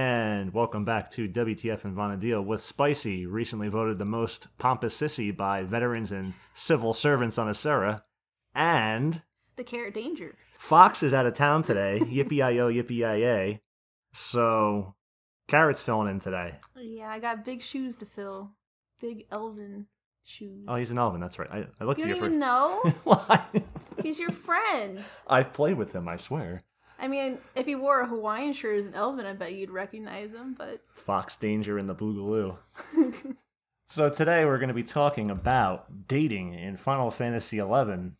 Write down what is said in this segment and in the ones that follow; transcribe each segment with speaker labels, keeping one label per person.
Speaker 1: And welcome back to WTF and Vonadil with Spicy, recently voted the most pompous sissy by veterans and civil servants on Asura. And
Speaker 2: The Carrot Danger.
Speaker 1: Fox is out of town today. Yippee I O, yippee I A. So Carrot's filling in today.
Speaker 2: Oh, Yeah, I got big shoes to fill. Big elven shoes.
Speaker 1: Oh, he's an Elvin. That's right. I, I looked
Speaker 2: You
Speaker 1: at
Speaker 2: don't
Speaker 1: you
Speaker 2: even know?
Speaker 1: for. Why?
Speaker 2: He's your friend.
Speaker 1: I've played with him. I swear.
Speaker 2: I mean, if he wore a Hawaiian shirt as an elven, I bet you'd recognize him, but
Speaker 1: Fox Danger and the Boogaloo. so today we're going to be talking about dating in Final Fantasy XI.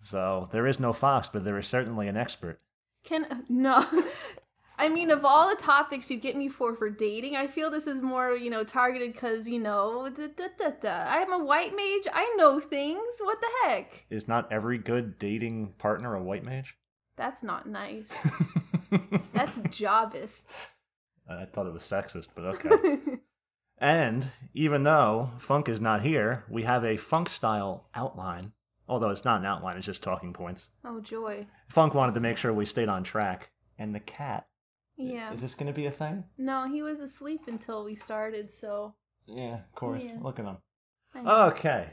Speaker 1: So there is no Fox, but there is certainly an expert.
Speaker 2: can no. I mean, of all the topics you get me for for dating, I feel this is more, you know, targeted because, you know, da, da, da, da. I'm a white mage. I know things. What the heck?
Speaker 1: Is not every good dating partner a white mage?
Speaker 2: That's not nice.
Speaker 1: I
Speaker 2: That's jobist.
Speaker 1: thought it was sexist, but okay. and even though Funk is not here, we have a Funk style outline. Although it's not an outline, it's just talking points.
Speaker 2: oh, joy.
Speaker 1: Funk wanted to make sure we stayed on track. And the cat.
Speaker 2: Yeah.
Speaker 1: Is this going to be a thing?
Speaker 2: No, he was asleep until we started, so.
Speaker 1: Yeah, of course.
Speaker 2: Yeah.
Speaker 1: Look at him.
Speaker 2: I know.
Speaker 1: Okay.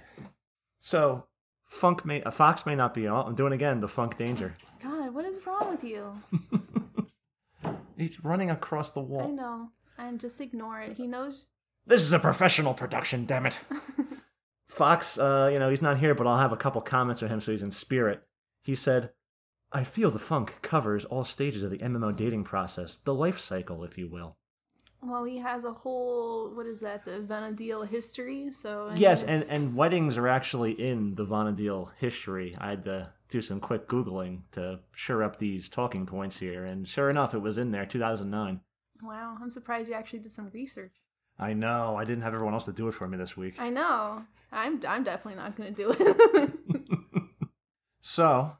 Speaker 1: So funk may a fox may not be on. I'm doing again the funk danger.
Speaker 2: God, what is wrong with you?
Speaker 1: He's running across the
Speaker 2: I
Speaker 1: wall.
Speaker 2: know. And just ignore it. He knows.
Speaker 1: This is a professional production, damn it. Fox, uh, you know, he's not here, but I'll have a couple comments on him so he's in spirit. He said, I feel the funk covers all stages of the MMO dating process, the life cycle, if you will.
Speaker 2: Well, he has a whole what is that? The Venadil history. So I mean,
Speaker 1: yes, and,
Speaker 2: it's-
Speaker 1: and weddings are actually in the Vonadil history. I had to do some quick Googling to sure up these talking points here, and sure enough, it was in there, 2009.
Speaker 2: wow, I'm surprised you actually did some research.
Speaker 1: I know. I didn't have everyone else to do it for me this week.
Speaker 2: I know. I'm I'm definitely not gonna do it.
Speaker 1: So,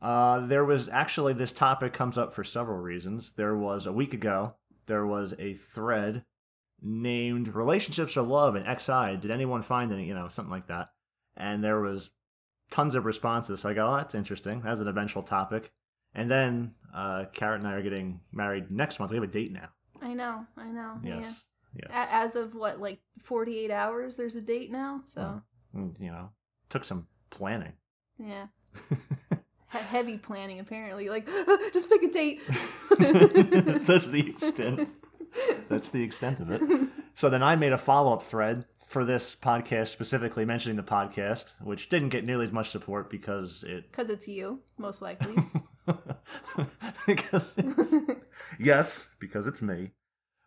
Speaker 1: uh, there was actually this topic comes up for several reasons. There was a week ago, there was a thread named Relationships or Love and XI. Did anyone find any, you know, something like that? And there was tons of responses. So I go, oh, that's interesting. That's an eventual topic. And then uh, Carrot and I are getting married next month. We have a date now.
Speaker 2: I know. I know. Yeah.
Speaker 1: Yes. Yes.
Speaker 2: A- as of what, like 48 hours? There's a date now. So
Speaker 1: Mm, You know, took some planning.
Speaker 2: yeah. He- heavy planning apparently. Like just pick a date.
Speaker 1: That's the extent. That's the extent of it. So then I made a follow up thread for this podcast, specifically mentioning the podcast, which didn't get nearly as much support because it.
Speaker 2: Because it's you, most likely.
Speaker 1: because it's, yes, because it's me,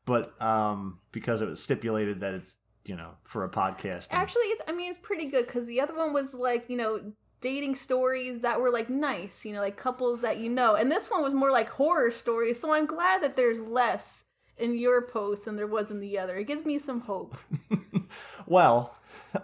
Speaker 1: but um, because it was stipulated that it's you know for a podcast. and-
Speaker 2: Actually, it's, I mean, it's pretty good because the other one was like, you know, dating stories that were like nice, you know, like couples that you know. And this one was more like horror stories. So I'm glad that there's less in your post than there was in the other. It gives me some hope.
Speaker 1: well,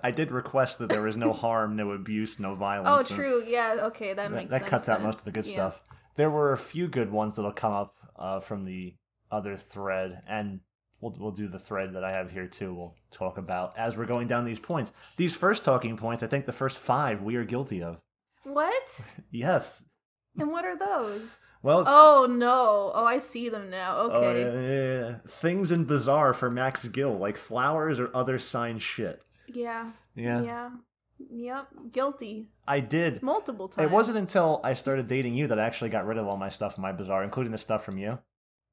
Speaker 1: I did request that there was no harm, no abuse, no
Speaker 2: oh,
Speaker 1: violence. and-
Speaker 2: true. Yeah. Okay. That,
Speaker 1: that,
Speaker 2: makes
Speaker 1: that
Speaker 2: sense.
Speaker 1: cuts out
Speaker 2: then.
Speaker 1: most of the good
Speaker 2: Yeah.
Speaker 1: stuff. There were a few good ones that'll come up uh, from the other thread, and we'll we'll do the thread that I have here too. We'll talk about as we're going down these points. These first talking points, I think the first five we are guilty of.
Speaker 2: What?
Speaker 1: Yes.
Speaker 2: And what are those?
Speaker 1: Well, it's,
Speaker 2: Oh, no. Oh, I see them now. Okay.
Speaker 1: oh, yeah, yeah, yeah. things in bizarre for Max Gill, like flowers or other signed shit.
Speaker 2: yeah.
Speaker 1: Yeah.
Speaker 2: Yep. Guilty.
Speaker 1: I did.
Speaker 2: Multiple times.
Speaker 1: It wasn't until I started dating you that I actually got rid of all my stuff in my bizarre, including the stuff from you.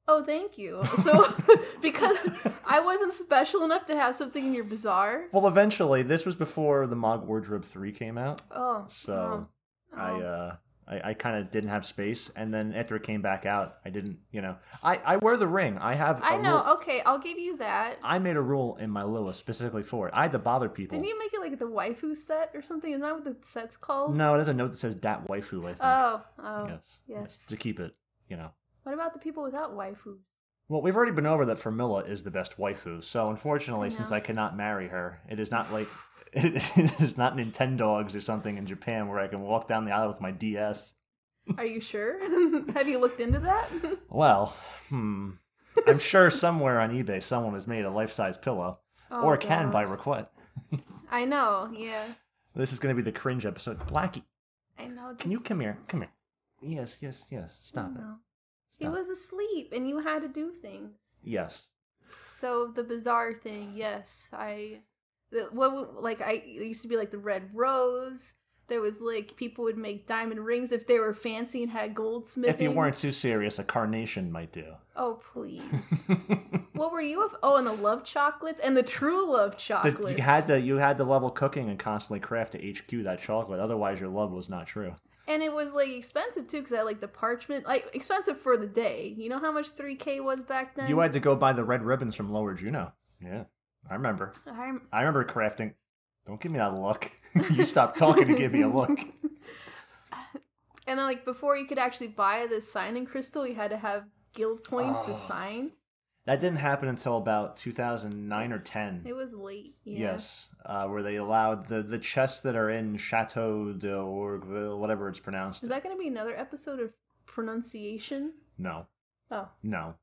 Speaker 2: Oh, thank you. So, because I wasn't special enough to have something in your bazaar.
Speaker 1: Well, eventually, this was before the Mog Wardrobe 3 came out.
Speaker 2: Oh,
Speaker 1: So
Speaker 2: oh,
Speaker 1: I,
Speaker 2: oh.
Speaker 1: uh, I I kind of didn't have space, and then after it came back out, I didn't. You know, I I wear the ring. I have.
Speaker 2: I
Speaker 1: uh, a
Speaker 2: know.
Speaker 1: Rule,
Speaker 2: Okay, I'll give you that.
Speaker 1: I made a rule in my Lua specifically for it. I had to bother people.
Speaker 2: Didn't you make it like the waifu set or something? Is that what the set's called?
Speaker 1: No, it has a note that says "dat waifu." I think.
Speaker 2: Oh, oh.
Speaker 1: yes.
Speaker 2: yes.
Speaker 1: To keep it, you know.
Speaker 2: What about the people without waifus?
Speaker 1: Well, we've already been over that Formilla is the best waifu. So unfortunately,
Speaker 2: I
Speaker 1: since
Speaker 2: know.
Speaker 1: I cannot marry her, it is not like it is not Nintendogs or something in Japan where I can walk down the aisle with my DS.
Speaker 2: Are you sure? have you looked into that?
Speaker 1: Well, hmm. I'm sure somewhere on eBay someone has made a life-size pillow,
Speaker 2: Oh,
Speaker 1: or can by
Speaker 2: gosh.
Speaker 1: request.
Speaker 2: I know. Yeah,
Speaker 1: This is going to be the cringe episode. Blackie,
Speaker 2: I know. Just,
Speaker 1: can you come here? Come here. Yes, yes, yes. Stop it.
Speaker 2: He
Speaker 1: Stop.
Speaker 2: was asleep, and you had to do things.
Speaker 1: Yes.
Speaker 2: So the bizarre thing, yes, I the- what w- like I it used to be like the red rose. There was like people would make diamond rings if they were fancy and had goldsmithing.
Speaker 1: If you weren't too serious, a carnation might do.
Speaker 2: oh please. what were you? Of? Oh, and the love chocolates and the true love
Speaker 1: The-
Speaker 2: chocolates.
Speaker 1: you had to you had to level cooking and constantly craft to HQ that chocolate. Otherwise, your love was not true.
Speaker 2: and it was like expensive too because I had, like the parchment, like expensive for the day. You know how much three K was back then.
Speaker 1: You had to go buy the red ribbons from Lower Juno. Yeah, I remember.
Speaker 2: I'm,
Speaker 1: I remember crafting. Don't give me that look. you stopped talking to give me a look.
Speaker 2: And then, like, before you could actually buy the signing crystal, you had to have guild points
Speaker 1: Oh.
Speaker 2: to sign.
Speaker 1: That didn't happen until about 2009 or 10.
Speaker 2: It was late. Yeah.
Speaker 1: Yes, uh, where they allowed the the chests that are in Chateau de Orgueville, whatever it's pronounced.
Speaker 2: Is that going to be another episode of pronunciation?
Speaker 1: no,
Speaker 2: Oh,
Speaker 1: no.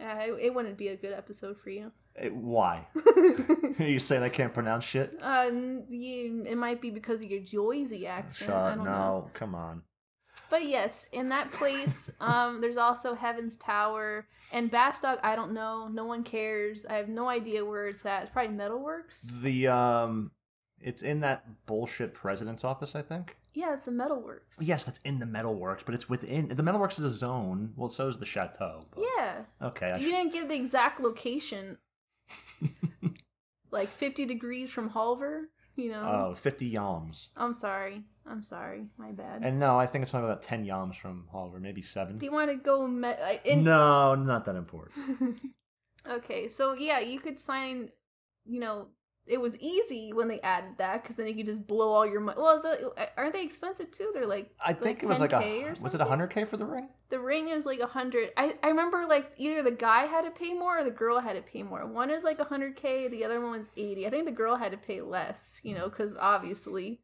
Speaker 2: uh, it, it wouldn't be a good episode for you.
Speaker 1: It- why? you saying I can't pronounce shit?
Speaker 2: um, you, it might be because of your Joyzy accent. I
Speaker 1: Shut,
Speaker 2: don't
Speaker 1: no,
Speaker 2: know.
Speaker 1: come on.
Speaker 2: But yes, in that place, um, there's also Heaven's Tower and Bastock. I don't know. No one cares. I have no idea where it's at. It's probably Metalworks.
Speaker 1: The um, it's in that bullshit president's office, I think.
Speaker 2: Yeah, it's the Metalworks.
Speaker 1: Yes, that's in the metalworks, but it's within the metalworks is a zone. Well, so is the chateau. But,
Speaker 2: Yeah.
Speaker 1: Okay. I
Speaker 2: You
Speaker 1: should-
Speaker 2: didn't give the exact location. like 50 degrees from Halver, you know?
Speaker 1: oh, 50 yams.
Speaker 2: I'm sorry. I'm sorry. My bad.
Speaker 1: And no, I think it's probably about 10 yams from Oliver, maybe seven.
Speaker 2: Do you want to go. Me- I- in-
Speaker 1: No, not that important.
Speaker 2: okay, so yeah, you could sign, you know, it was easy when they added that because then you could just blow all your money. Well, is that, aren't they expensive too? They're like,
Speaker 1: I think it was like
Speaker 2: 10K
Speaker 1: a
Speaker 2: or
Speaker 1: was it
Speaker 2: something?
Speaker 1: 100k for the ring?
Speaker 2: the ring is like a hundred. I, I remember like either the guy had to pay more or the girl had to pay more. One is like a hundred K, the other one's 80. I think the girl had to pay less, you know, because obviously.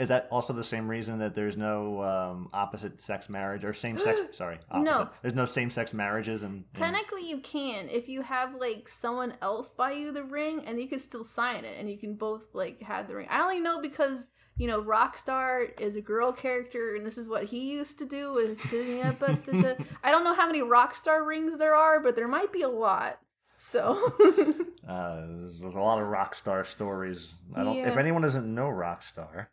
Speaker 1: is that also the same reason that there's no um, opposite sex marriage or same sex? sorry,
Speaker 2: No.
Speaker 1: opposite. There's no same sex marriages and,
Speaker 2: Technically, you can if you have like someone else buy you the ring, and you can still sign it, and you can both like have the ring. I only know because you know Rockstar is a girl character, and this is what he used to do. With I don't know how many Rockstar rings there are, but there might be a lot. So
Speaker 1: Uh, there's, there's a lot of rock star stories. I don't. If
Speaker 2: Yeah.
Speaker 1: anyone doesn't know rock star,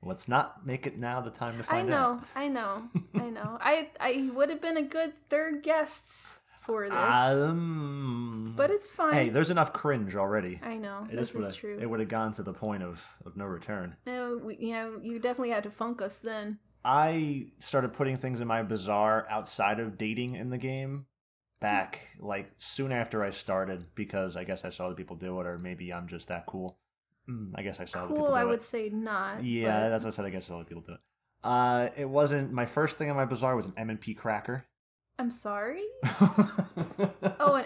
Speaker 1: let's not make it now the time to
Speaker 2: I
Speaker 1: find out.
Speaker 2: know, I know, I know. I I would have been a good third guest for this,
Speaker 1: Um,
Speaker 2: but it's fine.
Speaker 1: hey, there's enough cringe already.
Speaker 2: I know
Speaker 1: It
Speaker 2: this
Speaker 1: just
Speaker 2: is
Speaker 1: would've-
Speaker 2: true.
Speaker 1: It would have gone to the point of, of no return.
Speaker 2: no, we, yeah, you definitely had to funk us then.
Speaker 1: I started putting things in my bazaar outside of dating in the game back like soon after I started because I guess I saw the people do it or maybe I'm just that cool. Mm, I guess I saw the people
Speaker 2: cool
Speaker 1: do
Speaker 2: i
Speaker 1: it.
Speaker 2: would say not
Speaker 1: yeah,
Speaker 2: but-
Speaker 1: that's what I said. I guess I saw the people do it. Uh, it wasn't my first thing in my bazaar was an M and P cracker.
Speaker 2: i'm sorry
Speaker 1: oh,
Speaker 2: oh an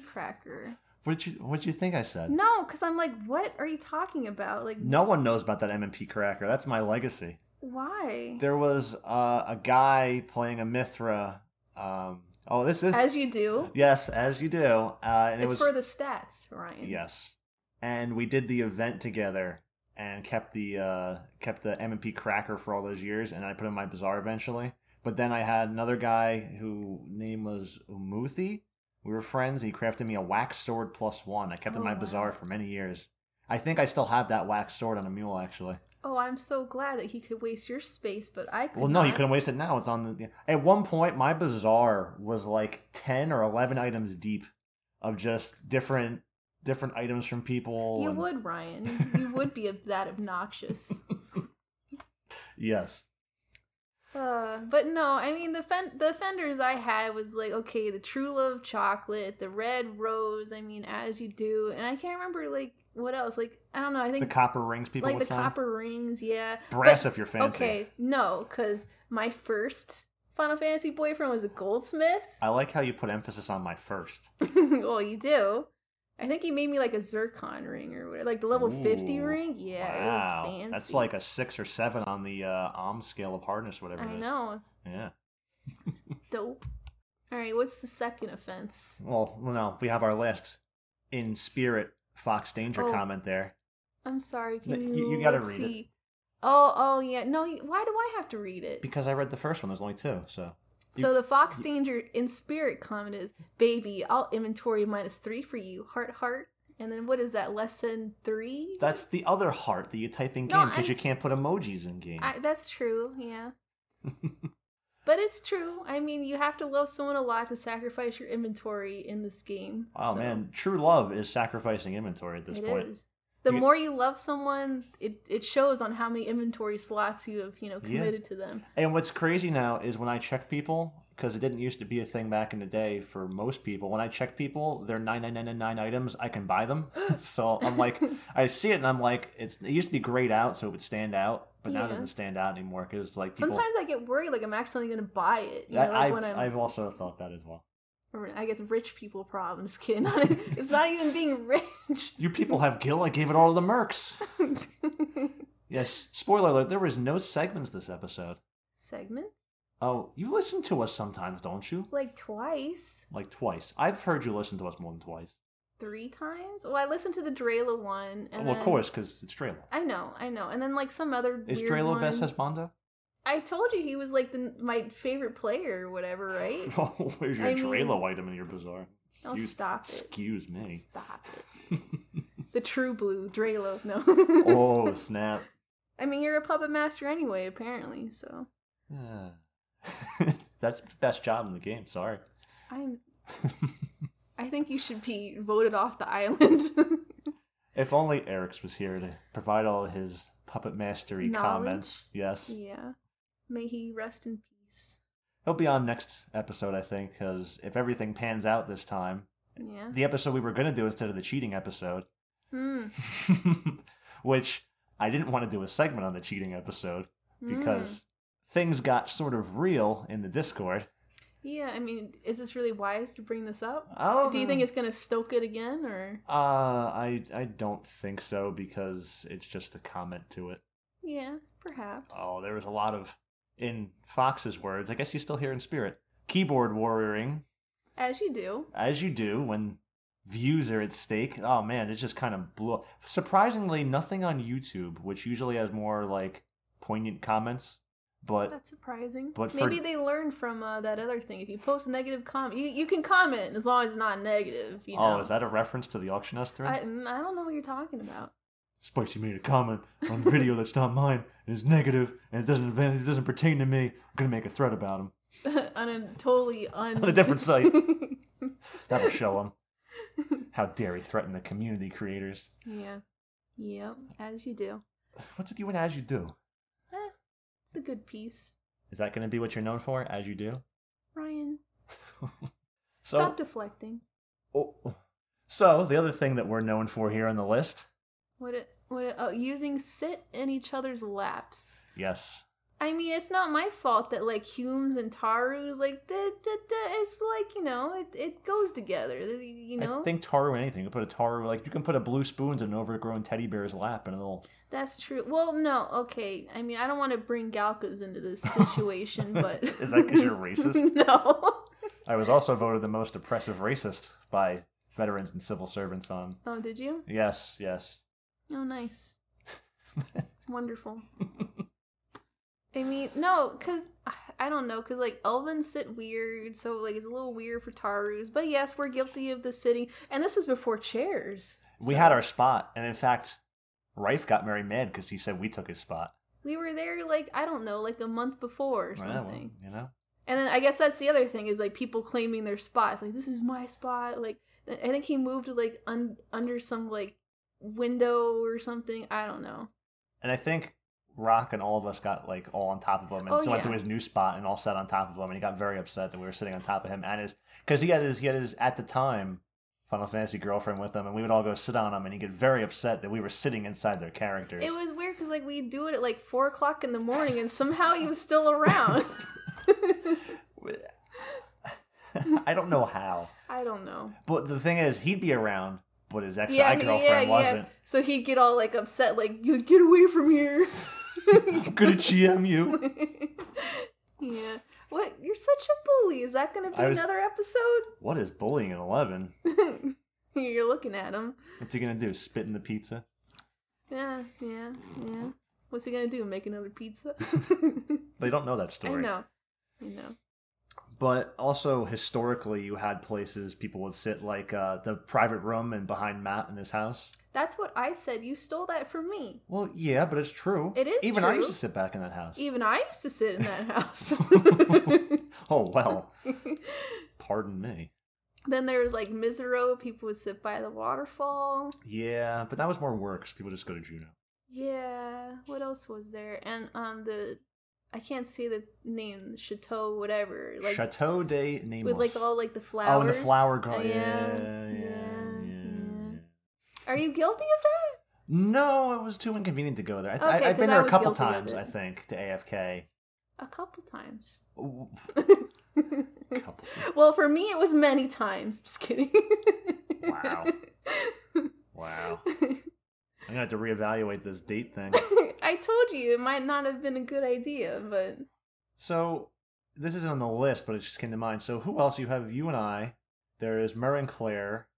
Speaker 2: cracker
Speaker 1: what did you what did you think I said?
Speaker 2: no because i'm like what are you talking about like
Speaker 1: No one knows about that M and P cracker. That's my legacy.
Speaker 2: why
Speaker 1: There was uh, a guy playing a Mithra. Um, oh, this is
Speaker 2: as you do
Speaker 1: Yes, as you do. Uh, and it
Speaker 2: it's
Speaker 1: was
Speaker 2: for the stats ryan
Speaker 1: yes, and we did the event together and kept the uh, kept the M and P cracker for all those years, and I put in my bazaar eventually. But then I had another guy who name was Umuthi. We were friends. And he crafted me a wax sword plus one. I kept it in
Speaker 2: Oh,
Speaker 1: my
Speaker 2: wow.
Speaker 1: bazaar for many years. I think I still have that wax sword on a mule, actually.
Speaker 2: oh i'm so glad that he could waste your space but i could
Speaker 1: Well, no, you
Speaker 2: not.
Speaker 1: couldn't waste it now. It's on the. At one point, my bazaar was like ten or eleven items deep, of just different different items from people.
Speaker 2: you
Speaker 1: and-
Speaker 2: would ryan you would be of that obnoxious
Speaker 1: Yes.
Speaker 2: Uh, but no, I mean the fen- the fenders I had was like okay, the true love chocolate, the red rose. I mean, as you do, and I can't remember like what else. Like I don't know. I
Speaker 1: The
Speaker 2: think
Speaker 1: copper rings people
Speaker 2: like
Speaker 1: would
Speaker 2: the
Speaker 1: sign.
Speaker 2: copper rings. Yeah.
Speaker 1: Brass
Speaker 2: But-
Speaker 1: if you're fancy.
Speaker 2: Okay, no, because my first Final Fantasy boyfriend was a goldsmith.
Speaker 1: I like how you put emphasis on my first.
Speaker 2: well, you do. I think he made me like a zircon ring or whatever, like the level fifty
Speaker 1: Ooh,
Speaker 2: ring. Yeah,
Speaker 1: wow.
Speaker 2: it was fancy.
Speaker 1: That's like a six or seven on the uh, OM scale of hardness, whatever it
Speaker 2: I
Speaker 1: is.
Speaker 2: know,
Speaker 1: Yeah.
Speaker 2: dope. All right, what's the second offense?
Speaker 1: Well, no, we have our last in spirit Fox Danger
Speaker 2: Oh.
Speaker 1: comment there.
Speaker 2: I'm sorry.
Speaker 1: No,
Speaker 2: Can
Speaker 1: you-
Speaker 2: you?
Speaker 1: you gotta
Speaker 2: let's
Speaker 1: read it.
Speaker 2: see. Oh, oh yeah. No, you- why do I have to read it?
Speaker 1: Because I read the first one, there's only two, so
Speaker 2: So the Fox Danger in Spirit comment is, "Baby, I'll inventory minus three for you, heart, heart." And then what is that? Lesson three?
Speaker 1: That's the other heart that you type in
Speaker 2: No,
Speaker 1: game because
Speaker 2: I-
Speaker 1: you can't put emojis in game.
Speaker 2: I, that's true. Yeah. But it's true. I mean, you have to love someone a lot to sacrifice your inventory in this game.
Speaker 1: oh
Speaker 2: so
Speaker 1: man, true love is sacrificing inventory at
Speaker 2: it
Speaker 1: this
Speaker 2: is.
Speaker 1: point.
Speaker 2: The
Speaker 1: You-
Speaker 2: more you love someone, it, it shows on how many inventory slots you have, you know,
Speaker 1: Yeah.
Speaker 2: committed to them.
Speaker 1: And what's crazy now is when I check people, because it didn't used to be a thing back in the day for most people. When I check people, they're nine nine nine nine nine items. I can buy them. so I'm like, I see it and I'm like, it's it used to be grayed out, so it would stand out, but now
Speaker 2: Yeah.
Speaker 1: it doesn't stand out anymore because like people.
Speaker 2: Sometimes I get worried, like I'm accidentally going to buy it. You
Speaker 1: That-
Speaker 2: know, like
Speaker 1: I've,
Speaker 2: when I'm,
Speaker 1: I've also thought that as well.
Speaker 2: or I guess rich people problems, kid. it's not even being rich.
Speaker 1: You people have guilt. I gave it all to the mercs. Yes. Spoiler alert: there was no segments this episode.
Speaker 2: Segment?
Speaker 1: Oh, you listen to us sometimes, don't you?
Speaker 2: Like twice?
Speaker 1: Like twice. I've heard you listen to us more than twice.
Speaker 2: Three times? Well, I listened to the Drayla one. And
Speaker 1: well,
Speaker 2: then-
Speaker 1: of course, because it's Drayla.
Speaker 2: I know, I know. And then like some other.
Speaker 1: Is
Speaker 2: weird
Speaker 1: Drayla
Speaker 2: one.
Speaker 1: best husbando?
Speaker 2: I told you he was like the, my favorite player or whatever, right?
Speaker 1: Oh, where's your
Speaker 2: I mean-
Speaker 1: Drayla item in your bazaar?
Speaker 2: Oh,
Speaker 1: Excuse-
Speaker 2: stop it.
Speaker 1: Excuse me.
Speaker 2: Stop it. the true blue, Draylo. No.
Speaker 1: oh snap!
Speaker 2: I mean, you're a puppet master anyway, apparently. So
Speaker 1: Ah. That's the best job in the game. Sorry.
Speaker 2: I'm. I think you should be voted off the island.
Speaker 1: if only Eric's was here to provide all his puppet mastery
Speaker 2: Knowledge?
Speaker 1: comments. Yes.
Speaker 2: yeah. May he rest in peace.
Speaker 1: He'll be on next episode, I think, because if everything pans out this time,
Speaker 2: Yeah.
Speaker 1: the episode we were going to do instead of the cheating episode,
Speaker 2: Hmm.
Speaker 1: which I didn't want to do a segment on the cheating episode
Speaker 2: Mm. Hmm.
Speaker 1: because things got sort of real in the Discord.
Speaker 2: Yeah, I mean, is this really wise to bring this up?
Speaker 1: Oh,
Speaker 2: Do you think it's gonna stoke it again, or?
Speaker 1: Uh, I I don't think so because it's just a comment to it.
Speaker 2: Yeah, perhaps.
Speaker 1: Oh, there was a lot of, in Fox's words, I guess he's still here in spirit. Keyboard warrioring,
Speaker 2: As you do.
Speaker 1: as you do when views are at stake. Oh man, it just kind of blew. Up. Surprisingly, nothing on YouTube, which usually has more like poignant comments, but
Speaker 2: That's surprising.
Speaker 1: but for-
Speaker 2: Maybe they learned from uh, that other thing. If you post a negative comment, you, you can comment as long as it's not negative. You know?
Speaker 1: oh, is that a reference to the auctioneer's thread?
Speaker 2: I, mm, I don't know what you're talking about.
Speaker 1: Spicy made a comment on video that's not mine and it's negative and it doesn't it doesn't pertain to me. I'm gonna make a thread about him
Speaker 2: on a totally un-
Speaker 1: on a different site. That'll show him. How dare he threaten the community creators?
Speaker 2: yeah. Yep. As you do. Eh,
Speaker 1: What's with you and as you do?
Speaker 2: It's a good piece,
Speaker 1: Is that gonna be what you're known for? As you do.
Speaker 2: Ryan.
Speaker 1: So
Speaker 2: Stop deflecting.
Speaker 1: Oh. So the other thing that we're known for here on the list,
Speaker 2: What? It, what? It, oh, using sit in each other's laps.
Speaker 1: yes,
Speaker 2: I mean, it's not my fault that like Humes and Taru's like da, da, da, it's like you know it, it goes together. You know
Speaker 1: I think Taru anything. You can put a Taru like you can put a blue spoon in an overgrown teddy bear's lap and it'll.
Speaker 2: That's true. Well, no, okay. I mean, I don't want to bring Galkas into this situation, but
Speaker 1: Is that 'cause you're racist?
Speaker 2: no.
Speaker 1: I was also voted the most oppressive racist by veterans and civil servants on.
Speaker 2: Oh, did you?
Speaker 1: Yes, yes.
Speaker 2: Oh, nice. Wonderful. I mean, no, because I don't know, because like Elvin sit weird, so like it's a little weird for Tarus. But yes, we're guilty of the sitting, and this was before chairs.
Speaker 1: We
Speaker 2: so
Speaker 1: had our spot, and in fact, Rife got very mad because he said we took his spot.
Speaker 2: We were there like I don't know, like a month before or
Speaker 1: Yeah,
Speaker 2: something.
Speaker 1: well, you know.
Speaker 2: And then I guess that's the other thing is like people claiming their spots. Like this is my spot. Like I think he moved to like un- under some like window or something. I don't know.
Speaker 1: And I think Rock and all of us got like all on top of him, and
Speaker 2: Oh,
Speaker 1: so went
Speaker 2: yeah.
Speaker 1: to his new spot and all sat on top of him, and he got very upset that we were sitting on top of him and his because he had his he had his at the time Final Fantasy girlfriend with him, and we would all go sit on him, and he'd get very upset that we were sitting inside their characters.
Speaker 2: It was weird because like we do it at like four o'clock in the morning and somehow he was still around.
Speaker 1: I don't know how,
Speaker 2: I don't know.
Speaker 1: but the thing is, he'd be around, but his ex
Speaker 2: Yeah,
Speaker 1: girlfriend
Speaker 2: yeah, yeah.
Speaker 1: wasn't.
Speaker 2: So he'd get all like upset, like you get away from here.
Speaker 1: I'm gonna GM you.
Speaker 2: yeah. What? You're such a bully. Is that going to be
Speaker 1: I was-
Speaker 2: another episode?
Speaker 1: What is bullying at eleven?
Speaker 2: You're looking at him.
Speaker 1: What's he gonna do? Spit in the pizza?
Speaker 2: Yeah, yeah, yeah. What's he gonna do? Make another pizza?
Speaker 1: They don't know that
Speaker 2: I
Speaker 1: story.
Speaker 2: know. I know.
Speaker 1: but also historically, you had places people would sit, like uh, the private room and behind Matt in his house.
Speaker 2: That's what I said. You stole that from me.
Speaker 1: Well, yeah, but it's true.
Speaker 2: It is
Speaker 1: Even I
Speaker 2: true.
Speaker 1: used to sit back in that house.
Speaker 2: Even I used to sit in that house.
Speaker 1: oh well, pardon me.
Speaker 2: then there was like Misero. People would sit by the waterfall.
Speaker 1: Yeah, but that was more work. 'cause people just go to Juno.
Speaker 2: Yeah. What else was there? And um the I can't say the name Chateau whatever like
Speaker 1: Chateau de Nemos.
Speaker 2: with like all like the flowers.
Speaker 1: oh, and the flower garden.
Speaker 2: Yeah.
Speaker 1: yeah, yeah,
Speaker 2: yeah.
Speaker 1: yeah.
Speaker 2: Are you guilty of that?
Speaker 1: No, it was too inconvenient to go there. I, I-
Speaker 2: Okay,
Speaker 1: I've
Speaker 2: 'cause
Speaker 1: been
Speaker 2: I
Speaker 1: there a
Speaker 2: was
Speaker 1: couple
Speaker 2: guilty of
Speaker 1: times,
Speaker 2: it.
Speaker 1: I think, to AFK.
Speaker 2: A couple times.
Speaker 1: Ooh, couple times.
Speaker 2: well, for me it was many times. Just kidding.
Speaker 1: Wow. Wow. I'm going to have to reevaluate this date thing.
Speaker 2: I told you it might not have been a good idea, but
Speaker 1: So, this isn't on the list, but it just came to mind. So, who else? You have you and I. There is Murray and Claire.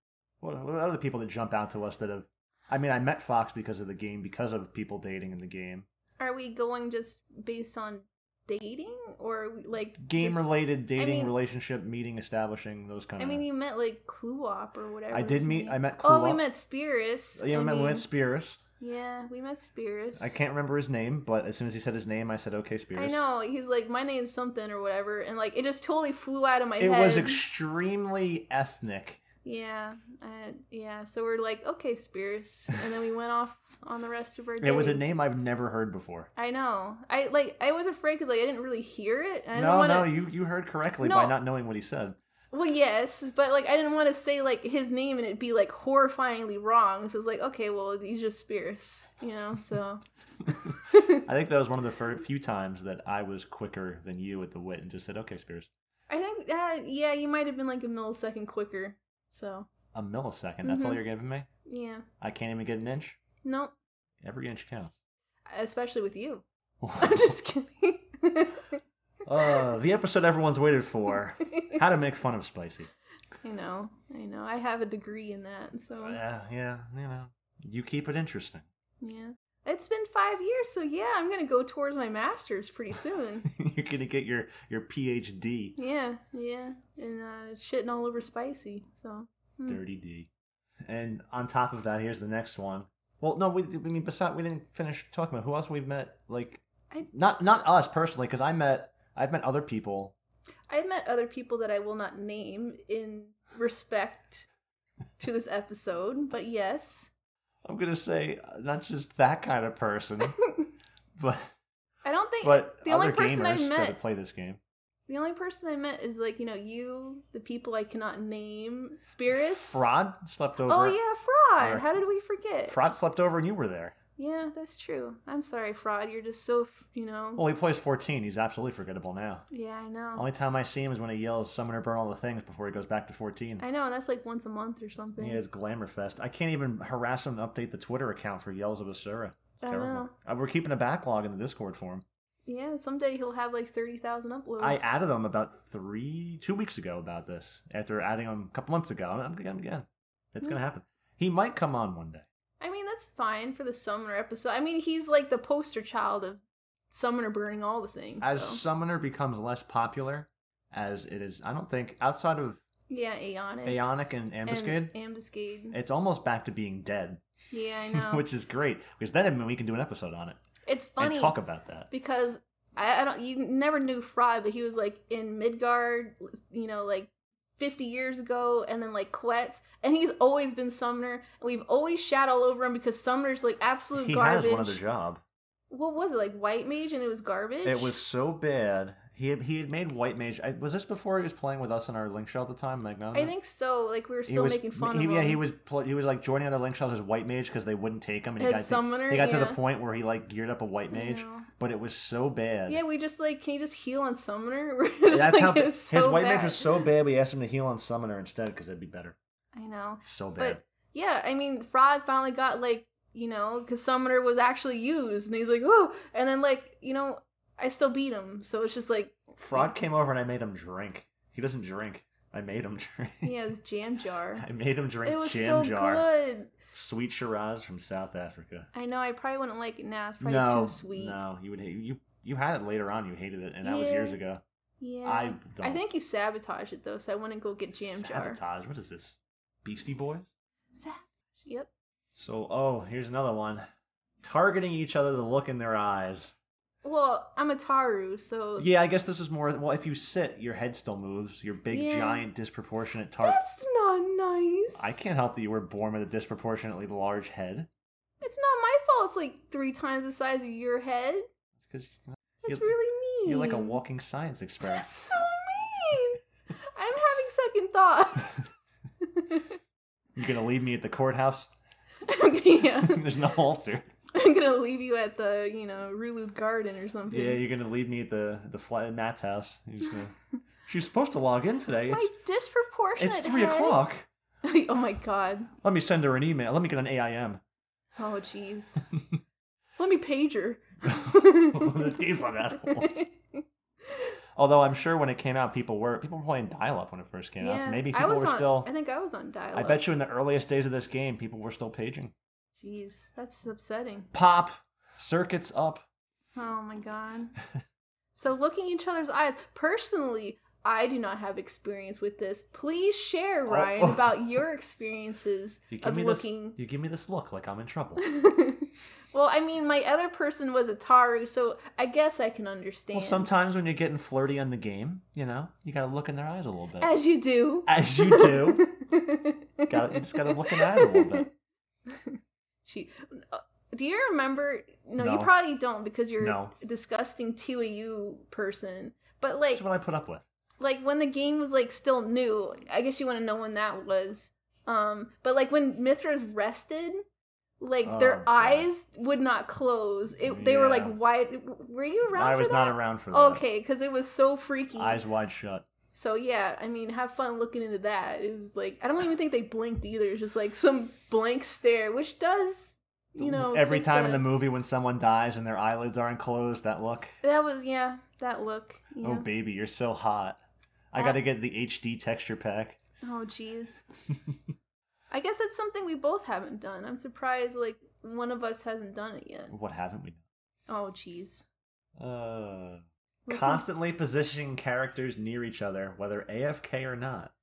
Speaker 1: What, what are the people that jump out to us that have. I mean, I met Fox because of the game, because of people dating in the game.
Speaker 2: are we going just based on dating or like
Speaker 1: Game
Speaker 2: just-
Speaker 1: related, dating,
Speaker 2: mean-
Speaker 1: relationship, meeting, establishing, those kind
Speaker 2: I
Speaker 1: of
Speaker 2: mean, you met like Kluop or whatever.
Speaker 1: I did
Speaker 2: his
Speaker 1: meet.
Speaker 2: name-
Speaker 1: I met
Speaker 2: Oh, we
Speaker 1: Kluwa.
Speaker 2: met Spearus.
Speaker 1: Yeah,
Speaker 2: I
Speaker 1: I met, we
Speaker 2: mean,
Speaker 1: met Spears.
Speaker 2: Yeah, we met Spearus.
Speaker 1: I can't remember his name, but as soon as he said his name, I said, "Okay, Spears."
Speaker 2: I know he's like my name's something or whatever, and like it just totally flew out of my
Speaker 1: It
Speaker 2: head.
Speaker 1: was extremely ethnic.
Speaker 2: yeah, uh, yeah. So we're like, okay, Spearus, and then we went off on the rest of our day.
Speaker 1: It was a name I've never heard before.
Speaker 2: I know. I like. I was afraid because like I didn't really hear it. and I
Speaker 1: no,
Speaker 2: didn't wanna...
Speaker 1: no, you you heard correctly by
Speaker 2: No.
Speaker 1: not knowing what he said.
Speaker 2: Well, yes, but like I didn't want to say like his name and it'd be like horrifyingly wrong. So it's like, okay, well, he's just Spears, you know. So
Speaker 1: I think that was one of the fir- few times that I was quicker than you at the wit and just said, "Okay, Spears."
Speaker 2: I think uh, yeah, you might have been like a millisecond quicker. So
Speaker 1: A millisecond. That's
Speaker 2: Mm-hmm.
Speaker 1: all you're giving me.
Speaker 2: yeah,
Speaker 1: I can't even get an inch.
Speaker 2: no,
Speaker 1: Every inch counts.
Speaker 2: especially with you. I'm just kidding.
Speaker 1: uh, the episode everyone's waited for: how to make fun of spicy.
Speaker 2: I know, I know. I have a degree in that, so
Speaker 1: Oh, Yeah, Uh, yeah, you know, you keep it interesting.
Speaker 2: yeah. It's been five years, so yeah, I'm gonna go towards my master's pretty soon.
Speaker 1: you're gonna get your your PhD.
Speaker 2: yeah, yeah, and uh, shitting all over spicy. So Hmm.
Speaker 1: Dirty D. And on top of that, here's the next one. Well, no, we I mean besides we didn't finish talking about who else we met. Like,
Speaker 2: I-
Speaker 1: not not us personally, because I met I've met other people.
Speaker 2: I've met other people that I will not name in respect to this episode, but yes.
Speaker 1: I'm gonna say uh, not just that kind of person, but
Speaker 2: I don't think
Speaker 1: but
Speaker 2: the
Speaker 1: other
Speaker 2: only person I
Speaker 1: gamers
Speaker 2: met
Speaker 1: that play this game.
Speaker 2: the only person I met is like, you know, you, the people I cannot name, Spirus.
Speaker 1: Fraud slept over.
Speaker 2: Oh yeah, fraud.
Speaker 1: Or-
Speaker 2: How did we forget?
Speaker 1: Fraud slept over, and you were there.
Speaker 2: Yeah, that's true. I'm sorry, fraud. You're just so, f- you know.
Speaker 1: Well, he plays 14. He's absolutely forgettable now.
Speaker 2: yeah, I know.
Speaker 1: Only time I see him is when he yells "Summon or burn all the things" before he goes back to 14.
Speaker 2: I know, and that's like once a month or something.
Speaker 1: Yeah, it's Glamourfest. I can't even harass him to update the Twitter account for Yells of Asura. It's
Speaker 2: I
Speaker 1: terrible.
Speaker 2: know.
Speaker 1: Uh, we're keeping a backlog in the Discord for him.
Speaker 2: Yeah, someday he'll have like 30,000 uploads.
Speaker 1: I added him about three, two weeks ago about this. After adding him a couple months ago, I'm gonna get him again. It's
Speaker 2: Hmm.
Speaker 1: gonna happen. He might come on one day.
Speaker 2: I mean, that's fine for the summoner episode. I mean, he's like the poster child of summoner burning all the things.
Speaker 1: As
Speaker 2: so.
Speaker 1: Summoner becomes less popular, as it is, I don't think outside of
Speaker 2: yeah, Aeonic.
Speaker 1: Aeonic and Ambuscade,
Speaker 2: Ambuscade.
Speaker 1: it's almost back to being dead,
Speaker 2: yeah, I know.
Speaker 1: which is great because then I mean, we can do an episode on it
Speaker 2: it's funny
Speaker 1: and talk about that.
Speaker 2: because I, I don't. You never knew Fraud, but he was like in Midgard. You know, like. 50 years ago and then like Quetz and he's always been Sumner and we've always shat all over him because Sumner's like absolute
Speaker 1: He
Speaker 2: garbage.
Speaker 1: has one other job.
Speaker 2: What was it like White Mage and it was garbage?
Speaker 1: It was so bad. He had, he had made White Mage. I, was this before he was playing with us in our link shell at the time? Like, no,
Speaker 2: I think so like we were
Speaker 1: he
Speaker 2: still
Speaker 1: was,
Speaker 2: making fun
Speaker 1: he,
Speaker 2: of him.
Speaker 1: Yeah, he was pl- he was like joining other link shells as White Mage because they wouldn't take him, and he
Speaker 2: As
Speaker 1: got
Speaker 2: summoner,
Speaker 1: to, he got
Speaker 2: yeah.
Speaker 1: to the point where he like geared up a White Mage,
Speaker 2: I know.
Speaker 1: but it was so bad.
Speaker 2: Yeah, we just like can you just heal on summoner? We're just
Speaker 1: That's
Speaker 2: like
Speaker 1: how
Speaker 2: it was so
Speaker 1: his White
Speaker 2: bad.
Speaker 1: Mage was so bad. We asked him to heal on Summoner instead because that'd be better.
Speaker 2: I know,
Speaker 1: So bad.
Speaker 2: but yeah, I mean, fraud finally got like you know because summoner was actually used, and he's like oh, and then like you know I still beat him, so it's just like
Speaker 1: Fraud came over and I made him drink. He doesn't drink. I made him drink.
Speaker 2: he has jam jar.
Speaker 1: I made him drink
Speaker 2: it was
Speaker 1: jam
Speaker 2: so
Speaker 1: jar
Speaker 2: good.
Speaker 1: sweet Shiraz from South Africa.
Speaker 2: I know. I probably wouldn't like it now. It's probably too sweet.
Speaker 1: No, you would hate you. You had it later on. You hated it, and that was
Speaker 2: Yeah.
Speaker 1: years ago.
Speaker 2: Yeah.
Speaker 1: I don't.
Speaker 2: I think you sabotage it though, so I wouldn't go get jam jar.
Speaker 1: Sabotage. What is this? Beastie Boys?
Speaker 2: Sabotage. Yep.
Speaker 1: So, oh, here's another one. Targeting each other to look in their eyes.
Speaker 2: Well, I'm a Taru, so
Speaker 1: Yeah, I guess this is more. Well, if you sit, your head still moves. Your big,
Speaker 2: Yeah.
Speaker 1: giant, disproportionate target.
Speaker 2: that's not nice.
Speaker 1: I can't help that you were born with a disproportionately large head.
Speaker 2: It's not my fault. It's like three times the size of your head.
Speaker 1: Because
Speaker 2: That's
Speaker 1: You're-
Speaker 2: really mean.
Speaker 1: you're like a walking science experiment.
Speaker 2: That's so mean. I'm having second thought.
Speaker 1: You're gonna leave me at the courthouse.
Speaker 2: yeah.
Speaker 1: There's no altar.
Speaker 2: I'm gonna leave you at the, you know, Rulu Garden or something.
Speaker 1: Yeah, you're gonna leave me at the the flat Matt's house. You're just gonna. She's supposed to log in today.
Speaker 2: my
Speaker 1: It's
Speaker 2: disproportionate.
Speaker 1: it's three
Speaker 2: head.
Speaker 1: o'clock.
Speaker 2: oh my god.
Speaker 1: Let me send her an email. Let me get an AIM.
Speaker 2: Oh jeez. Let me page her.
Speaker 1: this game's not that old. Although I'm sure when it came out, people were people were playing dial up when it first came out. So maybe
Speaker 2: I
Speaker 1: people
Speaker 2: was
Speaker 1: were
Speaker 2: on,
Speaker 1: still.
Speaker 2: I think I was on dial.
Speaker 1: I bet you in the earliest days of this game, people were still paging.
Speaker 2: Jeez, that's upsetting.
Speaker 1: Pop circuits up.
Speaker 2: Oh my god. so looking each other's eyes. Personally, I do not have experience with this. Please share,
Speaker 1: Oh.
Speaker 2: Ryan, about your experiences
Speaker 1: You give
Speaker 2: of
Speaker 1: me
Speaker 2: looking.
Speaker 1: this. You give me this look like I'm in trouble.
Speaker 2: well, I mean, my other person was a Taru, so I guess I can understand.
Speaker 1: Well, sometimes when you're getting flirty on the game, you know, you gotta look in their eyes a little bit.
Speaker 2: As you do.
Speaker 1: As you do.
Speaker 2: do.
Speaker 1: Gotta- you just gotta look in the eyes a little bit.
Speaker 2: She, uh, do you remember? No, you
Speaker 1: No.
Speaker 2: probably don't because you're
Speaker 1: No.
Speaker 2: a disgusting TOU person. But
Speaker 1: this
Speaker 2: like,
Speaker 1: is what I put up with.
Speaker 2: like when the game was like still new, I guess you want to know when that was. Um, but like when Mithra's rested, like
Speaker 1: Oh,
Speaker 2: their
Speaker 1: God.
Speaker 2: eyes would not close. It they were like
Speaker 1: Yeah.
Speaker 2: wide. Were you around?
Speaker 1: I
Speaker 2: for
Speaker 1: was
Speaker 2: that? Oh,
Speaker 1: not around for that.
Speaker 2: Okay, because it was so freaky.
Speaker 1: Eyes wide shut.
Speaker 2: So yeah, I mean, have fun looking into that. It was like I don't even think they blinked either. It's just like some blank stare, which does you know
Speaker 1: every
Speaker 2: think
Speaker 1: time in
Speaker 2: that-
Speaker 1: the movie when someone dies and their eyelids aren't closed, that look.
Speaker 2: that was yeah that look. Yeah.
Speaker 1: Oh baby, you're so hot. I
Speaker 2: Uh,
Speaker 1: gotta get the HD texture pack.
Speaker 2: Oh jeez. I guess that's something we both haven't done. I'm surprised like one of us hasn't done it yet.
Speaker 1: What haven't we? done?
Speaker 2: Oh jeez.
Speaker 1: Uh,
Speaker 2: Looking-
Speaker 1: constantly positioning characters near each other, whether AFK or not.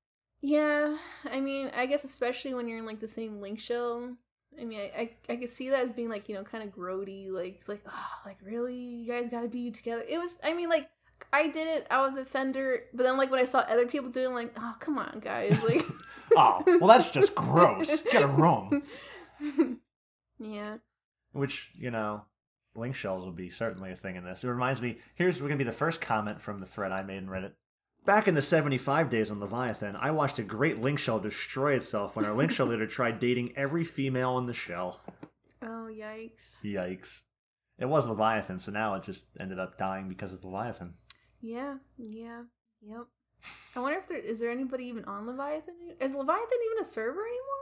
Speaker 2: Yeah, I mean, I guess especially when you're in like the same link shell. I mean, I I, I could see that as being like you know kind of grody, like it's like oh, like really, you guys got to be together. It was, I mean, like I did it, I was a fender, but then like when I saw other people doing, like oh come on guys, like
Speaker 1: Oh, well, that's just gross. Get a room.
Speaker 2: yeah,
Speaker 1: Which you know, link shells will be certainly a thing in this. It reminds me. Here's we're gonna be the first comment from the thread I made in Reddit. Back in the 75 days on Leviathan, I watched a great link shell destroy itself when our link shell leader tried dating every female in the shell.
Speaker 2: oh yikes,
Speaker 1: Yikes. It was Leviathan, so now it just ended up dying because of Leviathan.
Speaker 2: yeah, yeah, yep. I wonder if there is there anybody even on Leviathan? Is Leviathan even a server anymore?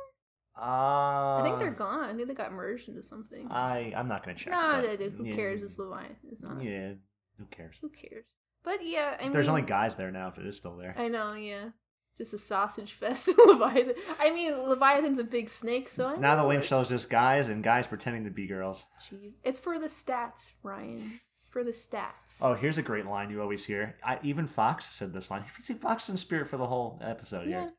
Speaker 1: Uh,
Speaker 2: I
Speaker 1: I
Speaker 2: think they're gone. I think they got merged into something.
Speaker 1: Uh, Ah, I I'm not gonna check.
Speaker 2: No,
Speaker 1: but-
Speaker 2: they do. Who
Speaker 1: yeah.
Speaker 2: cares? It's Leviathan. It's not.
Speaker 1: Yeah, who cares?
Speaker 2: Who cares? But yeah, I mean,
Speaker 1: There's only guys there now if it is still there.
Speaker 2: I know. Yeah, just a sausage fest. in Leviathan. I mean, Leviathan's a big snake, so I
Speaker 1: now
Speaker 2: know
Speaker 1: the
Speaker 2: it
Speaker 1: link
Speaker 2: works.
Speaker 1: shell is just guys and guys pretending to be girls.
Speaker 2: Jeez. It's for the stats, Ryan. For the stats.
Speaker 1: Oh, here's a great line you always hear. I, even Fox said this line. You see Fox in spirit for the whole episode
Speaker 2: yeah.
Speaker 1: here.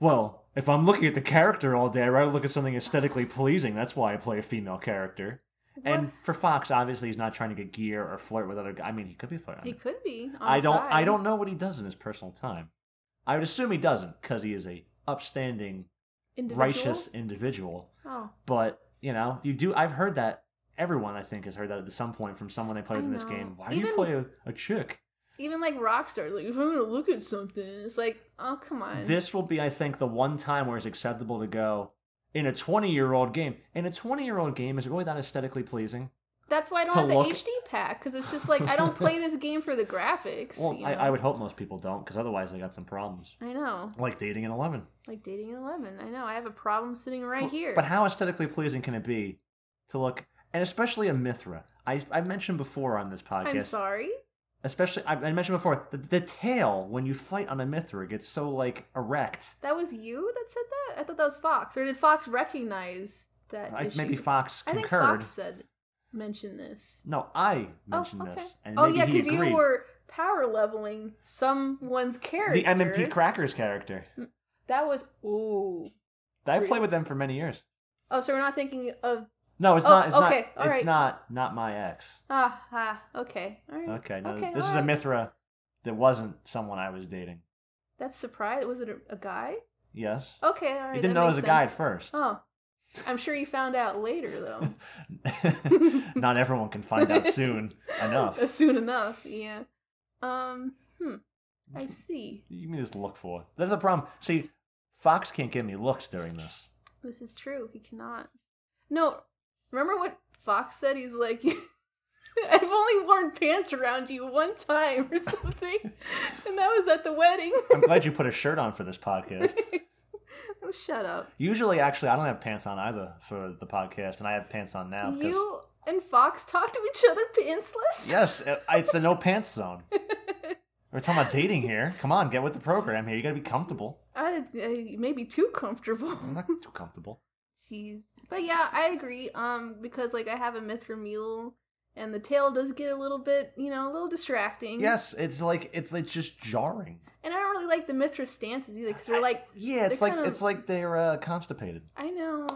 Speaker 1: Well, if I'm looking at the character all day, I'd rather look at something aesthetically pleasing. That's why I play a female character. And
Speaker 2: What-
Speaker 1: for Fox, obviously, he's not trying to get gear or flirt with other guys. I mean, he could be flirting.
Speaker 2: he could be. On
Speaker 1: I
Speaker 2: the
Speaker 1: don't. I
Speaker 2: side.
Speaker 1: don't know what he does in his personal time. I would assume he doesn't because he is a upstanding,
Speaker 2: Individual?
Speaker 1: righteous individual.
Speaker 2: Oh,
Speaker 1: But you know, you do. I've heard that. Everyone, I think, has heard that at some point from someone they play
Speaker 2: I
Speaker 1: with in this
Speaker 2: know.
Speaker 1: game. Why do
Speaker 2: Even-
Speaker 1: you play a, a chick?
Speaker 2: even like Rockstar, like if I'm gonna look at something, it's like, oh come on.
Speaker 1: This will be, I think, the one time where it's acceptable to go in a 20 year old game. In a 20 year old game, is it really that aesthetically pleasing?
Speaker 2: That's why I don't
Speaker 1: to
Speaker 2: have the
Speaker 1: look-
Speaker 2: HD pack because it's just like I don't play this game for the graphics.
Speaker 1: Well,
Speaker 2: you
Speaker 1: I,
Speaker 2: know?
Speaker 1: I would hope most people don't because otherwise they got some problems.
Speaker 2: I know.
Speaker 1: Like dating an 11.
Speaker 2: Like dating an 11. I know. I have a problem sitting right here.
Speaker 1: But how aesthetically pleasing can it be to look, and especially a Mithra? I, I mentioned before on this podcast.
Speaker 2: I'm sorry.
Speaker 1: Especially, I, I mentioned before the, the tail when you fight on a Mithra gets so like erect.
Speaker 2: That was you that said that? I thought that was Fox. Or did Fox recognize that?
Speaker 1: I,
Speaker 2: issue?
Speaker 1: maybe Fox
Speaker 2: I think
Speaker 1: concurred.
Speaker 2: Fox said, mention this.
Speaker 1: No, I mentioned
Speaker 2: oh, okay.
Speaker 1: this, and
Speaker 2: oh,
Speaker 1: maybe
Speaker 2: yeah,
Speaker 1: he
Speaker 2: because
Speaker 1: agreed.
Speaker 2: you were power leveling someone's character.
Speaker 1: The M&P Crackers character.
Speaker 2: That was ooh.
Speaker 1: I
Speaker 2: Really?
Speaker 1: played with them for many years.
Speaker 2: Oh, so we're not thinking of
Speaker 1: No, it's
Speaker 2: Oh,
Speaker 1: not. It's
Speaker 2: okay, all
Speaker 1: not. It's
Speaker 2: right.
Speaker 1: not. Not my ex.
Speaker 2: ah ah. Okay, all right.
Speaker 1: Okay. No,
Speaker 2: Okay,
Speaker 1: this is
Speaker 2: all
Speaker 1: a
Speaker 2: right.
Speaker 1: Mithra that wasn't someone I was dating.
Speaker 2: That's surprise. Was it a, a guy?
Speaker 1: Yes.
Speaker 2: Okay, all right.
Speaker 1: you didn't
Speaker 2: that
Speaker 1: know it was a
Speaker 2: makes
Speaker 1: guy at
Speaker 2: sense.
Speaker 1: first.
Speaker 2: Oh, I'm sure you found out later though.
Speaker 1: not everyone can find out soon enough.
Speaker 2: Soon enough, yeah. Um, hmm. I see.
Speaker 1: You can just look for it. That's the problem. See, Fox can't give me looks during this.
Speaker 2: This is true. He cannot. No, remember what Fox said? He's like, I've only worn pants around you one time or something, and that was at the wedding.
Speaker 1: I'm glad you put a shirt on for this podcast.
Speaker 2: oh, shut up.
Speaker 1: Usually, actually, I don't have pants on either for the podcast, and I have pants on now. 'cause-
Speaker 2: you and Fox talk to each other pantsless?
Speaker 1: Yes, uh, it's the no pants zone. We're talking about dating here. Come on, get with the program here. You got to be comfortable.
Speaker 2: I, I maybe too comfortable.
Speaker 1: I'm not too comfortable.
Speaker 2: Jeez. But yeah, I agree. Um, because like I have a Mithra mule, and the tail does get a little bit, you know, a little distracting.
Speaker 1: Yes, it's like it's it's just jarring.
Speaker 2: And I don't really like the Mithra stances either, because
Speaker 1: I-
Speaker 2: they're like,
Speaker 1: Yeah, it's
Speaker 2: They're
Speaker 1: like
Speaker 2: kind of-
Speaker 1: it's like they're uh, constipated.
Speaker 2: I know.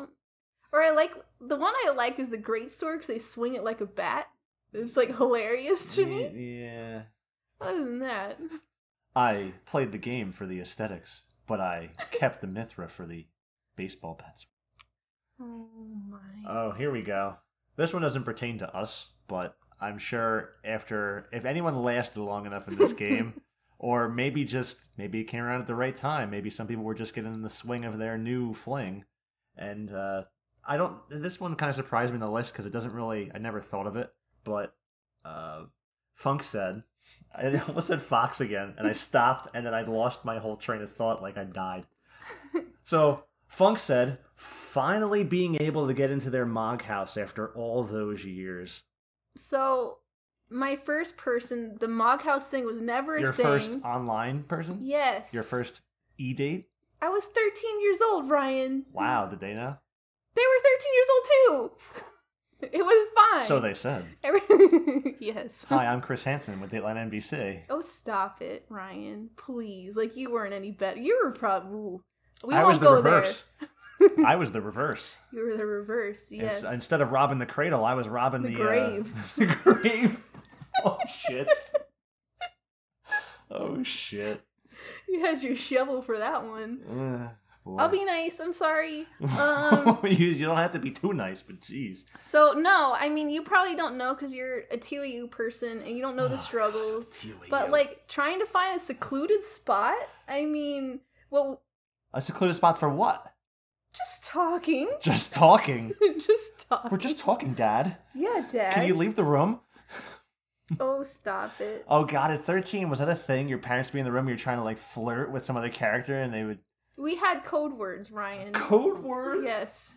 Speaker 2: Or I like the one I like is the Great Sword because they swing it like a bat. It's like hilarious to me.
Speaker 1: Yeah.
Speaker 2: Other than that,
Speaker 1: I played the game for the aesthetics, but I kept the Mithra for the baseball bats.
Speaker 2: oh my.
Speaker 1: Uh,
Speaker 3: Oh, here we go. This one doesn't pertain to us, but I'm sure after if anyone lasted long enough in this game, or maybe just maybe it came around at the right time. Maybe some people were just getting in the swing of their new fling, and uh, I don't. This one kind of surprised me in the list because it doesn't really. I never thought of it, but uh, Funk said. I almost said Fox again, and I stopped, and then I lost my whole train of thought, like I died. So Funk said, finally being able to get into their Mog house after all those years.
Speaker 2: So my first person, the Mog House thing was never a
Speaker 1: Your
Speaker 2: thing.
Speaker 1: first online person?
Speaker 2: yes.
Speaker 1: Your first e date?
Speaker 2: I was 13 years old, Ryan.
Speaker 1: Wow, did they know?
Speaker 2: They were 13 years old too. It was fine.
Speaker 1: So they said.
Speaker 2: Every- yes.
Speaker 1: Hi, I'm Chris Hansen with Dateline NBC.
Speaker 2: Oh, stop it, Ryan. Please. Like, you weren't any better. You were probably. We
Speaker 1: I
Speaker 2: won't
Speaker 1: was the
Speaker 2: go
Speaker 1: reverse. I was the reverse.
Speaker 2: there. You were the reverse.
Speaker 1: And s-
Speaker 2: Yes.
Speaker 1: instead of robbing the cradle, I was robbing the,
Speaker 2: The
Speaker 1: uh,
Speaker 2: grave.
Speaker 1: the grave. Oh shit. oh shit.
Speaker 2: you had your shovel for that one.
Speaker 1: Ugh, boy.
Speaker 2: I'll be nice. I'm sorry. Um,
Speaker 1: you, you don't have to be too nice, but jeez.
Speaker 2: so, no, I mean, you probably don't know because you're a TOU person and you don't know the struggles. But, like, trying to find a secluded spot, I mean, well,
Speaker 1: a secluded spot for what?
Speaker 2: just talking.
Speaker 1: Just talking.
Speaker 2: just talking.
Speaker 1: We're just talking, Dad.
Speaker 2: Yeah, Dad.
Speaker 1: Can you leave the room?
Speaker 2: Oh, stop it.
Speaker 1: Oh God, at thirteen, was that a thing? Your parents be in the room, you're trying to like flirt with some other character, and they would
Speaker 2: We had code words, Ryan.
Speaker 1: code words.
Speaker 2: Yes.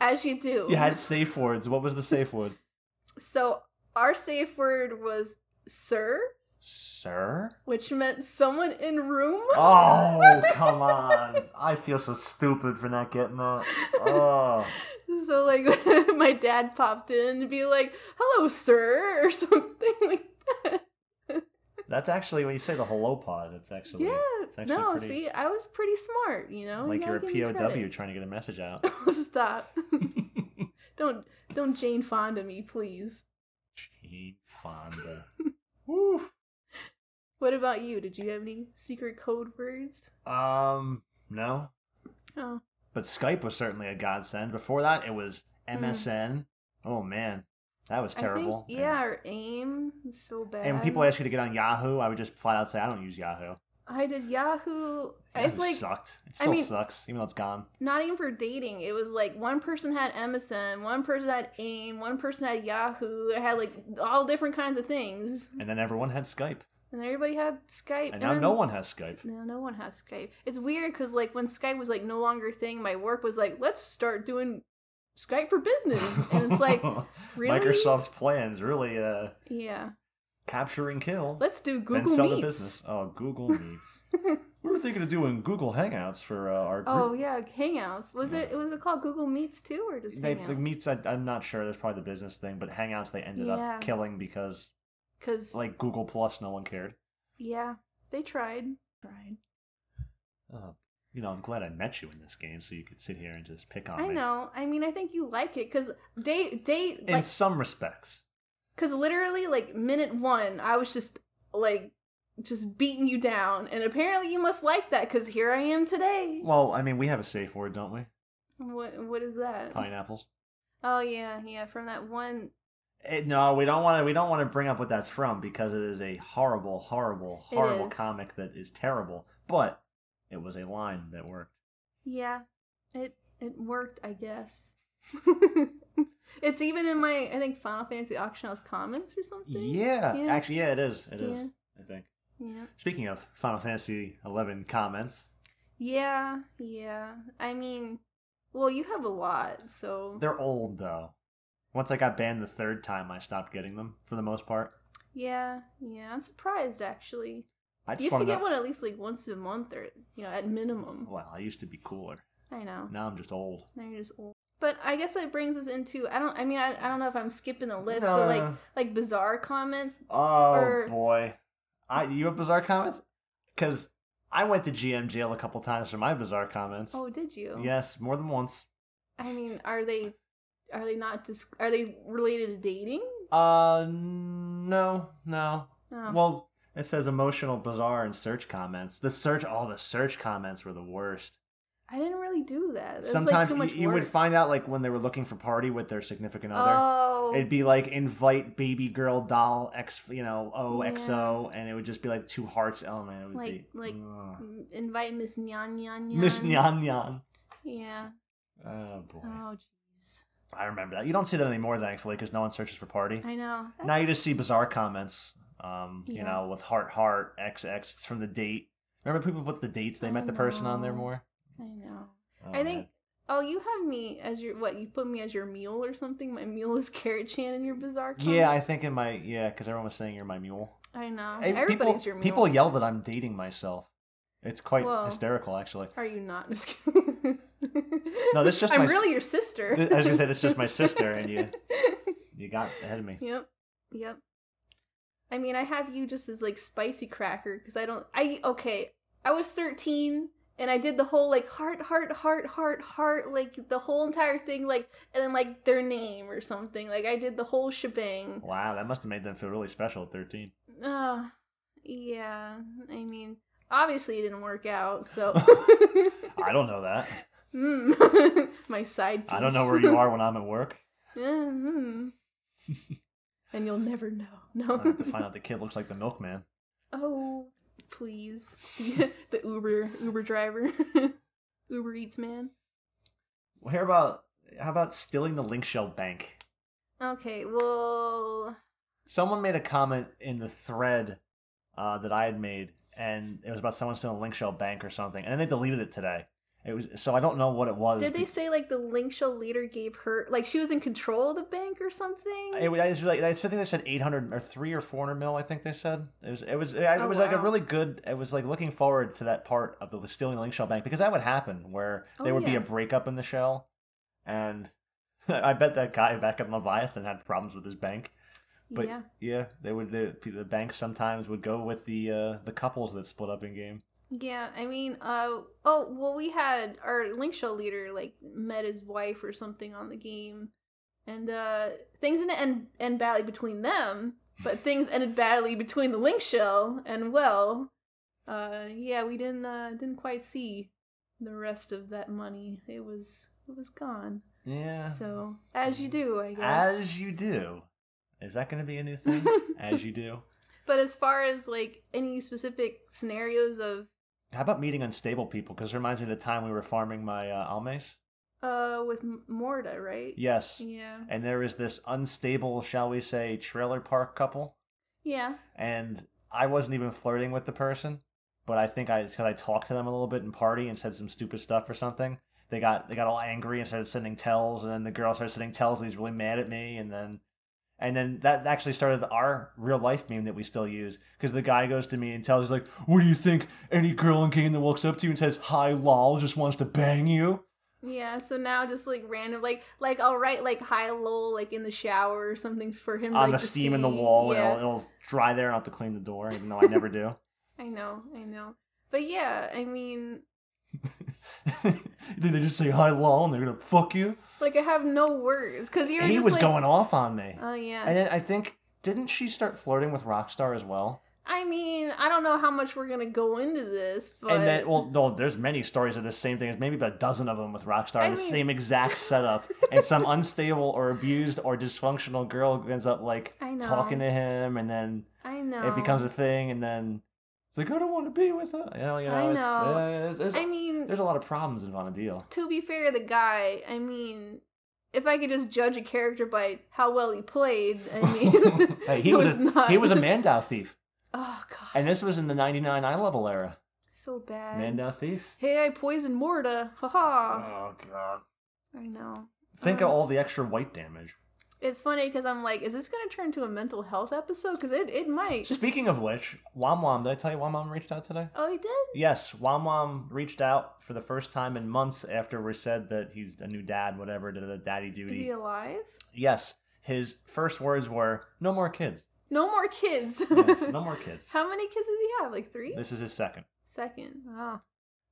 Speaker 2: As you do.
Speaker 1: You had safe words. What was the safe word?
Speaker 2: So our safe word was sir,
Speaker 1: Sir.
Speaker 2: which meant someone in room.
Speaker 1: Oh, come on. I feel so stupid for not getting that. Oh.
Speaker 2: So like my dad popped in and be like, "Hello, sir," or something like
Speaker 1: That's actually when you say the hello pod, it's actually
Speaker 2: Yeah.
Speaker 1: it's actually
Speaker 2: No,
Speaker 1: pretty
Speaker 2: see, I was pretty smart, you know.
Speaker 1: like
Speaker 2: gotta
Speaker 1: you're a
Speaker 2: give me
Speaker 1: POW
Speaker 2: credit.
Speaker 1: trying to get a message out.
Speaker 2: Stop. don't don't Jane Fonda me, please.
Speaker 1: Gene Fonda. Woo.
Speaker 2: What about you? Did you have any secret code words?
Speaker 1: Um no.
Speaker 2: Oh.
Speaker 1: But Skype was certainly a godsend. Before that it was MSN. Oh man. That was terrible.
Speaker 2: I think, yeah, or aim. It's so bad.
Speaker 1: And, and when people ask you to get on Yahoo, I would just flat out say I don't use Yahoo.
Speaker 2: I did Yahoo.
Speaker 1: Yahoo
Speaker 2: It's like
Speaker 1: sucked. It
Speaker 2: I
Speaker 1: still
Speaker 2: mean-
Speaker 1: sucks, even though it's gone.
Speaker 2: not even for dating. It was like one person had MSN, one person had AIM, one person had Yahoo. It had like all different kinds of things,
Speaker 1: And then everyone had Skype.
Speaker 2: and everybody had Skype.
Speaker 1: And now
Speaker 2: then-
Speaker 1: no one has Skype.
Speaker 2: No, no one has Skype. It's weird because like when Skype was like no longer a thing, my work was like, let's start doing Skype for business, and it's like really
Speaker 1: Microsoft's plans really uh,
Speaker 2: Yeah,
Speaker 1: capture and kill,
Speaker 2: let's do
Speaker 1: then
Speaker 2: Google
Speaker 1: sell
Speaker 2: Meets.
Speaker 1: the business. Oh, Google Meets. we were thinking of doing Google Hangouts for uh, our group.
Speaker 2: Oh yeah, Hangouts. Was it? Was it called Google Meets too, or just
Speaker 1: They,
Speaker 2: Hangouts?
Speaker 1: the meets, I, I'm not sure. That's probably the business thing, but Hangouts they ended
Speaker 2: Yeah.
Speaker 1: up killing because
Speaker 2: Because,
Speaker 1: Like Google Plus, no one cared.
Speaker 2: yeah, they tried. Tried.
Speaker 1: Uh, you know, I'm glad I met you in this game so you could sit here and just pick on
Speaker 2: I
Speaker 1: me.
Speaker 2: know. I mean, I think you like it because date, date,
Speaker 1: In
Speaker 2: like,
Speaker 1: some respects.
Speaker 2: because literally, like, minute one, I was just like, just beating you down. And apparently, you must like that because here I am today.
Speaker 1: Well, I mean, we have a safe word, don't we?
Speaker 2: What, what is that?
Speaker 1: Pineapples.
Speaker 2: Oh, yeah, yeah, from that one.
Speaker 1: Eh, no, we don't want to. We don't want to bring up what that's from because it is a horrible, horrible,
Speaker 2: It
Speaker 1: horrible
Speaker 2: is.
Speaker 1: comic that is terrible. But it was a line that worked.
Speaker 2: Yeah, it it worked, I guess. it's even in my, I think, Final Fantasy Auction House comments or something.
Speaker 1: Yeah,
Speaker 2: Yeah.
Speaker 1: actually, yeah, it is. It is.
Speaker 2: Yeah.
Speaker 1: I think.
Speaker 2: Yeah.
Speaker 1: Speaking of Final Fantasy eleven comments,
Speaker 2: Yeah, yeah. I mean, well, you have a lot, so
Speaker 1: they're old though. Once I got banned the third time, I stopped getting them for the most part.
Speaker 2: yeah, yeah. I'm surprised actually.
Speaker 1: I
Speaker 2: You
Speaker 1: just
Speaker 2: used to
Speaker 1: wanted
Speaker 2: get one at least like once a month, or you know, at minimum.
Speaker 1: Well, I used to be cooler.
Speaker 2: I know.
Speaker 1: Now I'm just old.
Speaker 2: Now you're just old. But I guess that brings us into I don't. I mean, I, I don't know if I'm skipping the list, but
Speaker 1: Uh.
Speaker 2: like like bizarre comments.
Speaker 1: Oh
Speaker 2: Or-
Speaker 1: boy, I you have bizarre comments because I went to GM jail a couple times for my bizarre comments.
Speaker 2: Oh, did you?
Speaker 1: yes, more than once.
Speaker 2: I mean, are they are they not dis- are they related to dating?
Speaker 1: Uh, no, no.
Speaker 2: Oh.
Speaker 1: Well, it says emotional bizarre and search comments. The search, all the search comments were the worst.
Speaker 2: I didn't really do that. That's like
Speaker 1: Sometimes
Speaker 2: too
Speaker 1: you-
Speaker 2: much
Speaker 1: you would
Speaker 2: work.
Speaker 1: find out like when they were looking for party with their significant other.
Speaker 2: Oh,
Speaker 1: It'd be like invite baby girl doll X, you know, OXO, and it would just be like two hearts element. It would
Speaker 2: Like-
Speaker 1: be
Speaker 2: like-
Speaker 1: ugh.
Speaker 2: M- invite Miss Nyan Nyan Nyan.
Speaker 1: Miss Nyan Nyan.
Speaker 2: Yeah.
Speaker 1: Oh boy,
Speaker 2: Oh, jeez.
Speaker 1: I remember that. You don't see that anymore, thankfully, because no one searches for party.
Speaker 2: I know.
Speaker 1: Now
Speaker 2: That's-
Speaker 1: you just see bizarre comments. Um,
Speaker 2: Yeah.
Speaker 1: you know, with heart heart XX. It's from the date. Remember people put the dates they
Speaker 2: I
Speaker 1: met the person on there
Speaker 2: know.
Speaker 1: more.
Speaker 2: I know.
Speaker 1: Oh,
Speaker 2: Oh. I think.
Speaker 1: man.
Speaker 2: Oh, you have me as your what? You put me as your mule or something? My mule is Carrot Chan in your bizarre. Comment?
Speaker 1: Yeah, I think in my yeah, because everyone was saying you're my mule.
Speaker 2: I, know.
Speaker 1: Hey,
Speaker 2: Oh, Everybody's
Speaker 1: people,
Speaker 2: your mule.
Speaker 1: People yell that I'm dating myself. It's quite
Speaker 2: Whoa.
Speaker 1: hysterical, actually.
Speaker 2: Are you not? Just kidding.
Speaker 1: No, this is just
Speaker 2: I'm
Speaker 1: my s-
Speaker 2: really your sister.
Speaker 1: Th- I was gonna say, this is just my sister, and you- You got ahead of me.
Speaker 2: Yep. Yep. I mean, I have you just as like spicy cracker because I don't. I okay. I was thirteen and I did the whole like heart, heart, heart, heart, heart, like the whole entire thing, like and then like their name or something. Like I did the whole shebang.
Speaker 1: Wow, that must have made them feel really special at 13.
Speaker 2: Uh, yeah. I mean, obviously it didn't work out. So.
Speaker 1: I don't know that.
Speaker 2: Mm. my side. Piece.
Speaker 1: I don't know where you are when I'm at work.
Speaker 2: hmm and you'll never know. No.
Speaker 1: I have to find out the kid looks like the milkman.
Speaker 2: Oh, please. the Uber Uber driver. Uber Eats man.
Speaker 1: Well, how about how about stealing the link shell bank?
Speaker 2: Okay, well,
Speaker 1: Someone made a comment in the thread uh, that I had made, and it was about someone stealing a link shell bank or something, and then they deleted it today. It was so I don't know what it was.
Speaker 2: did
Speaker 1: be-
Speaker 2: they say like the link shell leader gave her like she was in control of the bank or something?
Speaker 1: It was, I just like I think they said eight hundred or three or four hundred mil. I think they said it was it was it,
Speaker 2: Oh,
Speaker 1: was like a
Speaker 2: wow.
Speaker 1: really good. It was like looking forward to that part of the stealing the link shell bank because that would happen where there
Speaker 2: Oh,
Speaker 1: would be
Speaker 2: yeah.
Speaker 1: a breakup in the shell, and I bet that guy back in Leviathan had problems with his bank. But
Speaker 2: yeah.
Speaker 1: yeah, they would the, the bank sometimes would go with the uh, the couples that split up in game.
Speaker 2: Yeah, I mean, uh oh, well we had our link shell leader like met his wife or something on the game. And uh things didn't end, end badly between them, but things ended badly between the link shell and well, uh yeah, we didn't uh didn't quite see the rest of that money. It was it was gone.
Speaker 1: Yeah,
Speaker 2: So, as you do, I guess.
Speaker 1: as you do. Is that going to be a new thing? as you do.
Speaker 2: but as far as like any specific scenarios of
Speaker 1: How about meeting unstable people? Because it reminds me of the time we were farming my uh, almes.
Speaker 2: uh with M- Morda, right?
Speaker 1: Yes.
Speaker 2: Yeah.
Speaker 1: And there is this unstable, shall we say, trailer park couple.
Speaker 2: Yeah.
Speaker 1: And I wasn't even flirting with the person, but I think I because I talked to them a little bit in party and said some stupid stuff or something. They got they got all angry and started sending tells, and then the girl started sending tells. And he's really mad at me, and then and then that actually started our real life meme that we still use because the guy goes to me and tells, he's like, "What do you think? Any girl in game that walks up to you and says hi, lol, just wants to bang you."
Speaker 2: Yeah, so now just like random, like like I'll write like hi lol like in the shower or something for him
Speaker 1: on
Speaker 2: like,
Speaker 1: the
Speaker 2: to
Speaker 1: steam in the
Speaker 2: see.
Speaker 1: wall.
Speaker 2: Yeah,
Speaker 1: It'll, it'll dry there and I'll have to clean the door, even though I never do.
Speaker 2: I know, I know, but yeah, I mean,
Speaker 1: Did they just say hi, lol, and they're gonna fuck you?
Speaker 2: like I have no words because you're
Speaker 1: He
Speaker 2: just
Speaker 1: was
Speaker 2: like,
Speaker 1: going off on me,
Speaker 2: oh yeah.
Speaker 1: and then I think didn't she start flirting with Rockstar as well?
Speaker 2: I mean, I don't know how much we're gonna go into this, but
Speaker 1: And then, well, no, there's many stories of the same thing. There's maybe about a dozen of them with Rockstar,
Speaker 2: I
Speaker 1: the
Speaker 2: mean-
Speaker 1: same exact setup, and some unstable or abused or dysfunctional girl ends up like
Speaker 2: I know.
Speaker 1: talking to him, and then
Speaker 2: I know
Speaker 1: it becomes a thing, and then it's like I don't want to be with her. You know, you know,
Speaker 2: I
Speaker 1: it's,
Speaker 2: know.
Speaker 1: uh, it's- it's-
Speaker 2: I mean,
Speaker 1: there's a lot of problems in Von Deal.
Speaker 2: to be fair, the guy. I mean, if I could just judge a character by how well he played, I mean,
Speaker 1: Hey, he
Speaker 2: it
Speaker 1: was
Speaker 2: was
Speaker 1: a-
Speaker 2: not.
Speaker 1: He was a Mandow thief,
Speaker 2: Oh god,
Speaker 1: and this was in the '99 eye level era.
Speaker 2: so bad.
Speaker 1: Mandow thief.
Speaker 2: Hey, I poisoned Morta. Haha.
Speaker 1: god! Uh,
Speaker 2: I know.
Speaker 1: Think of
Speaker 2: Oh. Um,
Speaker 1: all the extra white damage.
Speaker 2: It's funny because I'm like, is this going to turn to a mental health episode? Because it, it might.
Speaker 1: Speaking of which, Wom Wom, did I tell you Wom Wom reached out today?
Speaker 2: Oh, he did?
Speaker 1: Yes, Wom Wom reached out for the first time in months after we said that he's a new dad, whatever, did the daddy
Speaker 2: Is
Speaker 1: duty.
Speaker 2: he alive?
Speaker 1: yes, his first words were, "No more kids."
Speaker 2: No more kids.
Speaker 1: Yes, no more kids.
Speaker 2: How many kids does he have? Like three?
Speaker 1: This is his second.
Speaker 2: Second. Oh.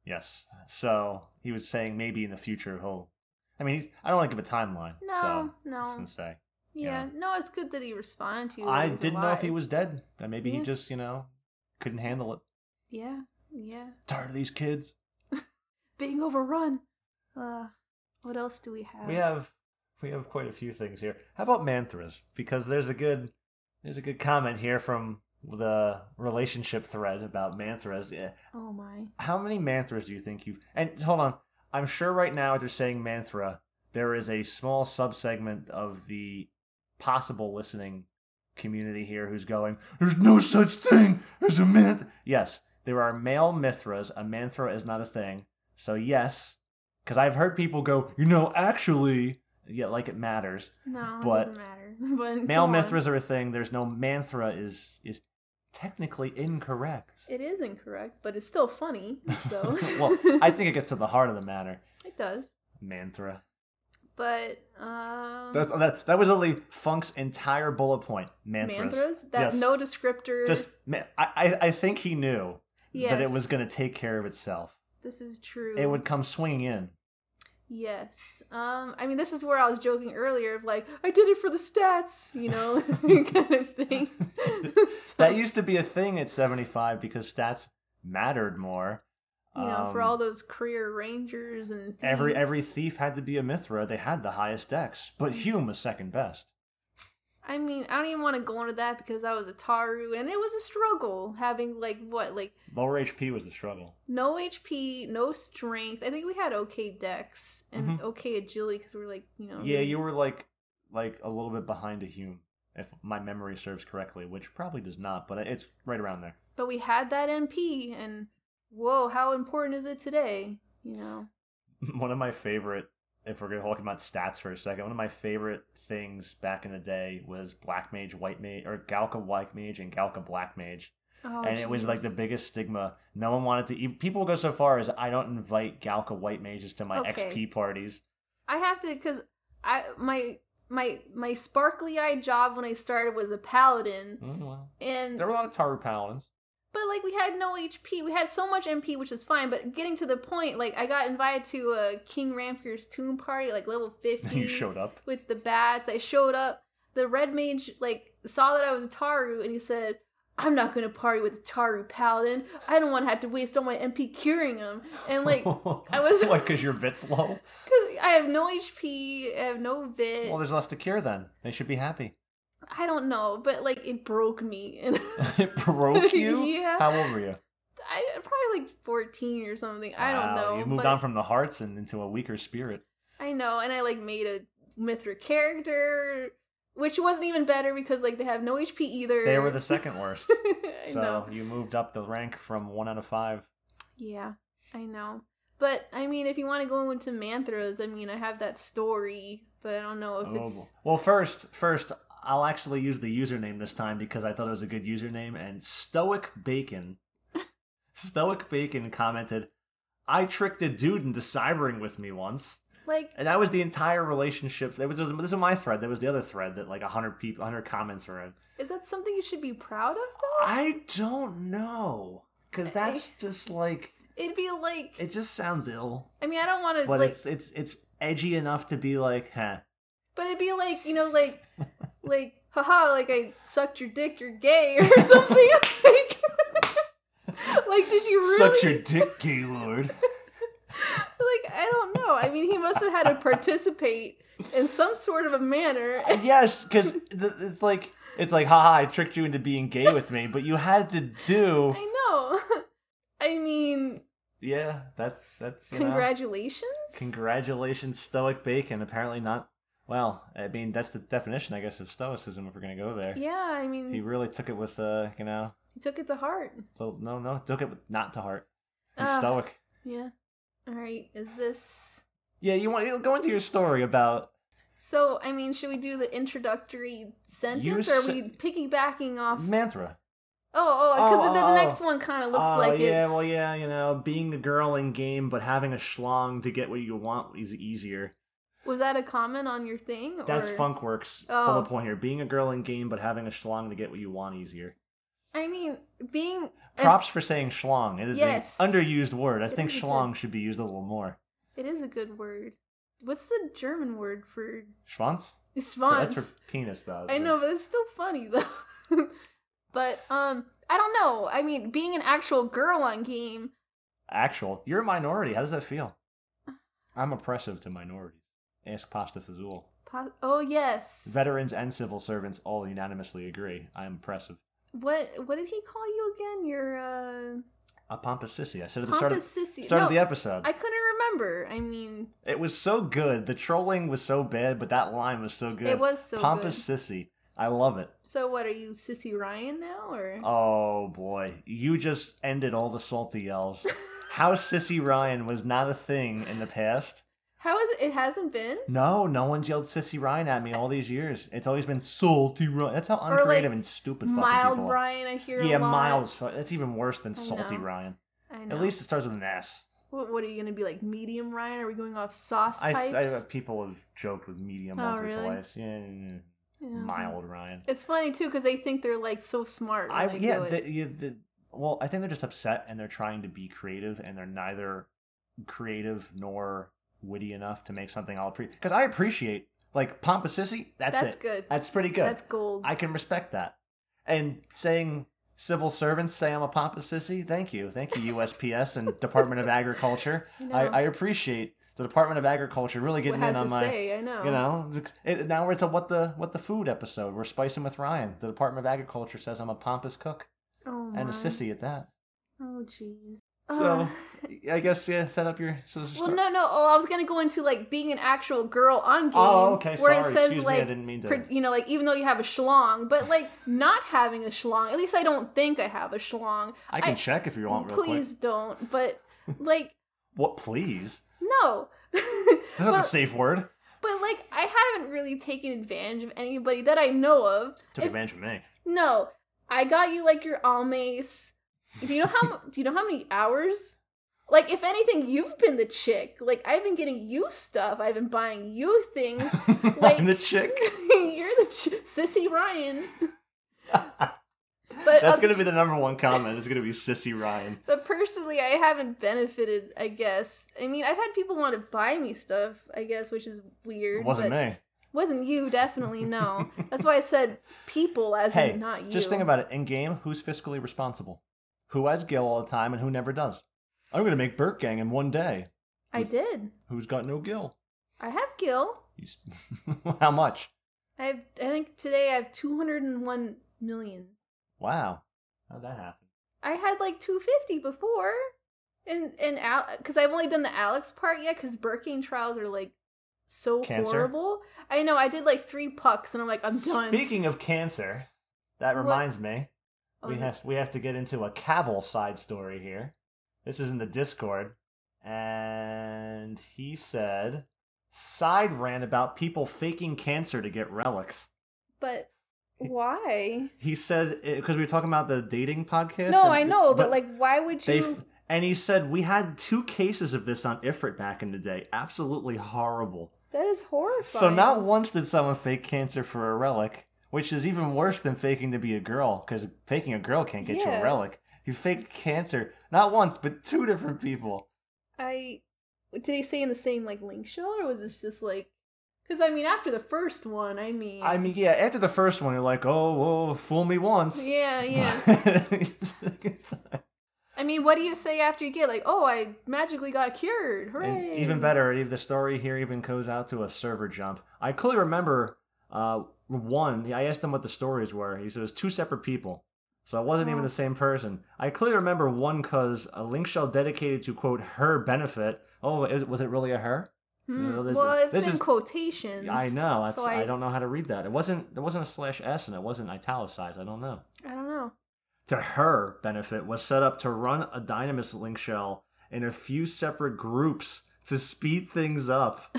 Speaker 1: Yes. So he was saying maybe in the future he'll. I mean, he's, I don't want to give a timeline.
Speaker 2: No,
Speaker 1: so
Speaker 2: no.
Speaker 1: I'm just gonna say.
Speaker 2: Yeah.
Speaker 1: Yeah.
Speaker 2: No, it's good that he responded to you. that
Speaker 1: I
Speaker 2: he was
Speaker 1: didn't know if he
Speaker 2: alive.
Speaker 1: was dead. And maybe
Speaker 2: Yeah.
Speaker 1: he just, you know, couldn't handle it.
Speaker 2: Yeah. Yeah.
Speaker 1: Tired of these kids.
Speaker 2: Being overrun. Uh, what else do we have?
Speaker 1: We have we have quite a few things here. How about mantras? Because there's a good there's a good comment here from the relationship thread about Eh, mantras. Yeah.
Speaker 2: Oh my.
Speaker 1: How many mantras do you think you and hold on. I'm sure right now as you're saying mantra, there is a small subsegment of the possible listening community here who's going, There's no such thing as a mantra. Yes, there are male mithras. A mantra is not a thing. So yes, because I've heard people go, you know, actually, yeah, like it matters.
Speaker 2: No,
Speaker 1: But-
Speaker 2: it doesn't matter. but
Speaker 1: Male
Speaker 2: come on.
Speaker 1: mithras are a thing. There's no mantra is is technically incorrect.
Speaker 2: It is incorrect, but it's still funny. So.
Speaker 1: well, I think it gets to the heart of the matter.
Speaker 2: It does.
Speaker 1: Mantra.
Speaker 2: But um
Speaker 1: That's that. That was literally Funk's entire bullet point. Mantras.
Speaker 2: mantras that
Speaker 1: Yes.
Speaker 2: no descriptor
Speaker 1: Just ma- I, I I think he knew that it
Speaker 2: Yes.
Speaker 1: was going to take care of itself.
Speaker 2: this is true.
Speaker 1: It would come swinging in.
Speaker 2: Yes. Um I mean this is where I was joking earlier of like I did it for the stats, you know, kind of thing. So,
Speaker 1: That used to be a thing at 75 because stats mattered more.
Speaker 2: you know, for
Speaker 1: Um,
Speaker 2: all those career rangers and
Speaker 1: Every every
Speaker 2: thieves.
Speaker 1: thief had to be a Mithra. They had the highest dex, but
Speaker 2: Hmm.
Speaker 1: Hume was second best.
Speaker 2: I mean, I don't even want to go into that because I was a Taru and it was a struggle having like what like
Speaker 1: Lower HP was the struggle.
Speaker 2: no HP, no strength. I think we had okay dex and
Speaker 1: Mhm.
Speaker 2: okay agility because we were like, you know,
Speaker 1: Yeah, you were like like a little bit behind a Hume, if my memory serves correctly, which probably does not, but it's right around there.
Speaker 2: but we had that MP, and whoa, how important is it today? You know,
Speaker 1: One of my favorite, if we're gonna talk about stats for a second, one of my favorite things back in the day was Black Mage, White Mage, or Galka White Mage and Galka Black Mage.
Speaker 2: oh,
Speaker 1: and it was like
Speaker 2: jeez.
Speaker 1: the biggest stigma. No one wanted to. Even, people go so far as I don't invite Galka white mages to my
Speaker 2: Okay.
Speaker 1: XP parties.
Speaker 2: I have to because I my my my sparkly eye job when I started was a paladin,
Speaker 1: Mm, well,
Speaker 2: and
Speaker 1: there were a lot of Taru paladins.
Speaker 2: but like we had no HP, we had so much MP, which is fine. But getting to the point, like I got invited to a King Rampier's tomb party, like level fifty.
Speaker 1: you showed up.
Speaker 2: with the bats. I showed up. The red mage like saw that I was a Taru and he said, "I'm not going to party with a Taru paladin. I don't want to have to waste all my MP curing him." And like, cause I was-
Speaker 1: like because your vit's low.
Speaker 2: I have no HP, I have no vit.
Speaker 1: Well, there's less to cure. Then they should be happy.
Speaker 2: I don't know, but like it broke me, and
Speaker 1: it broke you.
Speaker 2: Yeah.
Speaker 1: How old were you?
Speaker 2: I probably like 14 or something. I don't
Speaker 1: Wow,
Speaker 2: know.
Speaker 1: You moved
Speaker 2: but
Speaker 1: on from the hearts and into a weaker spirit.
Speaker 2: I know, and I like made a Mithra character, which wasn't even better because like they have no HP either.
Speaker 1: They were the second worst.
Speaker 2: I
Speaker 1: so
Speaker 2: know.
Speaker 1: you moved up the rank from one out of five.
Speaker 2: Yeah, I know. But I mean, if you want to go into Manthros, I mean, I have that story, but I don't know if it's.
Speaker 1: Oh, Well, first, first, I'll actually use the username this time because I thought it was a good username. And Stoic Bacon, Stoic Bacon commented, I tricked a dude into cybering with me once,
Speaker 2: Like,
Speaker 1: and that was the entire relationship. That was, this is my thread. That was the other thread that like hundred people, hundred comments were in.
Speaker 2: is that something you should be proud of?
Speaker 1: I don't know, because that's just like
Speaker 2: It'd be like,
Speaker 1: it just sounds ill,
Speaker 2: I mean, I don't want to
Speaker 1: but
Speaker 2: like,
Speaker 1: it's it's it's edgy enough to be like, huh.
Speaker 2: but it'd be like, you know, like, like, haha, like I sucked your dick, you're gay or something. like, like, did you really?
Speaker 1: Suck your dick, Gaylord.
Speaker 2: like I don't know. I mean, he must have had to participate in some sort of a manner.
Speaker 1: yes, because it's like it's like, haha, I tricked you into being gay with me, but you had to do.
Speaker 2: I know. I mean,
Speaker 1: Yeah, that's that's you know,
Speaker 2: congratulations.
Speaker 1: congratulations, Stoic Bacon. Apparently not. Well, I mean that's the definition, I guess, of Stoicism. If we're gonna go there,
Speaker 2: yeah, I mean,
Speaker 1: he
Speaker 2: he,
Speaker 1: really took it with, uh, you know,
Speaker 2: took it to heart.
Speaker 1: well, no, no, took it with not to heart. He's
Speaker 2: Ah.
Speaker 1: Stoic.
Speaker 2: Yeah. All right. Is this
Speaker 1: Yeah, you want you go into your story about
Speaker 2: so? I mean, should we do the introductory sentence,
Speaker 1: You
Speaker 2: or are we piggybacking off?
Speaker 1: Mantra.
Speaker 2: Oh, oh, because
Speaker 1: Oh,
Speaker 2: the,
Speaker 1: oh,
Speaker 2: the next
Speaker 1: oh.
Speaker 2: one kind of looks
Speaker 1: oh,
Speaker 2: like
Speaker 1: yeah,
Speaker 2: it's
Speaker 1: well, yeah, you know, being a girl in game, but having a schlong to get what you want is easier.
Speaker 2: Was that a comment on your thing?
Speaker 1: That's
Speaker 2: or...
Speaker 1: Funkworks
Speaker 2: Oh.
Speaker 1: bullet point here. Being a girl in game, but having a schlong to get what you want easier.
Speaker 2: I mean, being and
Speaker 1: Props for saying schlong. It is an
Speaker 2: Yes.
Speaker 1: underused word. I
Speaker 2: It
Speaker 1: think
Speaker 2: is a good-
Speaker 1: schlong should be used a little more.
Speaker 2: It is a good word. What's the German word for
Speaker 1: Schwanz?
Speaker 2: response?
Speaker 1: That's for penis, though.
Speaker 2: I know, but it's still funny though. but um, I don't know. I mean, being an actual girl on game,
Speaker 1: Actual. You're a minority. How does that feel? I'm oppressive to minorities. Ask Pasta Fazool.
Speaker 2: po- oh yes.
Speaker 1: Veterans and civil servants all unanimously agree. I am oppressive.
Speaker 2: what what did he call you again? Your uh,
Speaker 1: A pompous sissy. I said at the start
Speaker 2: pompous
Speaker 1: of,
Speaker 2: sissy.
Speaker 1: start
Speaker 2: no,
Speaker 1: of the episode.
Speaker 2: I couldn't remember. I mean,
Speaker 1: It was so good. The trolling was so bad, but that line was so good.
Speaker 2: it was so
Speaker 1: pompous
Speaker 2: good.
Speaker 1: sissy. I love it.
Speaker 2: So what are you, sissy Ryan now, or
Speaker 1: Oh boy, you just ended all the salty yells. How sissy Ryan was not a thing in the past.
Speaker 2: how is it? It hasn't been.
Speaker 1: No, no one's yelled sissy Ryan at me all these years. It's always been salty Ryan. That's how
Speaker 2: Or,
Speaker 1: uncreative
Speaker 2: like,
Speaker 1: and stupid fucking
Speaker 2: Mild
Speaker 1: people. are.
Speaker 2: Ryan, I hear.
Speaker 1: yeah,
Speaker 2: a lot.
Speaker 1: miles. fu- That's even worse than
Speaker 2: I
Speaker 1: salty
Speaker 2: know.
Speaker 1: Ryan.
Speaker 2: I know.
Speaker 1: At least it starts with an S.
Speaker 2: What, what are you gonna be like, medium Ryan? Are we going off sauce
Speaker 1: I,
Speaker 2: types?
Speaker 1: I people have joked with medium
Speaker 2: Oh,
Speaker 1: once or
Speaker 2: really?
Speaker 1: twice. Yeah, yeah, yeah.
Speaker 2: Yeah.
Speaker 1: mild Ryan.
Speaker 2: It's funny too because they think they're like so smart. when
Speaker 1: I
Speaker 2: they
Speaker 1: yeah,
Speaker 2: do it.
Speaker 1: the, yeah the, well, I think they're just upset and they're trying to be creative and they're neither creative nor witty enough to make something I'll appreciate. Because I appreciate like pompous sissy. That's,
Speaker 2: that's
Speaker 1: it.
Speaker 2: good.
Speaker 1: That's pretty good.
Speaker 2: That's gold.
Speaker 1: I can respect that. And saying civil servants say I'm a pompous sissy. Thank you, thank you USPS and Department of Agriculture.
Speaker 2: you
Speaker 1: I,
Speaker 2: know,
Speaker 1: I appreciate the Department of Agriculture really
Speaker 2: what
Speaker 1: getting
Speaker 2: has
Speaker 1: in on
Speaker 2: to
Speaker 1: my.
Speaker 2: say. I know.
Speaker 1: You know, it's- it, now it's a what the what the food episode. We're spicing with Ryan. The Department of Agriculture says I'm a pompous cook
Speaker 2: Oh,
Speaker 1: and
Speaker 2: my.
Speaker 1: a sissy at that.
Speaker 2: Oh jeez.
Speaker 1: So
Speaker 2: Ugh.
Speaker 1: I guess yeah, set up your. So
Speaker 2: well, no, no. Oh, I was gonna go into like being an actual girl on game.
Speaker 1: Oh, okay.
Speaker 2: Where
Speaker 1: sorry.
Speaker 2: it says
Speaker 1: Excuse me. I
Speaker 2: like.
Speaker 1: didn't uh, mean to.
Speaker 2: per- you know, like even though you have a schlong, but like not having a schlong. At least I don't think I have a schlong.
Speaker 1: I can
Speaker 2: I-
Speaker 1: check if you want, real
Speaker 2: Please
Speaker 1: quick.
Speaker 2: don't. But like
Speaker 1: What? Please?
Speaker 2: no.
Speaker 1: That's not the
Speaker 2: But-
Speaker 1: safe word.
Speaker 2: But like, I haven't really taken advantage of anybody that I know of.
Speaker 1: Took
Speaker 2: If-
Speaker 1: advantage of me.
Speaker 2: no, I got you like your almace. Do you know how? do you know how many hours? Like, if anything, you've been the chick. Like, I've been getting you stuff. I've been buying you things. Like
Speaker 1: I'm the chick.
Speaker 2: you're the ch- sissy Ryan. But
Speaker 1: That's
Speaker 2: uh,
Speaker 1: gonna be the number one comment. It's gonna be sissy Ryan.
Speaker 2: but personally, I haven't benefited. I guess. I mean, I've had people want to buy me stuff. I guess, which is weird.
Speaker 1: It wasn't
Speaker 2: but-
Speaker 1: me.
Speaker 2: Wasn't you, definitely no. That's why I said people as
Speaker 1: Hey,
Speaker 2: in not you.
Speaker 1: Just think about it. In game, who's fiscally responsible? Who has Gil all the time and who never does? I'm gonna make Burt Gang in one day.
Speaker 2: I did.
Speaker 1: Who's got no Gil?
Speaker 2: I have Gil.
Speaker 1: You s- How much?
Speaker 2: I have, I think today I have 201 million.
Speaker 1: Wow. How'd that happen?
Speaker 2: I had like 250 before. And and Al, cuz I've only done the Alex part yet cuz Burking trials are like so
Speaker 1: Cancer?
Speaker 2: horrible. I know I did like 3 pucks and I'm like I'm done.
Speaker 1: Speaking of cancer, that
Speaker 2: What? Oh,
Speaker 1: reminds me
Speaker 2: I
Speaker 1: we
Speaker 2: was
Speaker 1: have we have to get into a Cavill side story here. This is in the Discord, and he said side ran about people faking cancer to get relics.
Speaker 2: like, but why?
Speaker 1: eh, He said because we were talking about the dating podcast.
Speaker 2: no,
Speaker 1: and-
Speaker 2: I know, but, like why would
Speaker 1: they
Speaker 2: you
Speaker 1: f- And he said, We had two cases of this on Ifrit back in the day. Absolutely horrible.
Speaker 2: That is horrifying.
Speaker 4: So not once did someone fake cancer for a relic, which is even worse than faking to be a girl, because faking a girl can't get you
Speaker 2: Yeah.
Speaker 4: a relic. You faked cancer not once, but two different people.
Speaker 2: I did they say in the same like link show or was this just like because I mean after the first one I mean
Speaker 4: I mean, yeah. After the first one, you're like, "Oh, whoa, fool me once."
Speaker 2: yeah yeah I mean what do you say after you get like oh I magically got cured
Speaker 4: And
Speaker 2: hooray
Speaker 4: even better, if the story here even goes out to a server jump.
Speaker 1: I clearly remember uh, one. I asked him what the stories were. He said it was two separate people. So it wasn't even
Speaker 2: Oh.
Speaker 1: the same person. I clearly remember one because a link shell dedicated to, quote, her benefit. Oh, is, was it really a her?
Speaker 2: Hmm.
Speaker 1: No, this-
Speaker 2: well it's
Speaker 1: this
Speaker 2: in
Speaker 1: is-
Speaker 2: quotations
Speaker 1: I know. That's,
Speaker 2: so
Speaker 1: I,
Speaker 2: I,
Speaker 1: don't know how to read that. It wasn't. There wasn't a slash s, and it wasn't italicized. I don't know.
Speaker 2: I don't know
Speaker 1: To her benefit, was set up to run a dynamis link shell in a few separate groups to speed things up.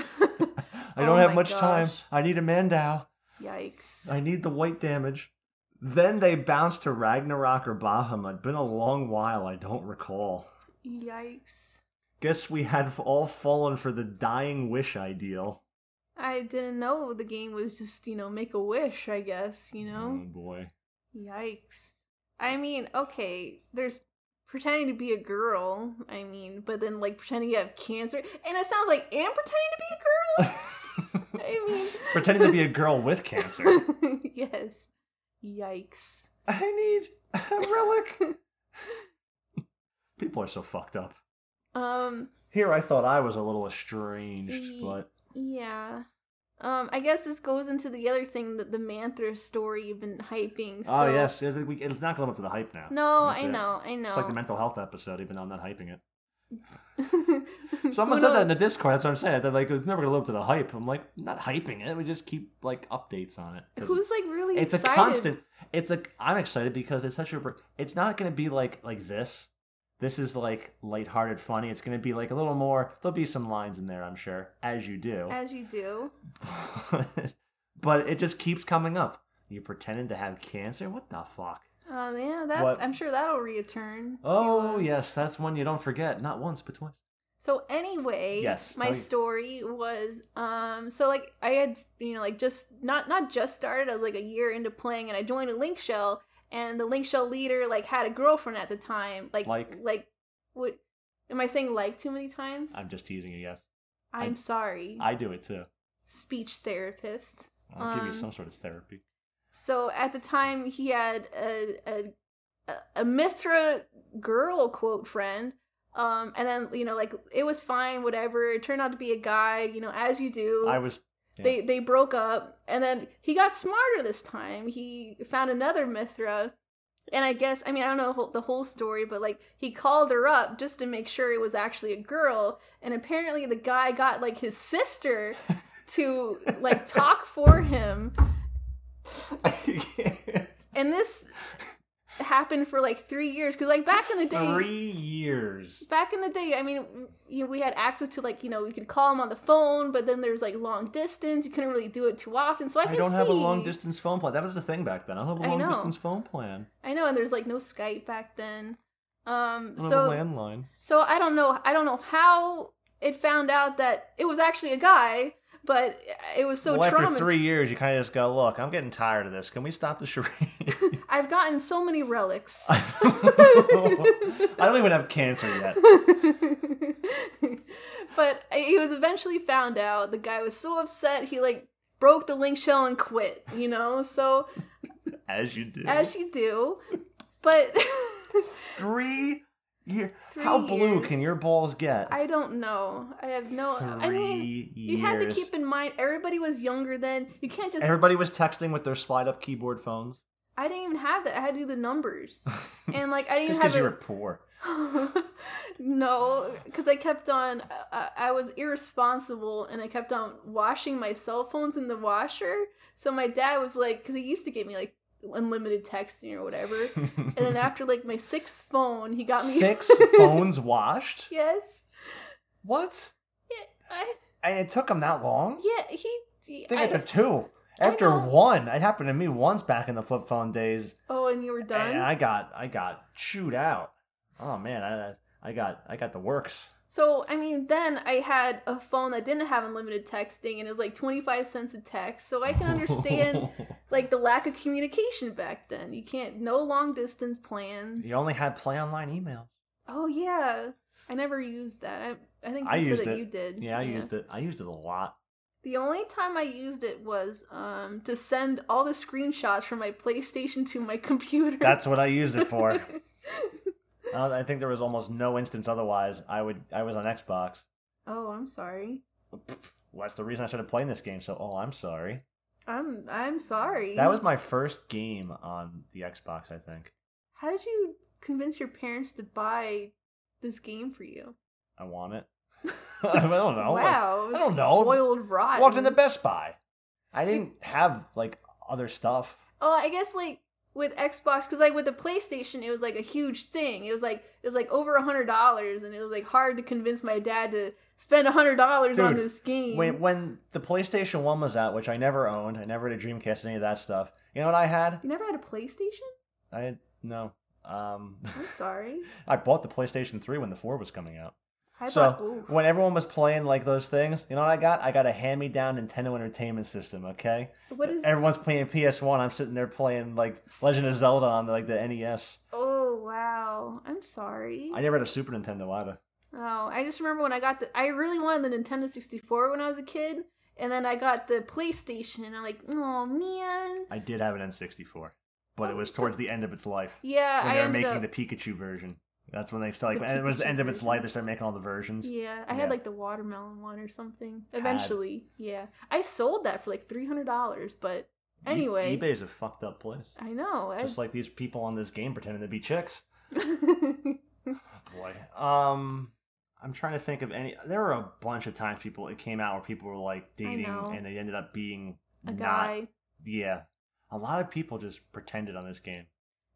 Speaker 4: I don't
Speaker 2: Oh
Speaker 4: have
Speaker 2: my
Speaker 4: much time.
Speaker 2: gosh.
Speaker 4: I need a Mandow.
Speaker 2: yikes
Speaker 1: I need the white damage. Then they bounced to Ragnarok or Bahamut. Been a long while. I don't recall.
Speaker 2: yikes
Speaker 1: Guess we had all fallen for the dying wish ideal.
Speaker 2: I didn't know the game was just you know make a wish I guess you know.
Speaker 1: Oh boy.
Speaker 2: Yikes. I mean, okay, there's pretending to be a girl, I mean, but then like pretending you have cancer. And it sounds like and pretending to be a girl? I mean
Speaker 4: Pretending to be a girl with cancer.
Speaker 2: yes. Yikes.
Speaker 1: I need a relic. People are so fucked up.
Speaker 2: Um
Speaker 1: Here I thought I was a little estranged,
Speaker 2: Ye-
Speaker 1: but
Speaker 2: yeah. Um, I guess this goes into the other thing that the Manthra story you've been hyping. So.
Speaker 1: oh yes, it's we- it's not going up to the hype now.
Speaker 2: No,
Speaker 1: That's
Speaker 2: I
Speaker 1: it.
Speaker 2: know, I know.
Speaker 1: It's like the mental health episode, even though I'm not hyping it.
Speaker 2: Who
Speaker 1: Someone said that in the
Speaker 2: knows?
Speaker 1: Discord. That's what I'm saying. They're like, it's never gonna live up to the hype. I'm like, not hyping it. We just keep like updates on it. 'cause
Speaker 2: Who's like really
Speaker 1: it's
Speaker 2: excited?
Speaker 1: a constant. It's a. I'm excited because it's such a. It's not gonna be like like this. This is like lighthearted, funny. It's gonna be like a little more. There'll be some lines in there, I'm sure, as you do.
Speaker 2: as you do.
Speaker 1: but it just keeps coming up. You pretending to have cancer? What the fuck?
Speaker 2: Oh yeah, that
Speaker 1: What-
Speaker 2: I'm sure that'll return. to,
Speaker 1: Oh
Speaker 2: uh,
Speaker 1: yes, that's one you don't forget. Not once, but twice.
Speaker 2: So anyway,
Speaker 1: Yes,
Speaker 2: my
Speaker 1: tell you.
Speaker 2: story was um so like I had you know like just not not just started, I was like a year into playing and I joined a link shell and the link shell leader like had a girlfriend at the time. Like
Speaker 1: Like?
Speaker 2: like what am I saying like too many times?
Speaker 1: I'm just teasing you. Yes,
Speaker 2: I'm sorry.
Speaker 1: I do it too.
Speaker 2: Speech therapist.
Speaker 1: I'll give you
Speaker 2: Um,
Speaker 1: some sort of therapy.
Speaker 2: So at the time, he had a a, a Mithra girl quote friend, um, and then you know like it was fine, whatever. It turned out to be a guy, you know, as you do.
Speaker 1: I was yeah.
Speaker 2: They they broke up, and then he got smarter this time. He found another Mithra. And I guess I mean I don't know whole- the whole story, but like he called her up just to make sure it was actually a girl, and apparently the guy got like his sister to like talk for him,
Speaker 1: I can't.
Speaker 2: and this happened for like three years because like back in the day
Speaker 1: Three years.
Speaker 2: back in the day i mean you know, we had access to like you know we could call him on the phone but then there's like long distance you couldn't really do it too often so i,
Speaker 1: I,
Speaker 2: can
Speaker 1: don't have a
Speaker 2: see-
Speaker 1: long distance phone plan. That was the thing back then. I don't have a
Speaker 2: I
Speaker 1: long
Speaker 2: know.
Speaker 1: distance phone plan.
Speaker 2: i know and there's like no skype back then um
Speaker 1: I don't
Speaker 2: so
Speaker 1: have a landline.
Speaker 2: so i don't know i don't know how it found out that it was actually a guy but it was so
Speaker 4: well,
Speaker 2: traumatizing
Speaker 4: after three years, you kind of just go, "Look, I'm getting tired of this. Can we stop the charade?"
Speaker 2: i've gotten so many relics
Speaker 4: I don't even have cancer yet.
Speaker 2: but he was eventually found out. The guy was so upset he like broke the link shell and quit, you know? So
Speaker 1: As you do.
Speaker 2: as you do. But
Speaker 1: Three years.
Speaker 2: three
Speaker 4: How blue
Speaker 2: years-
Speaker 4: can your balls get?
Speaker 2: I don't know. I have no
Speaker 1: Three
Speaker 2: I mean
Speaker 1: years.
Speaker 2: you had to keep in mind everybody was younger then. You can't just
Speaker 1: Everybody was texting with their slide up keyboard phones.
Speaker 2: I didn't even have that. I had to do the numbers. And like I didn't
Speaker 4: Just
Speaker 2: have
Speaker 4: because you
Speaker 2: it-
Speaker 4: were poor.
Speaker 2: no, because I kept on. I, I was irresponsible, and I kept on washing my cell phones in the washer. So my dad was like, because he used to give me like unlimited texting or whatever. And then after like my sixth phone, he got me
Speaker 4: Six phones washed.
Speaker 2: yes,
Speaker 4: What?
Speaker 2: I,
Speaker 4: And it took them that long?
Speaker 2: yeah, he. he-
Speaker 4: I think
Speaker 2: I-
Speaker 4: after two.
Speaker 2: I
Speaker 4: After
Speaker 2: know.
Speaker 4: one, it happened to me once back in the flip phone days,
Speaker 2: oh, and you were done.
Speaker 4: and I got I got chewed out. Oh man, I
Speaker 1: I got I got the works.
Speaker 2: So, I mean, then I had a phone that didn't have unlimited texting and it was like 25 cents a text. So I can understand like the lack of communication back then. You can't no long distance plans.
Speaker 1: you only had play online email.
Speaker 2: oh yeah. I never used that. I I think you
Speaker 1: I
Speaker 2: said
Speaker 1: used
Speaker 2: that
Speaker 1: it.
Speaker 2: you did.
Speaker 1: Yeah, I used it. I used it a lot.
Speaker 2: The only time I used it was um to send all the screenshots from my PlayStation to my computer.
Speaker 1: That's what I used it for. Uh, I think there was almost no instance otherwise. I would I was on Xbox.
Speaker 2: oh, I'm sorry.
Speaker 1: Well, that's the reason I started playing this game. So, oh, I'm sorry.
Speaker 2: I'm I'm sorry.
Speaker 1: That was my first game on the Xbox. I think
Speaker 2: How did you convince your parents to buy this game for you?
Speaker 1: I want it. I don't know.
Speaker 2: wow,
Speaker 1: I don't know.
Speaker 2: Spoiled rotten.
Speaker 1: I walked into Best Buy. I didn't have like other stuff.
Speaker 2: Oh, I guess like with Xbox, because like with the PlayStation, it was like a huge thing. It was like it was like over a hundred dollars, and it was like hard to convince my dad to spend a hundred dollars on
Speaker 1: Dude,
Speaker 2: this game.
Speaker 1: When when the PlayStation One was out, which I never owned, I never had a Dreamcast, any of that stuff. You know what I had?
Speaker 2: you never had a PlayStation?
Speaker 1: I had no. Um,
Speaker 2: I'm sorry.
Speaker 1: I bought the PlayStation Three when the Four was coming out.
Speaker 2: I
Speaker 1: So,
Speaker 2: thought, ooh,
Speaker 1: When everyone was playing like those things, you know what I got? I got a hand-me-down Nintendo Entertainment System. Okay,
Speaker 2: what is?
Speaker 1: everyone's playing PS One. I'm sitting there playing like Legend of Zelda on like the E NES.
Speaker 2: oh wow, I'm sorry.
Speaker 1: I never had a Super Nintendo either.
Speaker 2: oh, I just remember when I got the. I really wanted the Nintendo 64 when I was a kid, and then I got the PlayStation, and I'm like, oh man.
Speaker 1: I did have an N64, but it was
Speaker 2: Oh, so-
Speaker 1: towards the end of its life.
Speaker 2: Yeah,
Speaker 1: when
Speaker 2: I
Speaker 1: they were
Speaker 2: ended
Speaker 1: making
Speaker 2: up,
Speaker 1: the Pikachu version. That's when they started.
Speaker 2: The
Speaker 1: Like, and it was the
Speaker 2: Pikachu
Speaker 1: end of its
Speaker 2: version.
Speaker 1: life. They started making all the versions. E-,
Speaker 2: Yeah, I
Speaker 1: Yeah.
Speaker 2: had like the watermelon one or something.
Speaker 1: Had.
Speaker 2: Eventually, yeah, I sold that for like three hundred dollars. But
Speaker 1: E-
Speaker 2: Anyway.
Speaker 1: eBay is a fucked up place.
Speaker 2: I know. I...
Speaker 1: Just like these people on this game pretending to be chicks. Oh, Boy, um, I'm trying to think of any. There were a bunch of times people it came out where people were like dating
Speaker 2: know.
Speaker 1: and they ended up being
Speaker 2: a
Speaker 1: not-
Speaker 2: guy.
Speaker 1: Yeah, a lot of people just pretended on this game.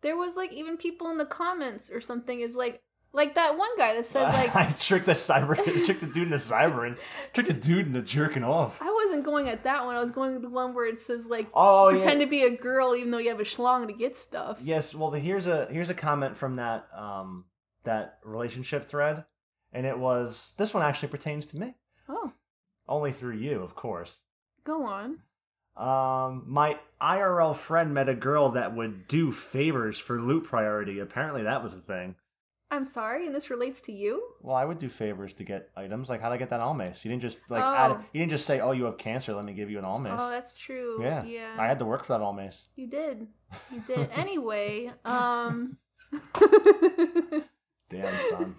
Speaker 2: There was like even people in the comments or something is like like that one guy that said like
Speaker 1: I tricked the cyber, tricked the dude into cybering, tricked the dude into jerking off.
Speaker 2: I wasn't going at that one. I was going with the one where it says like
Speaker 1: Oh yeah.
Speaker 2: pretend to be a girl even though you have a schlong to get stuff.
Speaker 1: Yes, well, the, here's a here's a comment from that um that relationship thread, and it was this one actually pertains to me
Speaker 2: Oh,
Speaker 1: only through you, of course.
Speaker 2: go on.
Speaker 1: Um, my IRL friend met a girl that would do favors for loot priority. Apparently, that was a thing.
Speaker 2: I'm sorry, and this relates to you.
Speaker 1: Well, I would do favors to get items. Like, how'd I get that almace? You didn't just like
Speaker 2: Oh.
Speaker 1: add, you didn't just say, "Oh, you have cancer. Let me give you an almace."
Speaker 2: Oh, that's true.
Speaker 1: Yeah,
Speaker 2: yeah.
Speaker 1: I had to work for that almace.
Speaker 2: You did. You did. anyway, um
Speaker 1: Damn son,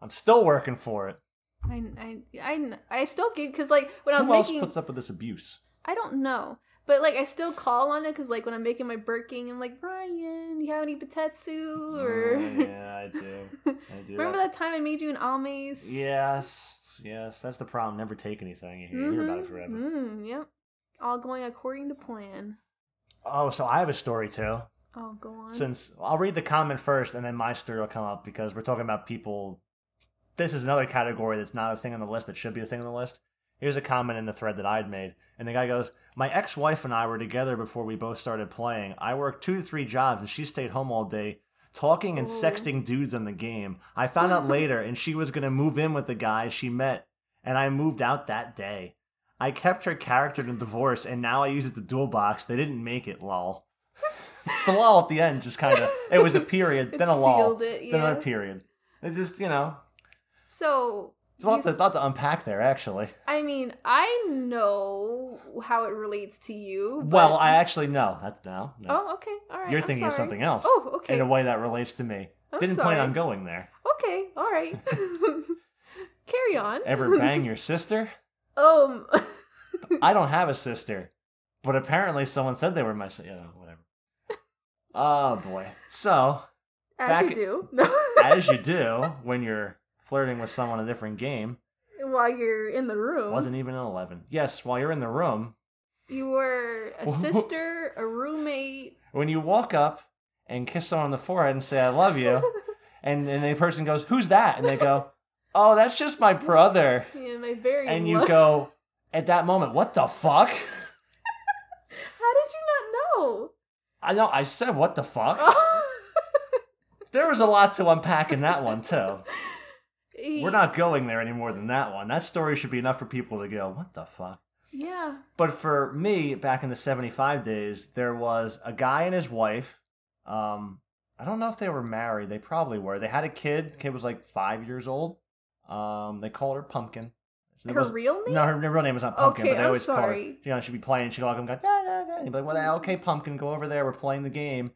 Speaker 1: I'm still working for it.
Speaker 2: I, I, I, I still get because like when I was
Speaker 1: Who else
Speaker 2: making
Speaker 1: puts up with this abuse?
Speaker 2: I don't know. But like I still call on it because like when I'm making my Birking, I'm like Brian, you have any potetsu or
Speaker 1: Mm, yeah, I do. I do.
Speaker 2: remember
Speaker 1: I-
Speaker 2: that time I made you an almace?
Speaker 1: Yes, yes, that's the problem. Never take anything. You hear about it
Speaker 2: Mhm.
Speaker 1: forever.
Speaker 2: Mm, yep. All going according to plan.
Speaker 1: Oh, so I have a story too.
Speaker 2: Oh, go on.
Speaker 1: Since I'll read the comment first, and then my story will come up because we're talking about people. This is another category that's not a thing on the list that should be a thing on the list. Here's a comment in the thread that I'd made, and the guy goes, "My ex-wife and I were together before we both started playing. I worked two to three jobs, and she stayed home all day." Talking and
Speaker 2: Ooh.
Speaker 1: sexting dudes on the game. I found out later, and she was gonna move in with the guy she met, and I moved out that day. I kept her character in divorce, and now I use it to dual box. They didn't make it, lol. the lol at the end just kind of it was a period,
Speaker 2: It
Speaker 1: then a lol,
Speaker 2: sealed it,
Speaker 1: then
Speaker 2: yeah.
Speaker 1: another period. It's just you know,
Speaker 2: so
Speaker 1: it's a lot,
Speaker 2: you
Speaker 1: to, lot to unpack there actually.
Speaker 2: I mean, I know how it relates to you. but-
Speaker 1: Well, I actually know that's now. That's,
Speaker 2: Oh, okay. All right.
Speaker 1: You're
Speaker 2: I'm
Speaker 1: thinking of
Speaker 2: sorry.
Speaker 1: something else.
Speaker 2: Oh, okay.
Speaker 1: In a way that relates to me.
Speaker 2: I'm
Speaker 1: Didn't
Speaker 2: sorry.
Speaker 1: plan on going there.
Speaker 2: Okay. All right. Carry on.
Speaker 1: Ever bang your sister?
Speaker 2: Um.
Speaker 1: I don't have a sister, but apparently someone said they were my sister. You know, whatever. Oh boy. So
Speaker 2: As
Speaker 1: Back-
Speaker 2: you do. No.
Speaker 1: as you do when you're flirting with someone in a different game,
Speaker 2: While you're in the room,
Speaker 1: wasn't even an eleven. Yes, while you're in the room,
Speaker 2: you were a
Speaker 1: Whoa.
Speaker 2: sister, a roommate.
Speaker 1: when you walk up and kiss someone on the forehead and say "I love you," and and the person goes, "Who's that?" and they go, "Oh, that's just my brother,"
Speaker 2: Yeah, my very.
Speaker 1: and you
Speaker 2: lo-
Speaker 1: go, at that moment, "What the fuck?"
Speaker 2: How did you not know?
Speaker 1: I know I said, "What the fuck?"
Speaker 2: Oh.
Speaker 1: There was a lot to unpack in that one too.
Speaker 2: Y-
Speaker 1: We're not going there any more than that one. That story should be enough for people to go, what the fuck?
Speaker 2: Yeah.
Speaker 1: But for me, back in the 75 days, there was a guy and his wife. Um, I don't know if they were married. They probably were. They had a kid. Kid was like five years old. Um, they called her Pumpkin. So there
Speaker 2: Her
Speaker 1: was-
Speaker 2: real name?
Speaker 1: no, her real name was not Pumpkin,
Speaker 2: Okay,
Speaker 1: but they
Speaker 2: I'm
Speaker 1: always call her.
Speaker 2: sorry.
Speaker 1: You know, she'd be playing. She'd go, like, da, da, da. And you'd be like, well, yeah, okay, Pumpkin, go over there. We're playing the game.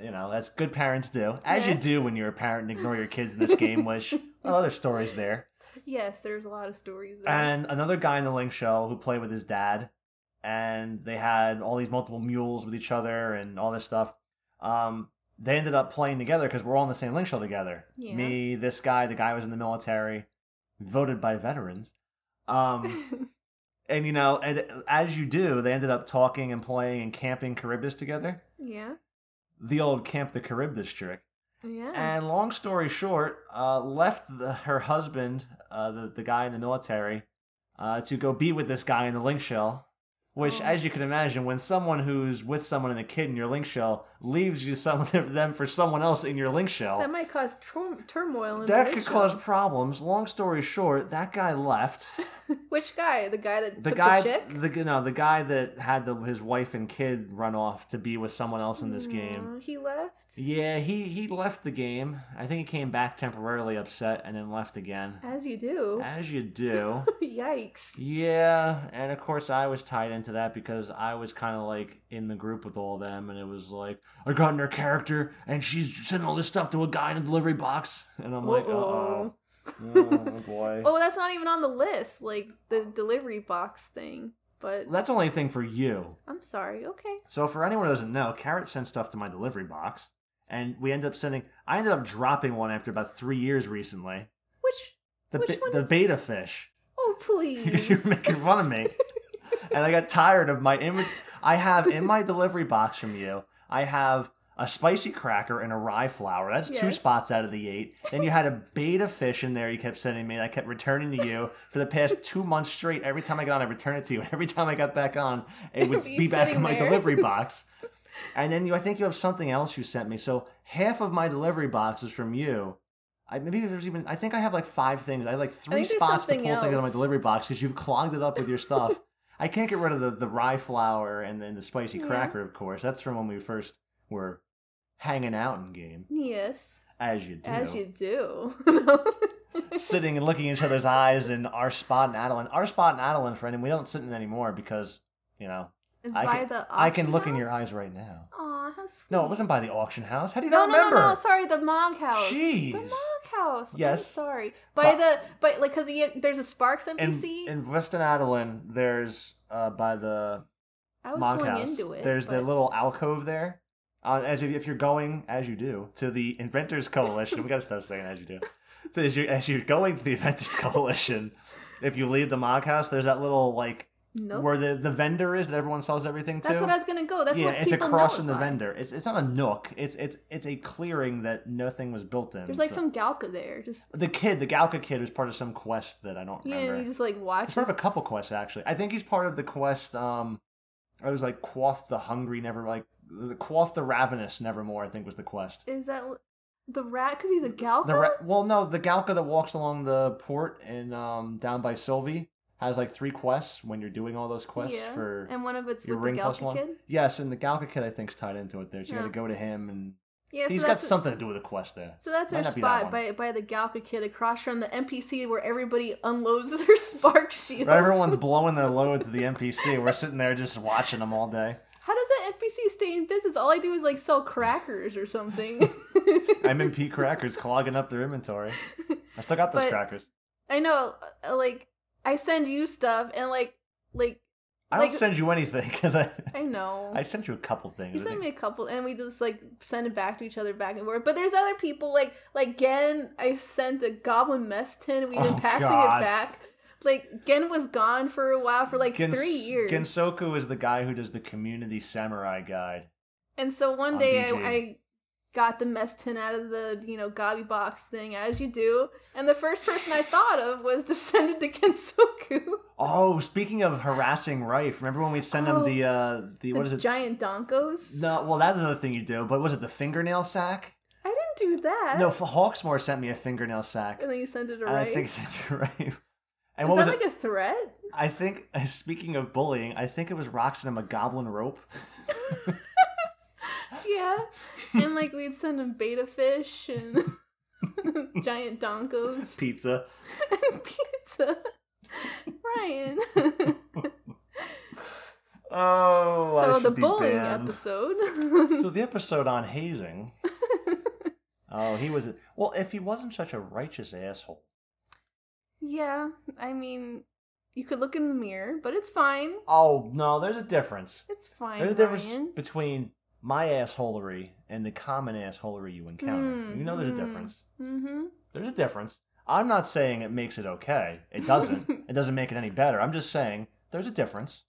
Speaker 1: You know, as good parents do. As
Speaker 2: Yes.
Speaker 1: you do when you're a parent and ignore your kids in this game, which well, other stories there.
Speaker 2: Yes, there's a lot of stories there.
Speaker 1: And another guy in the Link show who played with his dad. And they had all these multiple mules with each other and all this stuff. Um, they ended up playing together because we're all in the same Link show together.
Speaker 2: Yeah.
Speaker 1: Me, this guy, the guy who was in the military, voted by veterans. Um, and you know, and as you do, they ended up talking and playing and camping Caribus together.
Speaker 2: yeah.
Speaker 1: The old Camp the Caribus trick.
Speaker 2: Yeah.
Speaker 1: And long story short, uh, left the, her husband, uh, the the guy in the military, uh, to go be with this guy in the link shell. Which,
Speaker 2: Oh.
Speaker 1: as you can imagine, when someone who's with someone and a kid in your link shell leaves you some them for someone else in your link shell,
Speaker 2: that might cause tur- turmoil in the
Speaker 1: that could
Speaker 2: relationship.
Speaker 1: cause problems. Long story short, that guy left.
Speaker 2: Which guy? The guy that
Speaker 1: the
Speaker 2: took
Speaker 1: guy,
Speaker 2: the chick?
Speaker 1: the, no, the guy that had the, his wife and kid run off to be with someone else in this game.
Speaker 2: Aw, He left?
Speaker 1: Yeah, he he left the game. I think he came back temporarily upset and then left again.
Speaker 2: As you do.
Speaker 1: As you do.
Speaker 2: Yikes.
Speaker 1: yeah, and of course I was tied into that because I was kind of like in the group with all of them, and it was like I got in her character, and she's sending all this stuff to a guy in a delivery box, and I'm like,
Speaker 2: Uh-oh.
Speaker 1: oh, oh boy.
Speaker 2: Oh, that's not even on the list, like the delivery box thing. But
Speaker 1: That's only a thing for you.
Speaker 2: I'm sorry. Okay.
Speaker 1: So for anyone who doesn't know, Carrot sent stuff to my delivery box, and we end up sending. I ended up dropping one after about three years recently.
Speaker 2: Which?
Speaker 1: The
Speaker 2: Which
Speaker 1: be-
Speaker 2: one
Speaker 1: the
Speaker 2: is-
Speaker 1: beta fish.
Speaker 2: Oh, please.
Speaker 1: You're making fun of me, and I got tired of my. Im- I have in my delivery box from you. I have a spicy cracker and a rye flour. That's two
Speaker 2: Yes.
Speaker 1: spots out of the eight. Then you had a beta fish in there. You kept sending me. and I kept returning to you for the past two months straight. Every time I got on, I returned it to you. Every time I got back on, it would
Speaker 2: It'd be
Speaker 1: be back in
Speaker 2: sitting
Speaker 1: my
Speaker 2: there.
Speaker 1: delivery box. And then you, I think you have something else you sent me. So half of my delivery box is from you. I, maybe there's even. I think I have like five things. I have like three
Speaker 2: think there's
Speaker 1: spots to
Speaker 2: something
Speaker 1: pull things out of my
Speaker 2: else.
Speaker 1: delivery box because you've clogged it up with your stuff. I can't get rid of the, the rye flour and then the spicy
Speaker 2: Yeah.
Speaker 1: cracker, of course. That's from when we first were hanging out in game,
Speaker 2: yes.
Speaker 1: as you do,
Speaker 2: As you do.
Speaker 1: sitting and looking in each other's eyes in our spot in Adeline. Our spot in Adeline, friend, and we don't sit in anymore because you know
Speaker 2: It's
Speaker 1: I
Speaker 2: by
Speaker 1: can-
Speaker 2: the
Speaker 1: I can
Speaker 2: auction
Speaker 1: look in your
Speaker 2: house?
Speaker 1: eyes right now.
Speaker 2: Aw, how sweet.
Speaker 1: No, it wasn't by the auction house. How do you
Speaker 2: No,
Speaker 1: not
Speaker 2: no,
Speaker 1: remember?
Speaker 2: no, no, sorry, the Monk House.
Speaker 1: Jeez.
Speaker 2: The Monk House.
Speaker 1: Yes.
Speaker 2: I'm sorry. By
Speaker 1: But-
Speaker 2: the, by, like, because there's a Sparks NPC.
Speaker 1: in, in Weston Adeline, there's uh, by the
Speaker 2: I was
Speaker 1: Monk
Speaker 2: going
Speaker 1: House.
Speaker 2: into it.
Speaker 1: There's
Speaker 2: but-
Speaker 1: that little alcove there. Uh, as if, if you're going, as you do, to the Inventors Coalition, we gotta stop saying as you do. So as you're, as you're going to the Inventors Coalition, if you leave the Mog House, there's that little like
Speaker 2: Nope.
Speaker 1: where the, the vendor is that everyone sells everything to.
Speaker 2: That's what I was gonna go. That's
Speaker 1: yeah,
Speaker 2: what
Speaker 1: it's
Speaker 2: people
Speaker 1: across
Speaker 2: know
Speaker 1: from
Speaker 2: it
Speaker 1: the
Speaker 2: by.
Speaker 1: vendor. It's it's not a nook. It's it's it's a clearing that nothing was built in.
Speaker 2: There's like
Speaker 1: so-
Speaker 2: some Galka there. Just
Speaker 1: the kid, the Galka kid, was part of some quest that I don't
Speaker 2: yeah,
Speaker 1: remember.
Speaker 2: and you just like
Speaker 1: He's
Speaker 2: watch.
Speaker 1: part
Speaker 2: His...
Speaker 1: of a couple quests actually. I think he's part of the quest. Um, I was like Quoth the Hungry, never like the Quoth the Ravenous, nevermore. I think was the quest.
Speaker 2: Is that the rat? Because he's a Galka.
Speaker 1: The ra- well, no, the Galka that walks along the port and um down by Sylvie has like three quests when you're doing all those quests
Speaker 2: yeah.
Speaker 1: for
Speaker 2: and one of it's
Speaker 1: your
Speaker 2: with
Speaker 1: ring
Speaker 2: the
Speaker 1: plus
Speaker 2: Galka
Speaker 1: one.
Speaker 2: kid.
Speaker 1: Yes, and the Galka kid I think's tied into it there. So you got
Speaker 2: Yeah.
Speaker 1: to go to him, and
Speaker 2: Yeah,
Speaker 1: he's
Speaker 2: so
Speaker 1: got
Speaker 2: that's
Speaker 1: something to do with the quest there.
Speaker 2: So that's
Speaker 1: Might
Speaker 2: our
Speaker 1: not be that
Speaker 2: spot
Speaker 1: one.
Speaker 2: by by the Galka kid across from the NPC where everybody unloads their spark shield.
Speaker 1: But everyone's blowing their load to the NPC. We're sitting there just watching them all day.
Speaker 2: How does that NPC stay in business? All I do is like sell crackers or something.
Speaker 1: MMP crackers clogging up their inventory. I still got those
Speaker 2: But-
Speaker 1: crackers.
Speaker 2: I know, uh, like I send you stuff and like like
Speaker 1: I don't
Speaker 2: Like-
Speaker 1: send you anything because I
Speaker 2: I know.
Speaker 1: I sent you a couple things.
Speaker 2: You
Speaker 1: I think.
Speaker 2: sent me a couple, and we just like send it back to each other, back and forth. But there's other people, like like Gen. I sent a goblin mess tin. and We've been
Speaker 1: Oh,
Speaker 2: passing
Speaker 1: God.
Speaker 2: it back. Like Gen was gone for a while for like
Speaker 1: Gens-
Speaker 2: three years,
Speaker 1: Gensoku is the guy who does the community samurai guide.
Speaker 2: and so one
Speaker 1: on
Speaker 2: day I,
Speaker 1: BG.
Speaker 2: I got the mess tin out of the you know gobby box thing, as you do. And the first person I thought of was to send it to Kensoku,
Speaker 1: Oh, speaking of harassing Rife, remember when we send
Speaker 2: Oh,
Speaker 1: him the uh the
Speaker 2: the
Speaker 1: what is it?
Speaker 2: giant donkos.
Speaker 1: no, well that's another thing you do. But was it the fingernail sack?
Speaker 2: I didn't do that.
Speaker 1: No, F- Hawksmoor sent me a fingernail sack.
Speaker 2: And then you send it
Speaker 1: And I
Speaker 2: away.
Speaker 1: think sent it right. And
Speaker 2: Is
Speaker 1: what was
Speaker 2: that
Speaker 1: it?
Speaker 2: like a threat?
Speaker 1: I think speaking of bullying, I think it was Roxanne a goblin rope.
Speaker 2: Yeah. and like we'd send him beta fish and giant donkos
Speaker 1: Pizza.
Speaker 2: and pizza. Ryan.
Speaker 1: Oh, I
Speaker 2: so
Speaker 1: should
Speaker 2: the
Speaker 1: be
Speaker 2: bullying
Speaker 1: banned.
Speaker 2: episode.
Speaker 1: so the episode on hazing. oh, he was. Well, if he wasn't such a righteous asshole,
Speaker 2: yeah, I mean, you could look in the mirror, but it's fine.
Speaker 1: Oh no, there's a difference.
Speaker 2: It's fine.
Speaker 1: there's a difference
Speaker 2: Ryan.
Speaker 1: between my assholery and the common assholery you encounter.
Speaker 2: Mm,
Speaker 1: you know there's
Speaker 2: mm.
Speaker 1: a difference.
Speaker 2: Mm-hmm.
Speaker 1: There's a difference. I'm not saying it makes it okay. It doesn't. it doesn't make it any better. I'm just saying there's a difference.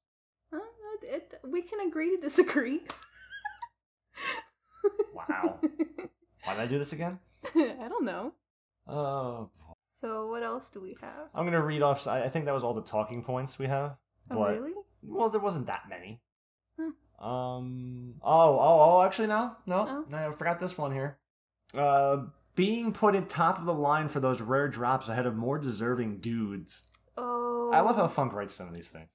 Speaker 2: Uh, it, we can agree to disagree.
Speaker 1: Wow. Why did I do this again?
Speaker 2: I don't know.
Speaker 1: Oh,
Speaker 2: So what else do we have?
Speaker 1: I'm gonna read off. I I think that was all the talking points we have.
Speaker 2: Oh,
Speaker 1: but
Speaker 2: really?
Speaker 1: well, there wasn't that many.
Speaker 2: Hmm.
Speaker 1: Um. Oh. Oh. Oh. Actually, no. No.
Speaker 2: Oh.
Speaker 1: No. I forgot this one here. Uh, being put in top of the line for those rare drops ahead of more deserving dudes.
Speaker 2: Oh,
Speaker 1: I love how Funk writes some of these things.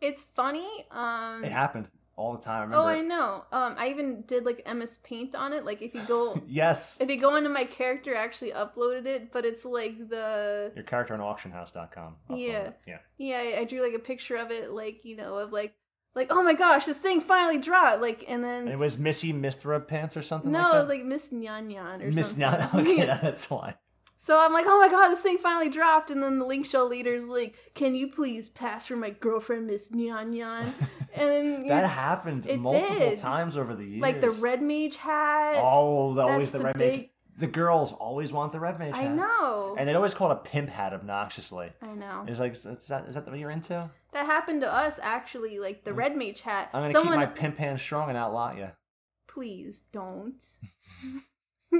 Speaker 2: it's funny. Um,
Speaker 1: It happened all the time. I
Speaker 2: oh,
Speaker 1: remember.
Speaker 2: I know. Um, I even did like MS Paint on it. Like if you go,
Speaker 1: Yes.
Speaker 2: if you go into my character, I actually uploaded it, but it's like the
Speaker 1: Your character on auctionhouse.com. Upload
Speaker 2: Yeah.
Speaker 1: it. Yeah.
Speaker 2: yeah. I, I drew like a picture of it, like you know, of like like oh my gosh, this thing finally dropped. Like and then
Speaker 1: And it was Missy Mithra pants or something
Speaker 2: Hmm. no,
Speaker 1: like that.
Speaker 2: it was like Miss Nyan Nyan or
Speaker 1: Miss
Speaker 2: something.
Speaker 1: Nyan. Okay, that's why.
Speaker 2: So I'm like, oh my god, this thing finally dropped. And then the Link Show leader's like, can you please pass for my girlfriend, Miss Nyan Nyan? And then, you
Speaker 1: That
Speaker 2: know,
Speaker 1: happened
Speaker 2: It
Speaker 1: multiple
Speaker 2: did.
Speaker 1: times over the years.
Speaker 2: like the red mage hat.
Speaker 1: Oh, the, always
Speaker 2: that's
Speaker 1: the,
Speaker 2: the
Speaker 1: red mage.
Speaker 2: big-
Speaker 1: The girls always want the red mage.
Speaker 2: I
Speaker 1: hat.
Speaker 2: know.
Speaker 1: And it always called a pimp hat obnoxiously.
Speaker 2: I know.
Speaker 1: It's like, is that, is that what you're into?
Speaker 2: That happened to us, actually, like the red mage hat.
Speaker 1: Mm. I'm gonna
Speaker 2: Someone,
Speaker 1: keep my pimp hand strong and outlaw you.
Speaker 2: please don't.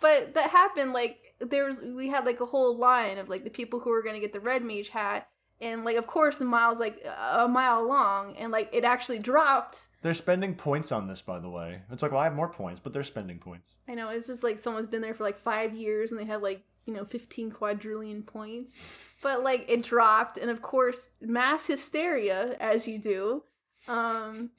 Speaker 2: but that happened, like, there was, we had like a whole line of like the people who were going to get the red mage hat. And like, of course, the mile's like a mile long. And like, it actually dropped.
Speaker 1: They're spending points on this, by the way. It's like, well, I have more points, but they're spending points.
Speaker 2: I know it's just like someone's been there for like five years and they have like you know fifteen quadrillion points, but like it dropped and of course mass hysteria as you do, um,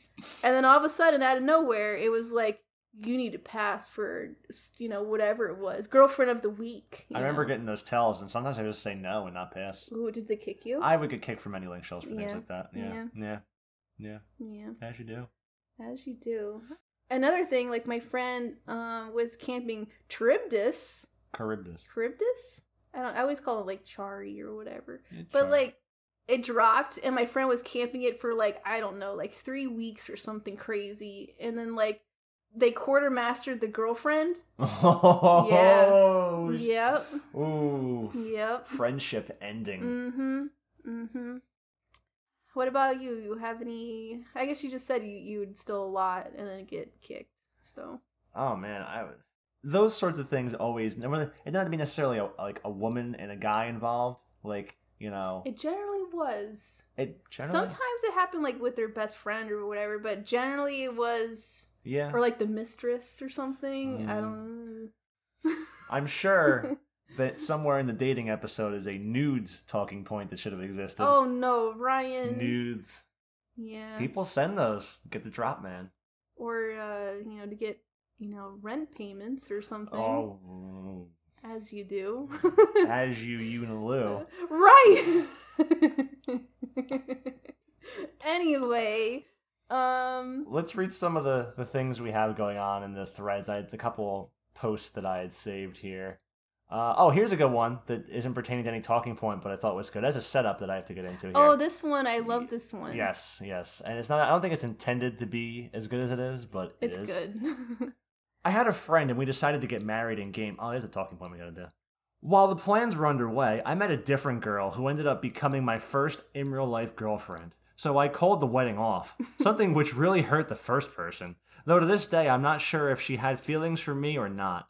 Speaker 2: and then all of a sudden out of nowhere it was like you need to pass for you know whatever it was girlfriend of the week. you
Speaker 1: I remember
Speaker 2: know.
Speaker 1: getting those tells, and sometimes I just say no and not pass.
Speaker 2: Ooh, did they kick you?
Speaker 1: I would get kicked from any link shells for things
Speaker 2: Yeah.
Speaker 1: like that. Yeah. yeah, yeah,
Speaker 2: yeah.
Speaker 1: As you do.
Speaker 2: As you do. Another thing, like my friend um, was camping Charybdis.
Speaker 1: Charybdis.
Speaker 2: Charybdis? I don't. I always call it like Chari or whatever.
Speaker 1: Yeah,
Speaker 2: But
Speaker 1: sure.
Speaker 2: like it dropped and my friend was camping it for like I don't know, like 3 weeks or something crazy and then like they quartermastered the girlfriend.
Speaker 1: oh,
Speaker 2: Yep.
Speaker 1: Ooh,
Speaker 2: Yep.
Speaker 1: friendship ending.
Speaker 2: Mhm. Mhm. What about you? You have any I guess you just said you you would still a lot and then get kicked. So,
Speaker 1: Oh man, I would- those sorts of things always. and really- It doesn't mean necessarily a, like a woman and a guy involved. Like you know, it,
Speaker 2: it generally was
Speaker 1: generally
Speaker 2: Sometimes it happened like with their best friend or whatever, but generally it was
Speaker 1: yeah.
Speaker 2: or like the mistress or something. I
Speaker 1: Mm.
Speaker 2: don't
Speaker 1: I'm sure that somewhere in the dating episode is a nudes talking point that should have existed.
Speaker 2: Oh no, Ryan.
Speaker 1: nudes.
Speaker 2: Yeah.
Speaker 1: People send those. Get the drop, man.
Speaker 2: Or uh, you know, to get, you know, rent payments or something.
Speaker 1: Oh,
Speaker 2: As you do.
Speaker 1: as you, you and Lou.
Speaker 2: right. anyway, um
Speaker 1: Let's read some of the the things we have going on in the threads. I had a couple posts that I had saved here. Uh, oh, here's a good one that isn't pertaining to any talking point, but I thought was good. That's a setup that I have to get into here.
Speaker 2: Oh, this one, I love this one.
Speaker 1: yes, yes, and it's not. I don't think it's intended to be as good as it is, but it
Speaker 2: It's
Speaker 1: is.
Speaker 2: good.
Speaker 1: I had a friend and we decided to get married in game. Oh, there's a talking point we gotta do. While the plans were underway, I met a different girl who ended up becoming my first in real life girlfriend. So I called the wedding off, something which really hurt the first person. Though to this day, I'm not sure if she had feelings for me or not.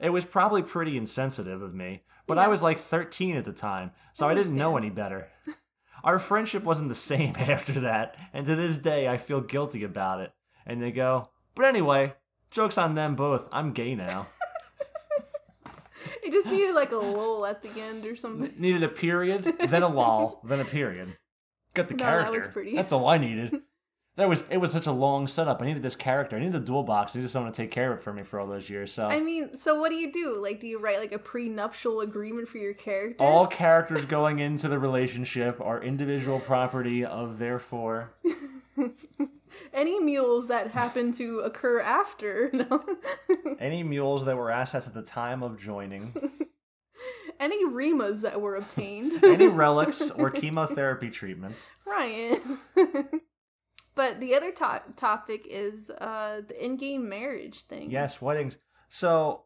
Speaker 1: It was probably pretty insensitive of me, but I
Speaker 2: Yeah.
Speaker 1: was like 13 at the time, so
Speaker 2: I
Speaker 1: I didn't know any
Speaker 2: understand.
Speaker 1: better. Our friendship wasn't the same after that, and to this day, I feel guilty about it. And they go, but anyway, Joke's on them both. I'm gay now.
Speaker 2: It just needed like a lull at the end or something.
Speaker 1: Needed a period, then a lull, then a period. Got the
Speaker 2: No, that
Speaker 1: character.
Speaker 2: was pretty.
Speaker 1: That's all I needed. That was it was such a long setup. I needed this character. I needed the dual box. I needed someone to take care of it for me for all those years. So
Speaker 2: I mean, so what do you do? Like, do you write like a prenuptial agreement for your character?
Speaker 1: all characters going into the relationship are individual property of therefore.
Speaker 2: Any mules that happen to occur after, no?
Speaker 1: Any mules that were assets at the time of joining,
Speaker 2: Any remas that were obtained.
Speaker 1: any relics or chemotherapy treatments.
Speaker 2: Ryan. but the other to- topic is uh, the in-game marriage thing.
Speaker 1: Yes, weddings. So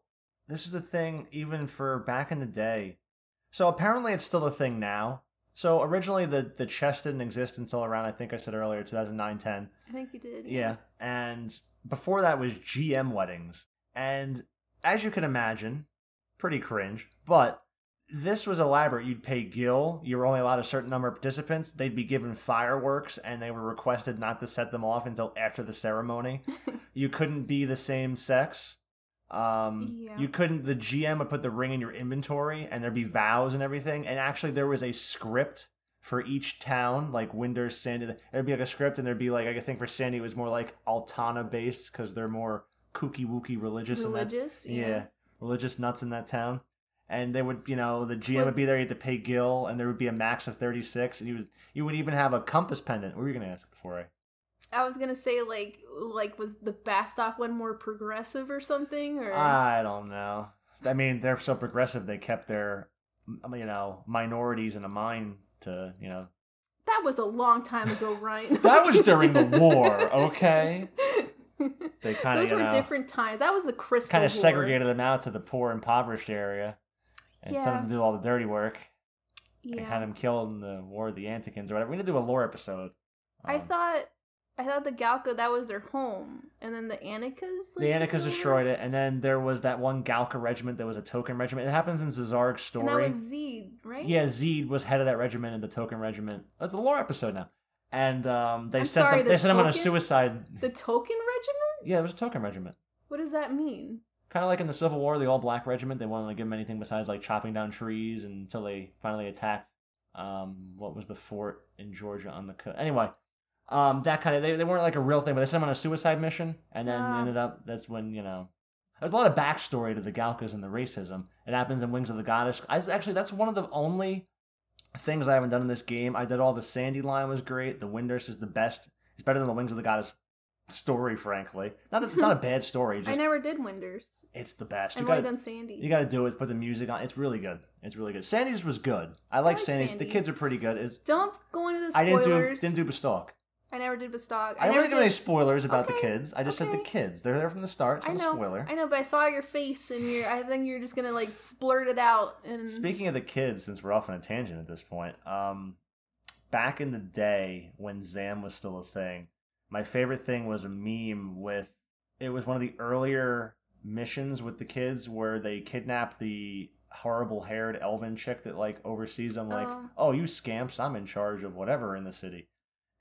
Speaker 1: this is the thing even for back in the day. So apparently it's still a thing now. So originally the the chess didn't exist until around I think I said earlier 2009 10.
Speaker 2: I think you did.
Speaker 1: Yeah. And before that was GM weddings. And as you can imagine, pretty cringe, but this was elaborate. You'd pay Gil, you were only allowed a certain number of participants, they'd be given fireworks, and they were requested not to set them off until after the ceremony. you couldn't be the same sex. Um,
Speaker 2: Yeah.
Speaker 1: You couldn't, the GM would put the ring in your inventory, and there'd be vows and everything. And actually, there was a script for each town, like Winder, Sandy. There'd be like a script, and there'd be like I think for Sandy it was more like Altana based because they're more kooky wookie religious.
Speaker 2: Religious.
Speaker 1: In that, yeah. religious nuts in that town. And they would, you know, the GM
Speaker 2: Was-
Speaker 1: would be there. You had to pay Gil, and there would be a max of thirty six, and you would you would even have a compass pendant. What were you gonna ask before? I
Speaker 2: I was gonna say like like was the Bastock one more progressive or something or
Speaker 1: I don't know. I mean, they're so progressive. They kept their, m- you know, minorities in a mind to, you know,
Speaker 2: that was a long time ago, Ryan.
Speaker 1: That was during the war, okay? they kind of,
Speaker 2: Those
Speaker 1: you
Speaker 2: were
Speaker 1: know,
Speaker 2: different times. That was the crystal.
Speaker 1: kind
Speaker 2: War.
Speaker 1: of segregated them out to the poor, impoverished area, and sent them to do all the dirty work.
Speaker 2: Yeah.
Speaker 1: And had them killed in the War of the Antikins or whatever. We're gonna do a lore episode.
Speaker 2: I
Speaker 1: Um,
Speaker 2: thought I thought the Galka that was their home, and then the Anikas.
Speaker 1: the Anikas destroyed it, and then there was that one Galka regiment that was a token regiment. It happens in Zazarg's
Speaker 2: And that
Speaker 1: story.
Speaker 2: was Zed, right?
Speaker 1: Yeah, Zed was head of that regiment and the Token Regiment. That's a lore episode now. And um, they
Speaker 2: I'm
Speaker 1: sent
Speaker 2: sorry,
Speaker 1: them,
Speaker 2: the
Speaker 1: they sent him on a
Speaker 2: Token?
Speaker 1: suicide.
Speaker 2: The Token Regiment.
Speaker 1: Yeah, it was a Token Regiment.
Speaker 2: What does that mean?
Speaker 1: Kind of like in the Civil War, the All Black Regiment. They wanted to give him anything besides like chopping down trees until they finally attacked. Um, what was the fort in Georgia on the coast? Anyway, um, that kind of they, they weren't like a real thing, but they sent him on a suicide mission, and then
Speaker 2: Ah.
Speaker 1: ended up that's when you know. There's a lot of backstory to the Galkas and the racism. It happens in Wings of the Goddess. I, actually, that's one of the only things I haven't done in this game. I did all the Sandy line was great. The Windurst is the best. It's better than the Wings of the Goddess story, frankly. Not that it's not a bad story. Just
Speaker 2: I never did Winders.
Speaker 1: it's the best.
Speaker 2: I've
Speaker 1: You
Speaker 2: only
Speaker 1: got
Speaker 2: done Sandy.
Speaker 1: you got to do it. Put the music on. It's really good. It's really good. Sandy's was good. I like
Speaker 2: like
Speaker 1: Sandy's. The
Speaker 2: Sandy's.
Speaker 1: kids are pretty good. It's
Speaker 2: Don't go into the
Speaker 1: I didn't do
Speaker 2: spoilers.
Speaker 1: didn't do Bastalk.
Speaker 2: I never did Bastock.
Speaker 1: I,
Speaker 2: never
Speaker 1: wasn't gonna
Speaker 2: did-
Speaker 1: any spoilers about the
Speaker 2: Okay,
Speaker 1: kids. I just said the
Speaker 2: okay.
Speaker 1: kids. They're there from the start. It's
Speaker 2: I
Speaker 1: not
Speaker 2: know.
Speaker 1: a spoiler.
Speaker 2: I know, but I saw your face, and you're. I think you're just gonna like splurt it out. And
Speaker 1: Speaking of the kids, since we're off on a tangent at this point, um, back in the day when Zam was still a thing, my favorite thing was a meme with. It was one of the earlier missions with the kids where they kidnap the horrible haired elven chick that like oversees them. Like,
Speaker 2: Oh.
Speaker 1: oh, you scamps! I'm in charge of whatever in the city.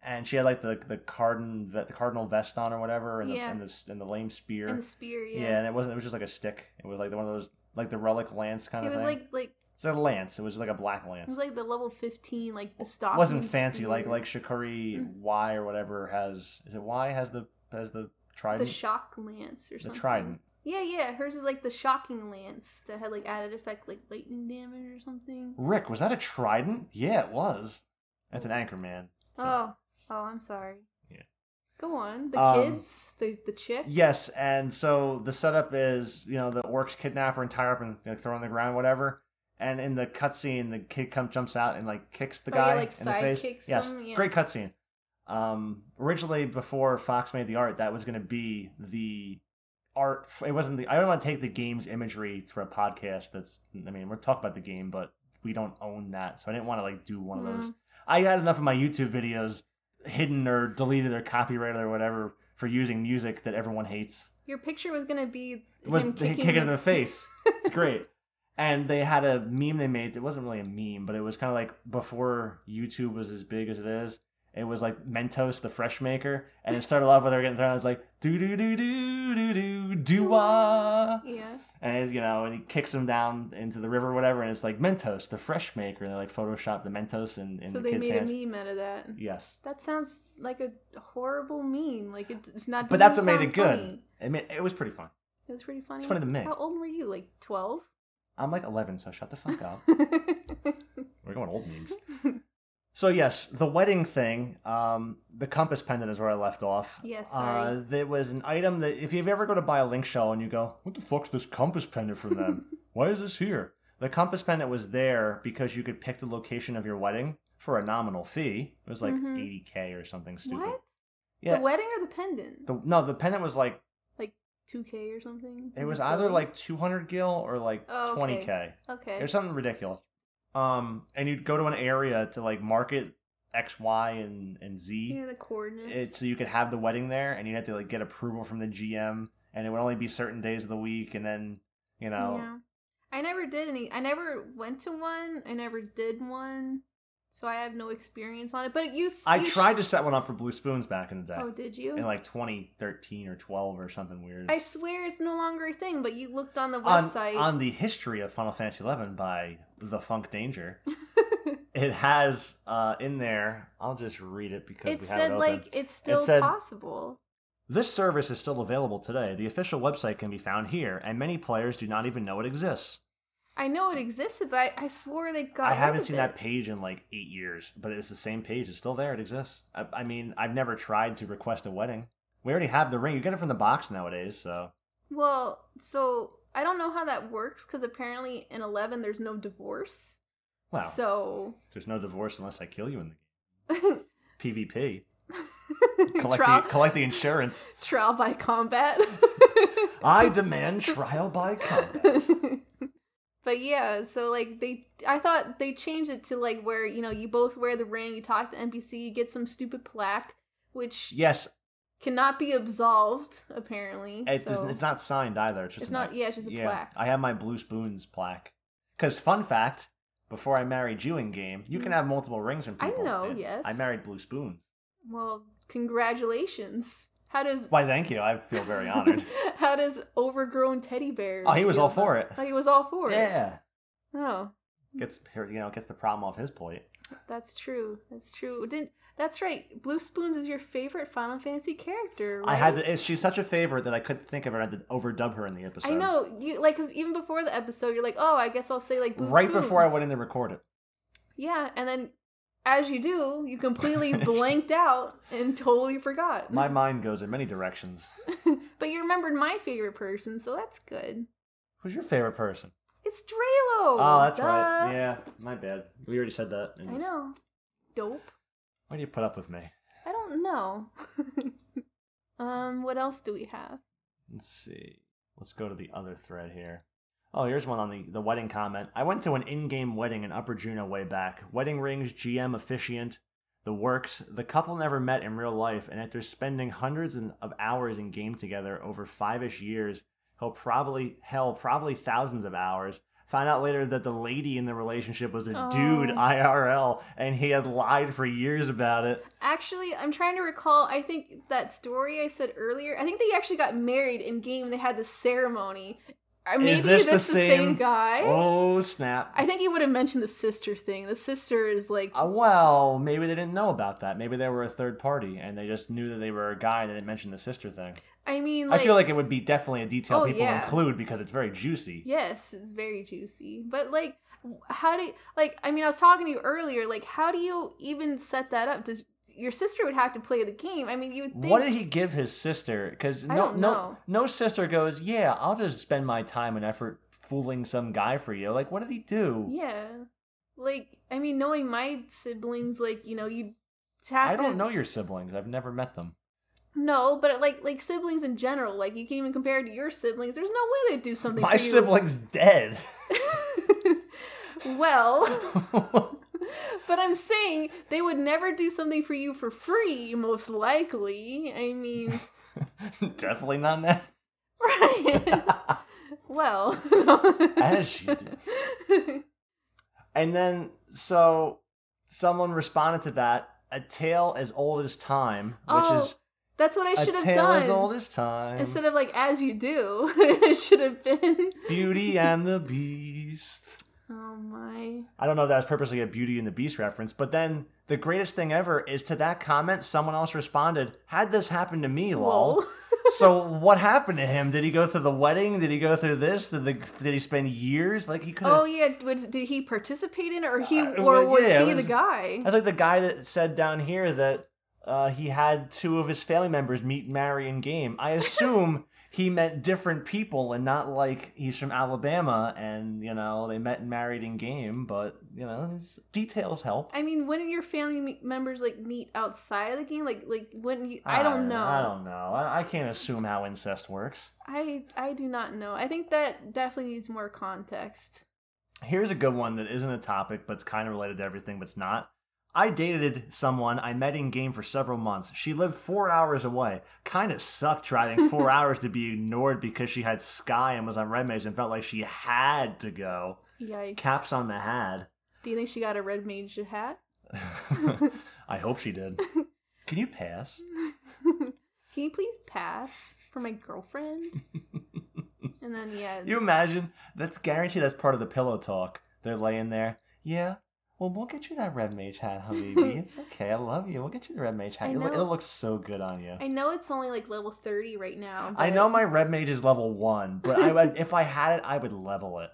Speaker 1: And she had like the the cardin the cardinal vest on or whatever, and
Speaker 2: Yeah.
Speaker 1: the and the, and the lame spear.
Speaker 2: and the spear.
Speaker 1: yeah.
Speaker 2: Yeah,
Speaker 1: and it wasn't. It was just like a stick. It was like one of those like the relic lance kind
Speaker 2: it
Speaker 1: of
Speaker 2: was
Speaker 1: thing.
Speaker 2: like like
Speaker 1: It's a lance. It was like a black
Speaker 2: it
Speaker 1: lance.
Speaker 2: was
Speaker 1: It,
Speaker 2: like the level fifteen like Bastock.
Speaker 1: wasn't fancy like
Speaker 2: spear.
Speaker 1: like Shikari
Speaker 2: Mm.
Speaker 1: Y or whatever has. Is it Y has the has the
Speaker 2: the
Speaker 1: trident?
Speaker 2: shock lance or
Speaker 1: The
Speaker 2: something.
Speaker 1: trident.
Speaker 2: Yeah, yeah. Hers is like the shocking lance that had like added effect, like lightning damage or something.
Speaker 1: Rick, was that a trident? Yeah, it was. That's an anchor man. So-
Speaker 2: Oh, oh, I'm sorry.
Speaker 1: Yeah.
Speaker 2: Go on. The
Speaker 1: Um,
Speaker 2: kids, the the chick.
Speaker 1: Yes, and so the setup is you know the orcs kidnap her and tie her up and like, throw her on the ground, whatever. And in the cutscene, the kid comes jumps out and like kicks the
Speaker 2: Oh, yeah,
Speaker 1: guy
Speaker 2: like,
Speaker 1: in the face.
Speaker 2: sidekicks
Speaker 1: yes,
Speaker 2: him, yeah.
Speaker 1: great cutscene. Um, originally, before Fox made the art, that was going to be the art. It wasn't the. I don't want to take the game's imagery for a podcast. That's. I mean, we're talking about the game, but we don't own that, so I didn't want to like do one of those. I had enough of my YouTube videos hidden or deleted or copyrighted or whatever for using music that everyone hates.
Speaker 2: Your picture was gonna be
Speaker 1: Was
Speaker 2: him
Speaker 1: they
Speaker 2: kicking
Speaker 1: kick it in the face? It's great. And they had a meme they made. It wasn't really a meme, but it was kind of like before YouTube was as big as it is. It was like Mentos, the fresh maker, and it started off with her getting thrown. It's like do do do do do do do wah,
Speaker 2: Yeah.
Speaker 1: and it's, you know, and he kicks him down into the river, or whatever. And it's like Mentos, the fresh maker, and they like Photoshop the Mentos in, in
Speaker 2: so
Speaker 1: the
Speaker 2: they
Speaker 1: kids'
Speaker 2: made
Speaker 1: hands.
Speaker 2: a meme out of that.
Speaker 1: Yes,
Speaker 2: That sounds like a horrible meme. Like it, it's not.
Speaker 1: but that's what
Speaker 2: doesn't
Speaker 1: made it
Speaker 2: sound
Speaker 1: good.
Speaker 2: funny.
Speaker 1: I mean, it was pretty fun.
Speaker 2: It was pretty funny.
Speaker 1: It's funny to me.
Speaker 2: How old were you? Like twelve.
Speaker 1: I'm like 11, so shut the fuck up. We're going old memes. So yes, the wedding thing, um, the compass pendant is where I left off.
Speaker 2: Yes, sorry.
Speaker 1: Uh, there was an item that if you ever go to buy a link shell and you go, what the fuck's this compass pendant from them? Why is this here? The compass pendant was there because you could pick the location of your wedding for a nominal fee. It was like
Speaker 2: Mhm.
Speaker 1: 80k or something stupid.
Speaker 2: what?
Speaker 1: Yeah.
Speaker 2: The wedding or the pendant?
Speaker 1: The, no, the pendant was like
Speaker 2: Two K or something.
Speaker 1: it was
Speaker 2: Something
Speaker 1: either
Speaker 2: silly.
Speaker 1: like 200 gil or like
Speaker 2: Oh, okay.
Speaker 1: 20k.
Speaker 2: okay.
Speaker 1: It was something ridiculous. Um, and you'd go to an area to like market X, Y, and and Z.
Speaker 2: yeah, the coordinates.
Speaker 1: it, so you could have the wedding there, and you'd have to like get approval from the GM, and it would only be certain days of the week, and then you know,
Speaker 2: Yeah. I never did any. I never went to one. I never did one. So I have no experience on it. But you.
Speaker 1: I
Speaker 2: you sh-
Speaker 1: tried to set one up for Blue Spoons back in the day,
Speaker 2: Oh, did you?
Speaker 1: in like 2013 or 12 or something weird.
Speaker 2: I swear it's no longer a thing. But you looked on the
Speaker 1: on,
Speaker 2: website.
Speaker 1: on the history of Final Fantasy Eleven by the Funk Danger, it has uh, in there. I'll just read it because
Speaker 2: it
Speaker 1: we
Speaker 2: said
Speaker 1: have it open.
Speaker 2: like it's still
Speaker 1: said-
Speaker 2: possible.
Speaker 1: This service is still available today. The official website can be found here, and many players do not even know it exists.
Speaker 2: I know it existed, but I, I swore they got.
Speaker 1: I
Speaker 2: rid
Speaker 1: haven't
Speaker 2: of
Speaker 1: seen
Speaker 2: it.
Speaker 1: that page in like eight years, but it's the same page. It's still there. It exists. I, I mean, I've never tried to request a wedding. We already have the ring. You get it from the box nowadays, so
Speaker 2: Well, so I don't know how that works because apparently in eleven there's no divorce.
Speaker 1: well,
Speaker 2: So
Speaker 1: there's no divorce unless I kill you in the game. PvP. Collect
Speaker 2: trial,
Speaker 1: the collect the insurance.
Speaker 2: trial by combat.
Speaker 1: I demand trial by combat.
Speaker 2: but yeah, so like they, I thought they changed it to like where you know you both wear the ring, you talk to NPC, you get some stupid plaque, which
Speaker 1: Yes,
Speaker 2: cannot be absolved apparently.
Speaker 1: it is,
Speaker 2: so-
Speaker 1: it's not signed either. It's just
Speaker 2: It's
Speaker 1: an-
Speaker 2: not- yeah, it's just a plaque.
Speaker 1: I have my Blue Spoons plaque. Because fun fact, before I married you in game, you can have multiple rings from
Speaker 2: Hmm. I
Speaker 1: people.
Speaker 2: know,
Speaker 1: and
Speaker 2: yes.
Speaker 1: I married Blue Spoons.
Speaker 2: Well, congratulations. How does
Speaker 1: Why, thank you. I feel very honored.
Speaker 2: How does overgrown teddy bear?
Speaker 1: Oh, he was
Speaker 2: feel
Speaker 1: all for
Speaker 2: about-
Speaker 1: it.
Speaker 2: Oh, he was all for it.
Speaker 1: yeah,
Speaker 2: Oh,
Speaker 1: gets you know gets the problem off his plate.
Speaker 2: that's true. That's true. Didn't that's right. Blue Spoons is your favorite Final Fantasy character.
Speaker 1: I had
Speaker 2: right?
Speaker 1: to, she's such a favorite that I couldn't think of her. I had to overdub her in the episode.
Speaker 2: I know you like 'cause even before the episode, you're like, oh, I guess I'll say like Blue
Speaker 1: Right
Speaker 2: Spoons.
Speaker 1: before I went in to record it,
Speaker 2: Yeah, and then as you do, you completely blanked out and totally forgot.
Speaker 1: my mind goes in many directions.
Speaker 2: but you remembered my favorite person, so that's good.
Speaker 1: Who's your favorite person?
Speaker 2: It's Drelo.
Speaker 1: Oh, that's
Speaker 2: duh.
Speaker 1: right. Yeah, my bad. We already said that.
Speaker 2: I know. Dope.
Speaker 1: Why do you put up with me?
Speaker 2: I don't know. um, what else do we have?
Speaker 1: Let's see. Let's go to the other thread here. Oh, here's one on the, the wedding comment. I went to an in game wedding in Upper Juno way back. Wedding rings, GM, officiant, the works. The couple never met in real life, and after spending hundreds and- of hours in game together over five ish years, he'll probably, hell, probably thousands of hours. Find out later that the lady in the relationship was a
Speaker 2: Oh.
Speaker 1: dude IRL, and he had lied for years about it.
Speaker 2: Actually, I'm trying to recall. I think that story I said earlier. I think they actually got married in game. They had the ceremony. Uh, Maybe
Speaker 1: Is this the
Speaker 2: that's the same,
Speaker 1: same-
Speaker 2: guy.
Speaker 1: Oh, snap.
Speaker 2: I think you would have mentioned the sister thing. The sister is like,
Speaker 1: Uh, well, maybe they didn't know about that. Maybe they were a third party and they just knew that they were a guy and they didn't mention the sister thing.
Speaker 2: I mean, like,
Speaker 1: I feel like it would be definitely a detail
Speaker 2: Oh,
Speaker 1: people
Speaker 2: yeah.
Speaker 1: include because it's very juicy.
Speaker 2: yes, it's very juicy. But like, how do you, like? I mean, I was talking to you earlier. Like, how do you even set that up? Does your sister would have to play the game? I mean, you would think.
Speaker 1: What did he give his sister? Because no,
Speaker 2: I don't
Speaker 1: no,
Speaker 2: know.
Speaker 1: no sister goes. Yeah, I'll just spend my time and effort fooling some guy for you. Like, what did he do?
Speaker 2: Yeah. Like, I mean, knowing my siblings, like, you know, you have
Speaker 1: I don't
Speaker 2: to
Speaker 1: know your siblings. I've never met them.
Speaker 2: No, but like like siblings in general, like you can even compare to your siblings. There's no way they'd do something.
Speaker 1: my
Speaker 2: for you.
Speaker 1: sibling's dead.
Speaker 2: well, but I'm saying they would never do something for you for free, most likely. I mean,
Speaker 1: definitely not that.
Speaker 2: right. well.
Speaker 1: As you do. And then so someone responded to that a tale as old as time, which
Speaker 2: Oh,
Speaker 1: is
Speaker 2: That's what I
Speaker 1: a
Speaker 2: should have
Speaker 1: tale as old
Speaker 2: done.
Speaker 1: as time.
Speaker 2: Instead of like as you do, it should have been.
Speaker 1: Beauty and the Beast.
Speaker 2: Oh my.
Speaker 1: I don't know if that was purposely a Beauty and the Beast reference, but then the greatest thing ever is to that comment, someone else responded, Had this happened to me, lol.
Speaker 2: Lol.
Speaker 1: so what happened to him? Did he go through the wedding? Did he go through this? Did, the, did he spend years? Like he could have.
Speaker 2: Oh yeah, was, did he participate in it, or he,
Speaker 1: Uh,
Speaker 2: or
Speaker 1: well,
Speaker 2: was
Speaker 1: yeah, it
Speaker 2: he the
Speaker 1: was-
Speaker 2: guy?
Speaker 1: That's like the guy that said down here that uh, he had two of his family members meet, marry, and game. I assume he meant different people and not like he's from Alabama and, you know, they met and married in game, but, you know, his details help.
Speaker 2: I mean, wouldn't your family me- members like meet outside of the game? Like, like wouldn't you? I don't know.
Speaker 1: I don't know. I, I can't assume how incest works.
Speaker 2: I I do not know. I think that definitely needs more context.
Speaker 1: Here's a good one that isn't a topic, but it's kind of related to everything, but it's not. I dated someone I met in game for several months. She lived four hours away. Kind of sucked driving four hours to be ignored because she had Sky and was on Red Maze and felt like she had to go.
Speaker 2: Yikes.
Speaker 1: Caps on the had.
Speaker 2: Do you think she got a red mage hat?
Speaker 1: I hope she did. Can you pass?
Speaker 2: Can you please pass for my girlfriend? and then yeah,
Speaker 1: You imagine? That's guaranteed that's part of the pillow talk. They're laying there. Yeah. Well, we'll get you that red mage hat, Habibi. it's okay. I love you. We'll get you the red mage hat.
Speaker 2: I
Speaker 1: It'll,
Speaker 2: know.
Speaker 1: it'll look so good on you.
Speaker 2: I know it's only like level thirty right now.
Speaker 1: I
Speaker 2: but
Speaker 1: know my red mage is level one, but I would, if I had it, I would level it.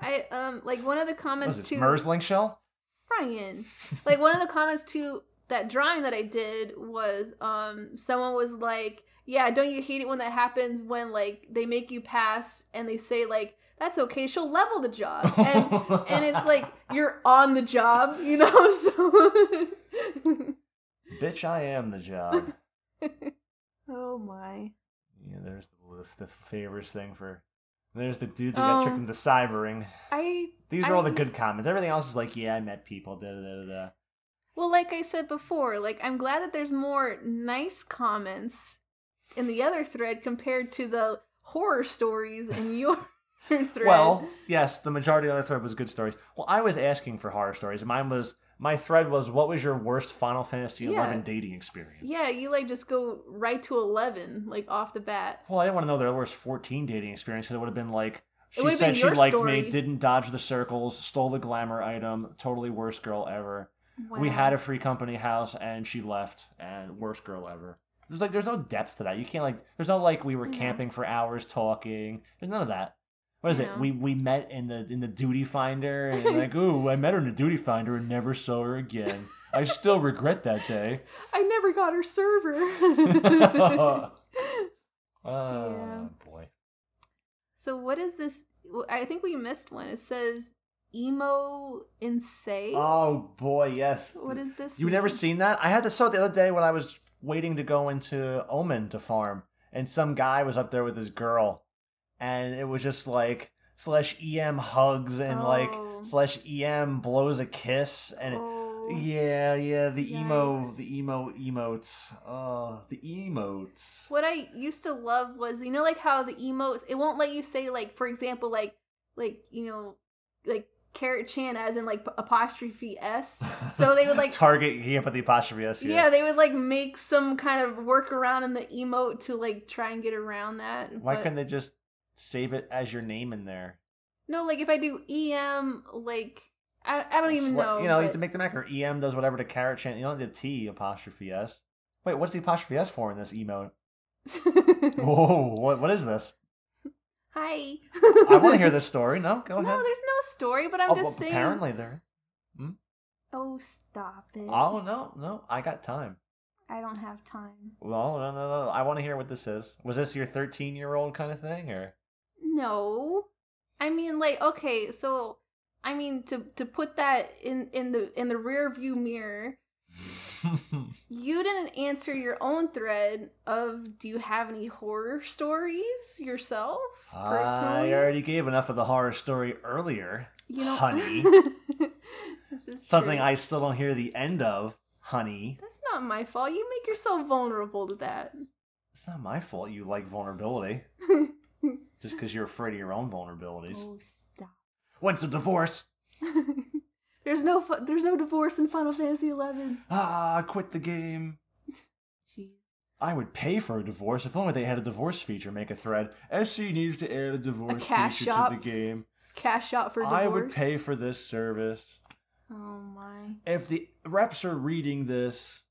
Speaker 2: I um like one of the comments
Speaker 1: Was it
Speaker 2: too.
Speaker 1: Mersling Shell?
Speaker 2: Brian. Like one of the comments to that drawing that I did was um someone was like, "Yeah, don't you hate it when that happens when like they make you pass and they say like that's okay, she'll level the job." Uh, And and it's like you're on the job, you know? So
Speaker 1: bitch, I am the job.
Speaker 2: Oh my.
Speaker 1: Yeah, there's the, the favors thing for. There's the dude that got tricked
Speaker 2: Um,
Speaker 1: into cybering.
Speaker 2: I
Speaker 1: These are all the
Speaker 2: I-
Speaker 1: good comments. Everything else is like, yeah, I met people. Da, da, da, da, da.
Speaker 2: well like I said before, like I'm glad that there's more nice comments in the other thread compared to the horror stories in your thread.
Speaker 1: Well, yes, the majority of the thread was good stories. Well, I was asking for horror stories. Mine was my thread was what was your worst Final Fantasy XI
Speaker 2: Yeah.
Speaker 1: dating experience?
Speaker 2: Yeah, you like just go right to eleven, like off the bat.
Speaker 1: Well, I didn't want to know their worst 14 dating experience because it would have been like she
Speaker 2: would've
Speaker 1: said
Speaker 2: been
Speaker 1: she
Speaker 2: your
Speaker 1: liked me,
Speaker 2: story.
Speaker 1: didn't dodge the circles, stole the glamour item, totally worst girl ever. We
Speaker 2: Wow.
Speaker 1: had a free company house and she left, and worst girl ever. There's like there's no depth to that. You can't like there's no like we were
Speaker 2: No.
Speaker 1: camping for hours talking. There's none of that. What is it?
Speaker 2: No.
Speaker 1: We we met in the in the duty finder and like ooh I met her in the duty finder and never saw her again. I still regret that day.
Speaker 2: I never got her server.
Speaker 1: oh
Speaker 2: Yeah.
Speaker 1: boy.
Speaker 2: so what is this? well, I think we missed one. It says emo insane.
Speaker 1: Oh boy, yes.
Speaker 2: what is this?
Speaker 1: you never
Speaker 2: mean?
Speaker 1: seen that? I had to saw it the other day when I was waiting to go into Omen to farm, and some guy was up there with his girl, and it was just like slash em hugs and like
Speaker 2: Oh.
Speaker 1: slash em blows a kiss and. It,
Speaker 2: Oh.
Speaker 1: yeah, yeah, the emo,
Speaker 2: Yikes.
Speaker 1: the emo emotes. Oh, the emotes.
Speaker 2: What I used to love was you know like how the emotes it won't let you say like for example like like you know like carrot chan as in like apostrophe s. So they would like
Speaker 1: target. He put the apostrophe s. here.
Speaker 2: Yeah, they would like make some kind of workaround in the emote to like try and get around that.
Speaker 1: Why
Speaker 2: but-
Speaker 1: couldn't they just save it as your name in there?
Speaker 2: No, like if I do EM, like I, I don't even
Speaker 1: Sla-
Speaker 2: know.
Speaker 1: You know, you have
Speaker 2: but-
Speaker 1: to make the macro. EM does whatever the carrot chant. You don't need the T apostrophe S. Wait, what's the apostrophe S for in this emo? Whoa, what, what is this?
Speaker 2: Hi.
Speaker 1: I want to hear this story. No, go
Speaker 2: No,
Speaker 1: ahead.
Speaker 2: there's no story, but I'm
Speaker 1: Oh,
Speaker 2: just
Speaker 1: well,
Speaker 2: saying.
Speaker 1: Apparently there.
Speaker 2: Oh, stop it!
Speaker 1: Oh no, no, I got time.
Speaker 2: I don't have time.
Speaker 1: Well, no, no, no. I want to hear what this is. Was this your thirteen-year-old kind of thing, or
Speaker 2: No, I mean like okay, so I mean to to put that in in the in the rear view mirror. You didn't answer your own thread of do you have any horror stories yourself?
Speaker 1: I
Speaker 2: Personally?
Speaker 1: already gave enough of the horror story earlier.
Speaker 2: You know,
Speaker 1: Honey.
Speaker 2: this is
Speaker 1: Something
Speaker 2: true.
Speaker 1: I still don't hear the end of, honey.
Speaker 2: That's not my fault. You make yourself vulnerable to that.
Speaker 1: It's not my fault. You like vulnerability. just because you're afraid of your own vulnerabilities.
Speaker 2: oh, stop.
Speaker 1: When's the divorce?
Speaker 2: There's no fu- there's no divorce in Final Fantasy Eleven.
Speaker 1: Ah, quit the game.
Speaker 2: Jeez.
Speaker 1: I would pay for a divorce if only they had a divorce feature. Make a thread. SC needs to add a divorce
Speaker 2: cash
Speaker 1: feature
Speaker 2: shop
Speaker 1: to the game.
Speaker 2: Cash out for divorce.
Speaker 1: I would pay for this service.
Speaker 2: Oh my,
Speaker 1: If the reps are reading this,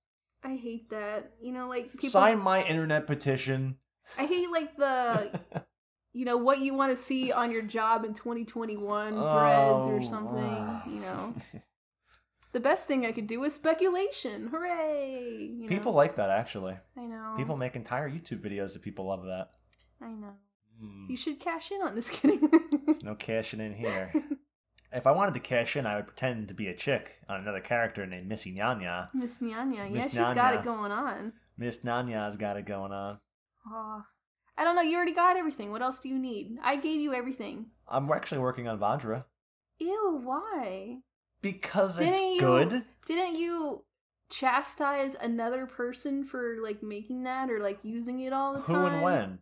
Speaker 2: I hate that. You know, like people.
Speaker 1: sign my internet petition.
Speaker 2: I hate like the, you know, what you want to see on your job in 2021 threads
Speaker 1: Oh,
Speaker 2: or something.
Speaker 1: wow.
Speaker 2: You know, the best thing I could do is speculation. Hooray! You know?
Speaker 1: people like that actually.
Speaker 2: I know.
Speaker 1: People make entire YouTube videos that people love that.
Speaker 2: I know.
Speaker 1: Hmm.
Speaker 2: You should cash in on this. Kidding.
Speaker 1: There's no cashing in here. if I wanted to cash in, I would pretend to be a chick on another character named Missy Nyanya.
Speaker 2: Miss Nyanya. Yeah,
Speaker 1: Miss
Speaker 2: she's got
Speaker 1: Nyanya.
Speaker 2: it going on.
Speaker 1: Miss Nanya's got it going on.
Speaker 2: Oh, I don't know. You already got everything. What else do you need? I gave you everything.
Speaker 1: I'm actually working on Vajra
Speaker 2: Ew, why?
Speaker 1: because
Speaker 2: Didn't you-
Speaker 1: it's good.
Speaker 2: Didn't you chastise another person for like making that or like using it all the
Speaker 1: Who
Speaker 2: time?
Speaker 1: and when?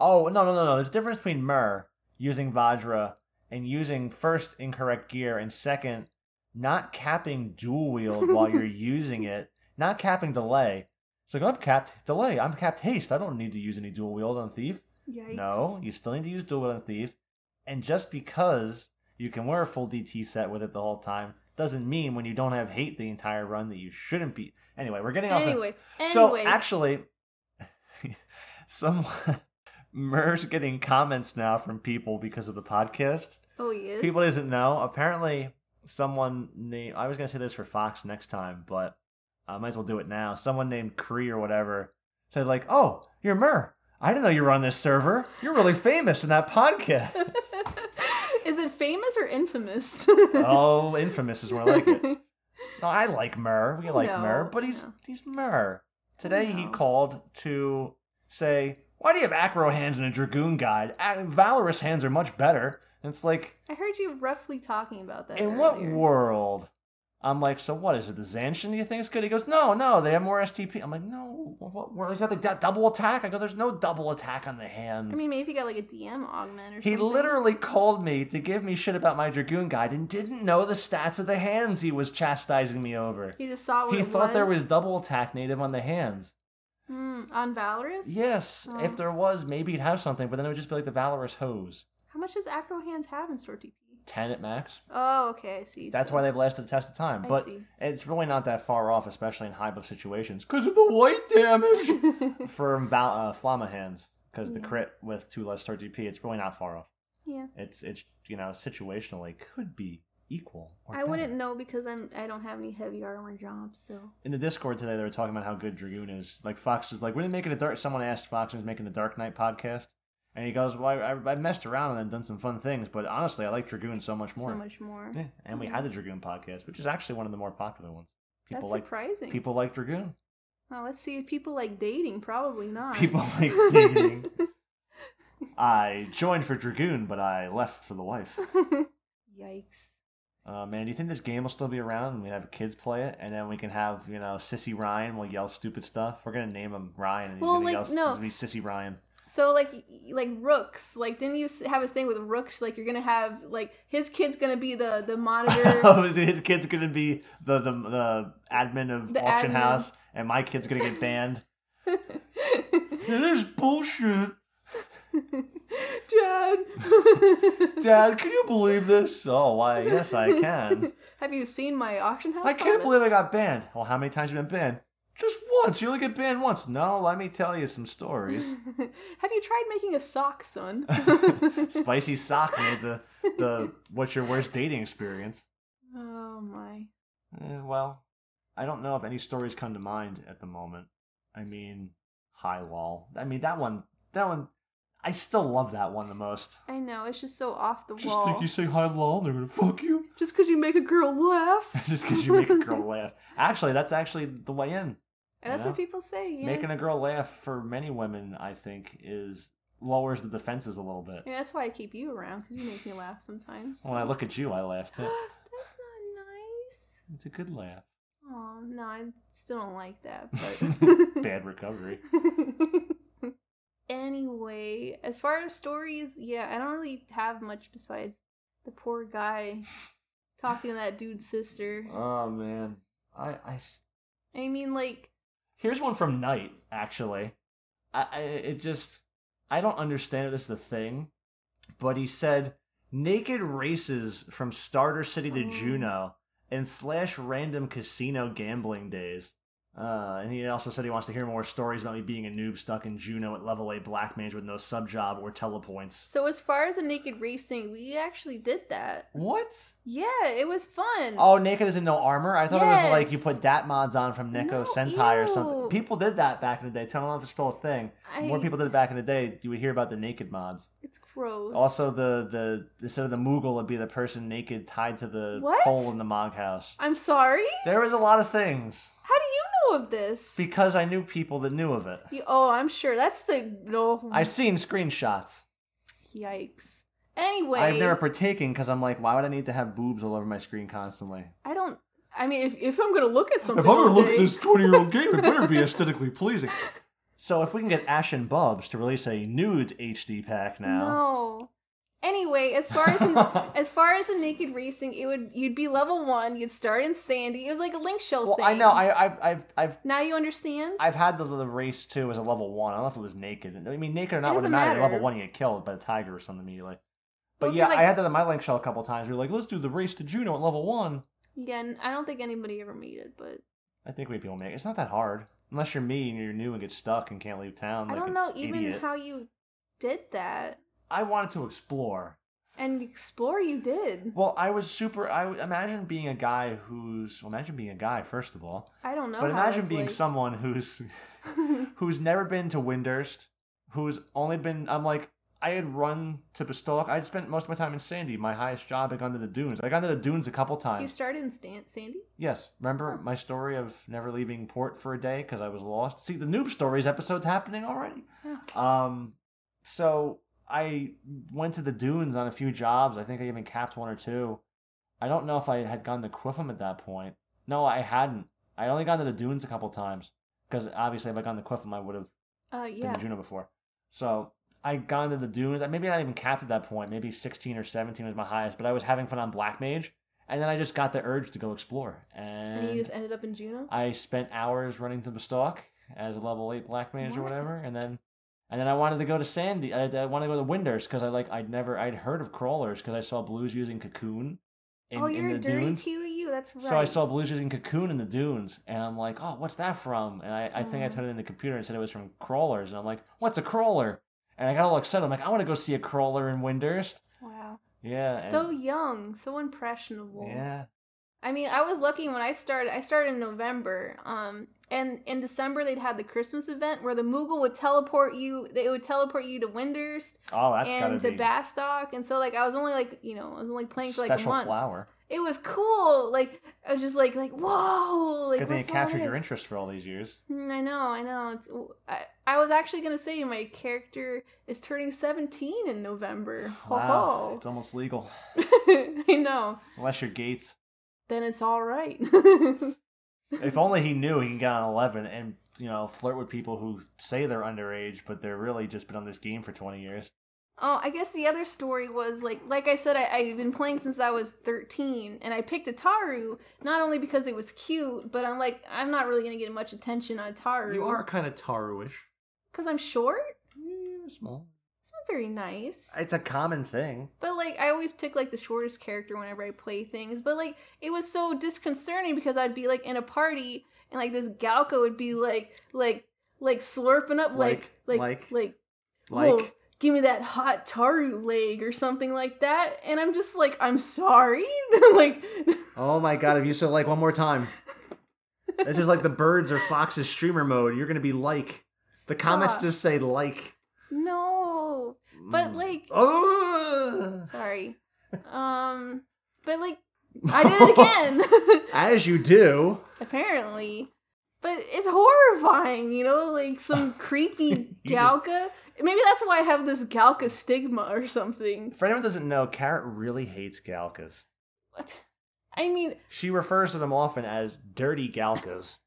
Speaker 1: Oh no no no no! There's a difference between Myrrh using Vajra and using first incorrect gear and second not capping dual wield while you're using it, not capping delay. It's like I'm capped delay. I'm capped haste. I don't need to use any dual wield on thief.
Speaker 2: Yikes.
Speaker 1: No, you still need to use dual wield on thief. And just because you can wear a full DT set with it the whole time doesn't mean when you don't have hate the entire run that you shouldn't be. Anyway, we're getting off.
Speaker 2: Anyway, anyway.
Speaker 1: So actually, some Mer's getting comments now from people because of the podcast.
Speaker 2: oh, he is.
Speaker 1: People doesn't know. Apparently, someone named I was gonna say this for Fox next time, but I might as well do it now. Someone named Cree or whatever said like, "Oh, you're Mer. I didn't know you were on this server. You're really famous in that podcast."
Speaker 2: is it famous or infamous?
Speaker 1: oh, infamous is more like it. No, I like Murr. We like
Speaker 2: No,
Speaker 1: Murr, but he's
Speaker 2: no.
Speaker 1: he's Murr. Today he
Speaker 2: No.
Speaker 1: called to say, "Why do you have acro hands in a dragoon guide? A- Valorous hands are much better." And it's like,
Speaker 2: I heard you roughly talking about that.
Speaker 1: in what
Speaker 2: earlier.
Speaker 1: world? I'm like, so what is it? The Zanshin you think is good? He goes, no, no, they have more STP. I'm like, no, what world? He's got the d- double attack. I go, there's no double attack on the hands.
Speaker 2: I mean, maybe if you got like a DM augment or
Speaker 1: He
Speaker 2: something.
Speaker 1: literally called me to give me shit about my Dragoon guide and didn't know the stats of the hands he was chastising me over.
Speaker 2: He just saw what
Speaker 1: He
Speaker 2: it
Speaker 1: thought there was double attack native on the hands.
Speaker 2: Mm, on Valorous?
Speaker 1: Yes,
Speaker 2: Oh.
Speaker 1: if there was, maybe it'd have something, but then it would just be like the Valorous Hose.
Speaker 2: How much does Acro Hands have in store TP?
Speaker 1: 10 at max.
Speaker 2: Oh, okay, I see.
Speaker 1: That's
Speaker 2: So-
Speaker 1: why they've lasted the test of time.
Speaker 2: I
Speaker 1: But
Speaker 2: see.
Speaker 1: it's really not that far off, especially in high buff situations, because of the white damage from Val- uh, Flama hands. Because the
Speaker 2: Yeah.
Speaker 1: crit with two less start DP, it's really not far off.
Speaker 2: yeah.
Speaker 1: It's it's you know situationally could be equal. Or
Speaker 2: I wouldn't
Speaker 1: better.
Speaker 2: know because I'm I don't have any heavy armor jobs, so
Speaker 1: in the Discord today, they were talking about how good Dragoon is. Like Fox is like, we're making a dark. Someone asked Fox, who's making a Dark Knight podcast, and he goes, "Well, I, I- I messed around and then done some fun things, but honestly, I like Dragoon so much more."
Speaker 2: so much more.
Speaker 1: Yeah, and we had the Dragoon podcast, which is actually one of the more popular ones. People
Speaker 2: That's
Speaker 1: like
Speaker 2: surprising.
Speaker 1: people like Dragoon.
Speaker 2: well, let's see if people like dating. Probably not.
Speaker 1: People like dating. I joined for Dragoon, but I left for the wife.
Speaker 2: Yikes.
Speaker 1: Uh, man, do you think this game will still be around and we have kids play it? And then we can have, you know, Sissy Ryan will yell stupid stuff. We're going to name him Ryan. And he's
Speaker 2: Well,
Speaker 1: going
Speaker 2: like,
Speaker 1: to yell
Speaker 2: no.
Speaker 1: no. be Sissy Ryan.
Speaker 2: So like y- like rooks, like didn't you s- have a thing with rooks? Like you're gonna have like his kid's gonna be the the monitor.
Speaker 1: Oh, His kid's going to be the, the the admin of
Speaker 2: The
Speaker 1: Auction
Speaker 2: admin.
Speaker 1: House, and my kid's going to get banned. yeah, there's bullshit.
Speaker 2: Dad.
Speaker 1: Dad, can you believe this? Oh, why? Yes, I can.
Speaker 2: Have you seen my auction house?
Speaker 1: I can't believe I
Speaker 2: comments?
Speaker 1: got banned. Well, how many times have you been banned? Just once. You only get banned once. No, let me tell you some stories.
Speaker 2: Have you tried making a sock, son?
Speaker 1: Spicy sock made the the what's your worst dating experience?
Speaker 2: oh my.
Speaker 1: Eh, well, I don't know if any stories come to mind at the moment. I mean, hi lol. I mean that one. That one. I still love that one the most.
Speaker 2: I know, it's just so off the
Speaker 1: Just
Speaker 2: wall.
Speaker 1: think you say hi lol, and they're gonna fuck you.
Speaker 2: Just because you make a girl laugh.
Speaker 1: Just because you make a girl laugh. Actually, that's actually the way in.
Speaker 2: And that's
Speaker 1: Yeah.
Speaker 2: what people say, yeah.
Speaker 1: Making a girl laugh for many women, I think, is lowers the defenses a little bit.
Speaker 2: And that's why I keep you around, because you make me laugh sometimes.
Speaker 1: When I look at you, I laugh
Speaker 2: that's not
Speaker 1: too.
Speaker 2: nice.
Speaker 1: It's a good laugh.
Speaker 2: Oh, no, I still don't like that, but.
Speaker 1: Bad recovery.
Speaker 2: anyway, as far as stories, yeah, I don't really have much besides the poor guy talking to that dude's sister.
Speaker 1: Oh man, I I s-
Speaker 2: I mean, like,
Speaker 1: here's one from Knight actually. I, I it just I don't understand if this is the thing, but he said naked races from Starter City to
Speaker 2: Oh.
Speaker 1: Juno and slash random casino gambling days. Uh, and he also said he wants to hear more stories about me being a noob stuck in Juno at level A black mage with no sub job or telepoints.
Speaker 2: so as far as the naked racing, we actually did that.
Speaker 1: What?
Speaker 2: Yeah, it was fun.
Speaker 1: Oh, naked is in no armor. I thought it was like you
Speaker 2: Yes.
Speaker 1: put dat mods on from Neko
Speaker 2: No,
Speaker 1: Sentai or something.
Speaker 2: ew.
Speaker 1: People did that back in the day. Tell me if it's still a thing.
Speaker 2: I,
Speaker 1: More people did it back in the day. You would hear about the naked mods.
Speaker 2: It's gross.
Speaker 1: Also, the the instead of the Moogle would be the person naked tied to the
Speaker 2: What?
Speaker 1: pole in the Moghouse.
Speaker 2: I'm sorry.
Speaker 1: There was a lot of things
Speaker 2: How do you know of this?
Speaker 1: because I knew people that knew of it.
Speaker 2: you, oh, I'm sure that's the no.
Speaker 1: I've seen screenshots.
Speaker 2: Yikes. Anyway,
Speaker 1: I've never partaken because I'm like, why would I need to have boobs all over my screen constantly?
Speaker 2: I don't. I mean, if, if I'm gonna look at something,
Speaker 3: If I'm gonna
Speaker 2: all
Speaker 3: look at
Speaker 2: day-
Speaker 3: this 20 year old game, it better be aesthetically pleasing.
Speaker 1: So if we can get Ash and Bubs to release a nudes HD pack now,
Speaker 2: No. Anyway, as far as as far as the naked racing, it would you'd be level one. You'd start in Sandy. It was like a link shell
Speaker 1: well,
Speaker 2: thing.
Speaker 1: I know I I've I've I've,
Speaker 2: now you understand.
Speaker 1: I've had the, the race too as a level one. I don't know if it was naked. I mean, naked or
Speaker 2: It
Speaker 1: not would have
Speaker 2: doesn't
Speaker 1: mattered. At
Speaker 2: matter.
Speaker 1: Level one, you get killed by a tiger or something immediately. But
Speaker 2: Well, if
Speaker 1: yeah,
Speaker 2: you're, like-
Speaker 1: I had that in my link shell a couple times. We were like, let's do the race to Juno at level one.
Speaker 2: Again, I don't think anybody ever made it, but
Speaker 1: I think we people make it. It's not that hard. Unless you're me and you're new and get stuck and can't leave town.
Speaker 2: I
Speaker 1: like
Speaker 2: don't
Speaker 1: an
Speaker 2: know even
Speaker 1: idiot.
Speaker 2: how you did that
Speaker 1: I wanted to explore.
Speaker 2: and explore. You did.
Speaker 1: Well, I was super. I w- imagine being a guy who's. Well, imagine being a guy first of all,
Speaker 2: I don't know.
Speaker 1: but
Speaker 2: how
Speaker 1: imagine
Speaker 2: Oh, that's
Speaker 1: being
Speaker 2: like.
Speaker 1: someone who's who's never been to Windurst, who's only been. I'm like, I had run to Bastalk. I would spent most of my time in Sandy. My highest job had gone to the dunes. I got to the dunes a couple
Speaker 2: you
Speaker 1: times.
Speaker 2: started in Stan- Sandy.
Speaker 1: Yes, remember
Speaker 2: Huh.
Speaker 1: my story of never leaving port for a day because I was lost. See, the noob stories episode's happening already.
Speaker 2: Yeah.
Speaker 1: Um, so I went to the dunes on a few jobs. I think I even capped one or two. I don't know if I had gone to Quiffam at that point. No, I hadn't. I only gone to the dunes a couple times because obviously if I gone to Quiffam, I would have
Speaker 2: Uh,
Speaker 1: been
Speaker 2: yeah.
Speaker 1: to Juno before. So I gone to the dunes. I Maybe not even capped at that point. Maybe sixteen or seventeen was my highest. But I was having fun on Black Mage, and then I just got the urge to go explore. And,
Speaker 2: And you just ended up in Juno.
Speaker 1: I spent hours running to Bastalk as a level eight black mage or
Speaker 2: What?
Speaker 1: whatever, and then and then I wanted to go to Sandy. I, I wanted to go to Winders because I like I'd never I'd heard of crawlers because I saw blues using cocoon in,
Speaker 2: oh,
Speaker 1: in
Speaker 2: you're
Speaker 1: the
Speaker 2: a dirty
Speaker 1: dunes.
Speaker 2: two. You. That's right.
Speaker 1: So I saw blues using cocoon in the dunes, and I'm like, oh, what's that from? And I, I think I
Speaker 2: Mm.
Speaker 1: turned it in the computer and said it was from crawlers, and I'm like, what's a crawler? And I got all excited. I'm like, I want to go see a crawler in Windurst.
Speaker 2: Wow.
Speaker 1: Yeah. and-
Speaker 2: So young, so impressionable.
Speaker 1: yeah.
Speaker 2: I mean, I was lucky when I started. I started in November, um, and in December they'd had the Christmas event where the Moogle would teleport you. It would teleport you to Windurst
Speaker 1: Oh, that's gotta
Speaker 2: and to
Speaker 1: be
Speaker 2: Bastock, and so like I was only like you know I was only playing for like a
Speaker 1: special
Speaker 2: month.
Speaker 1: flower.
Speaker 2: It was cool. Like I was just like like whoa. Like
Speaker 1: Good thing
Speaker 2: what's
Speaker 1: it
Speaker 2: all
Speaker 1: captured your
Speaker 2: this?
Speaker 1: interest for all these years.
Speaker 2: Mm, I know, I know. It's, I, I was actually gonna say my character is turning seventeen in November. Ho
Speaker 1: Wow,
Speaker 2: ho.
Speaker 1: it's almost legal
Speaker 2: I know.
Speaker 1: unless you're Gates.
Speaker 2: Then it's all right.
Speaker 1: If only he knew he can get on eleven and you know flirt with people who say they're underage, but they're really just been on this game for twenty years.
Speaker 2: Oh, I guess the other story was like, like I said, I, I've been playing since I was 13, and I picked Ataru not only because it was cute, but I'm like, I'm not really gonna get much attention on Ataru.
Speaker 3: kind of Taruish.
Speaker 2: because I'm short.
Speaker 1: Yeah, small.
Speaker 2: It's not very nice.
Speaker 1: It's a common thing.
Speaker 2: But like, I always pick like the shortest character whenever I play things. But like, it was so disconcerting because I'd be like in a party, and like this Galco would be like, like, like slurping up like,
Speaker 3: Like,
Speaker 2: like,
Speaker 3: like,
Speaker 2: like, like
Speaker 3: Like,
Speaker 2: Whoa, give me that hot taru leg or something like that. And I'm just like, I'm sorry. like,
Speaker 3: oh my god, if you said like one more time, that's just like the birds or foxes streamer mode. You're gonna be like. The comments
Speaker 2: stop.
Speaker 3: just say like.
Speaker 2: No. But
Speaker 3: Mm.
Speaker 2: like,
Speaker 3: Ugh.
Speaker 2: sorry. Um, but like, I did it again.
Speaker 3: As you do.
Speaker 2: Apparently. But it's horrifying, you know, like some creepy
Speaker 1: You just-
Speaker 2: Galka. Maybe that's why I have this Galka stigma or something.
Speaker 1: For anyone who doesn't know, Carrot really hates Galkas.
Speaker 2: What? I mean,
Speaker 1: She refers to them often as dirty Galkas.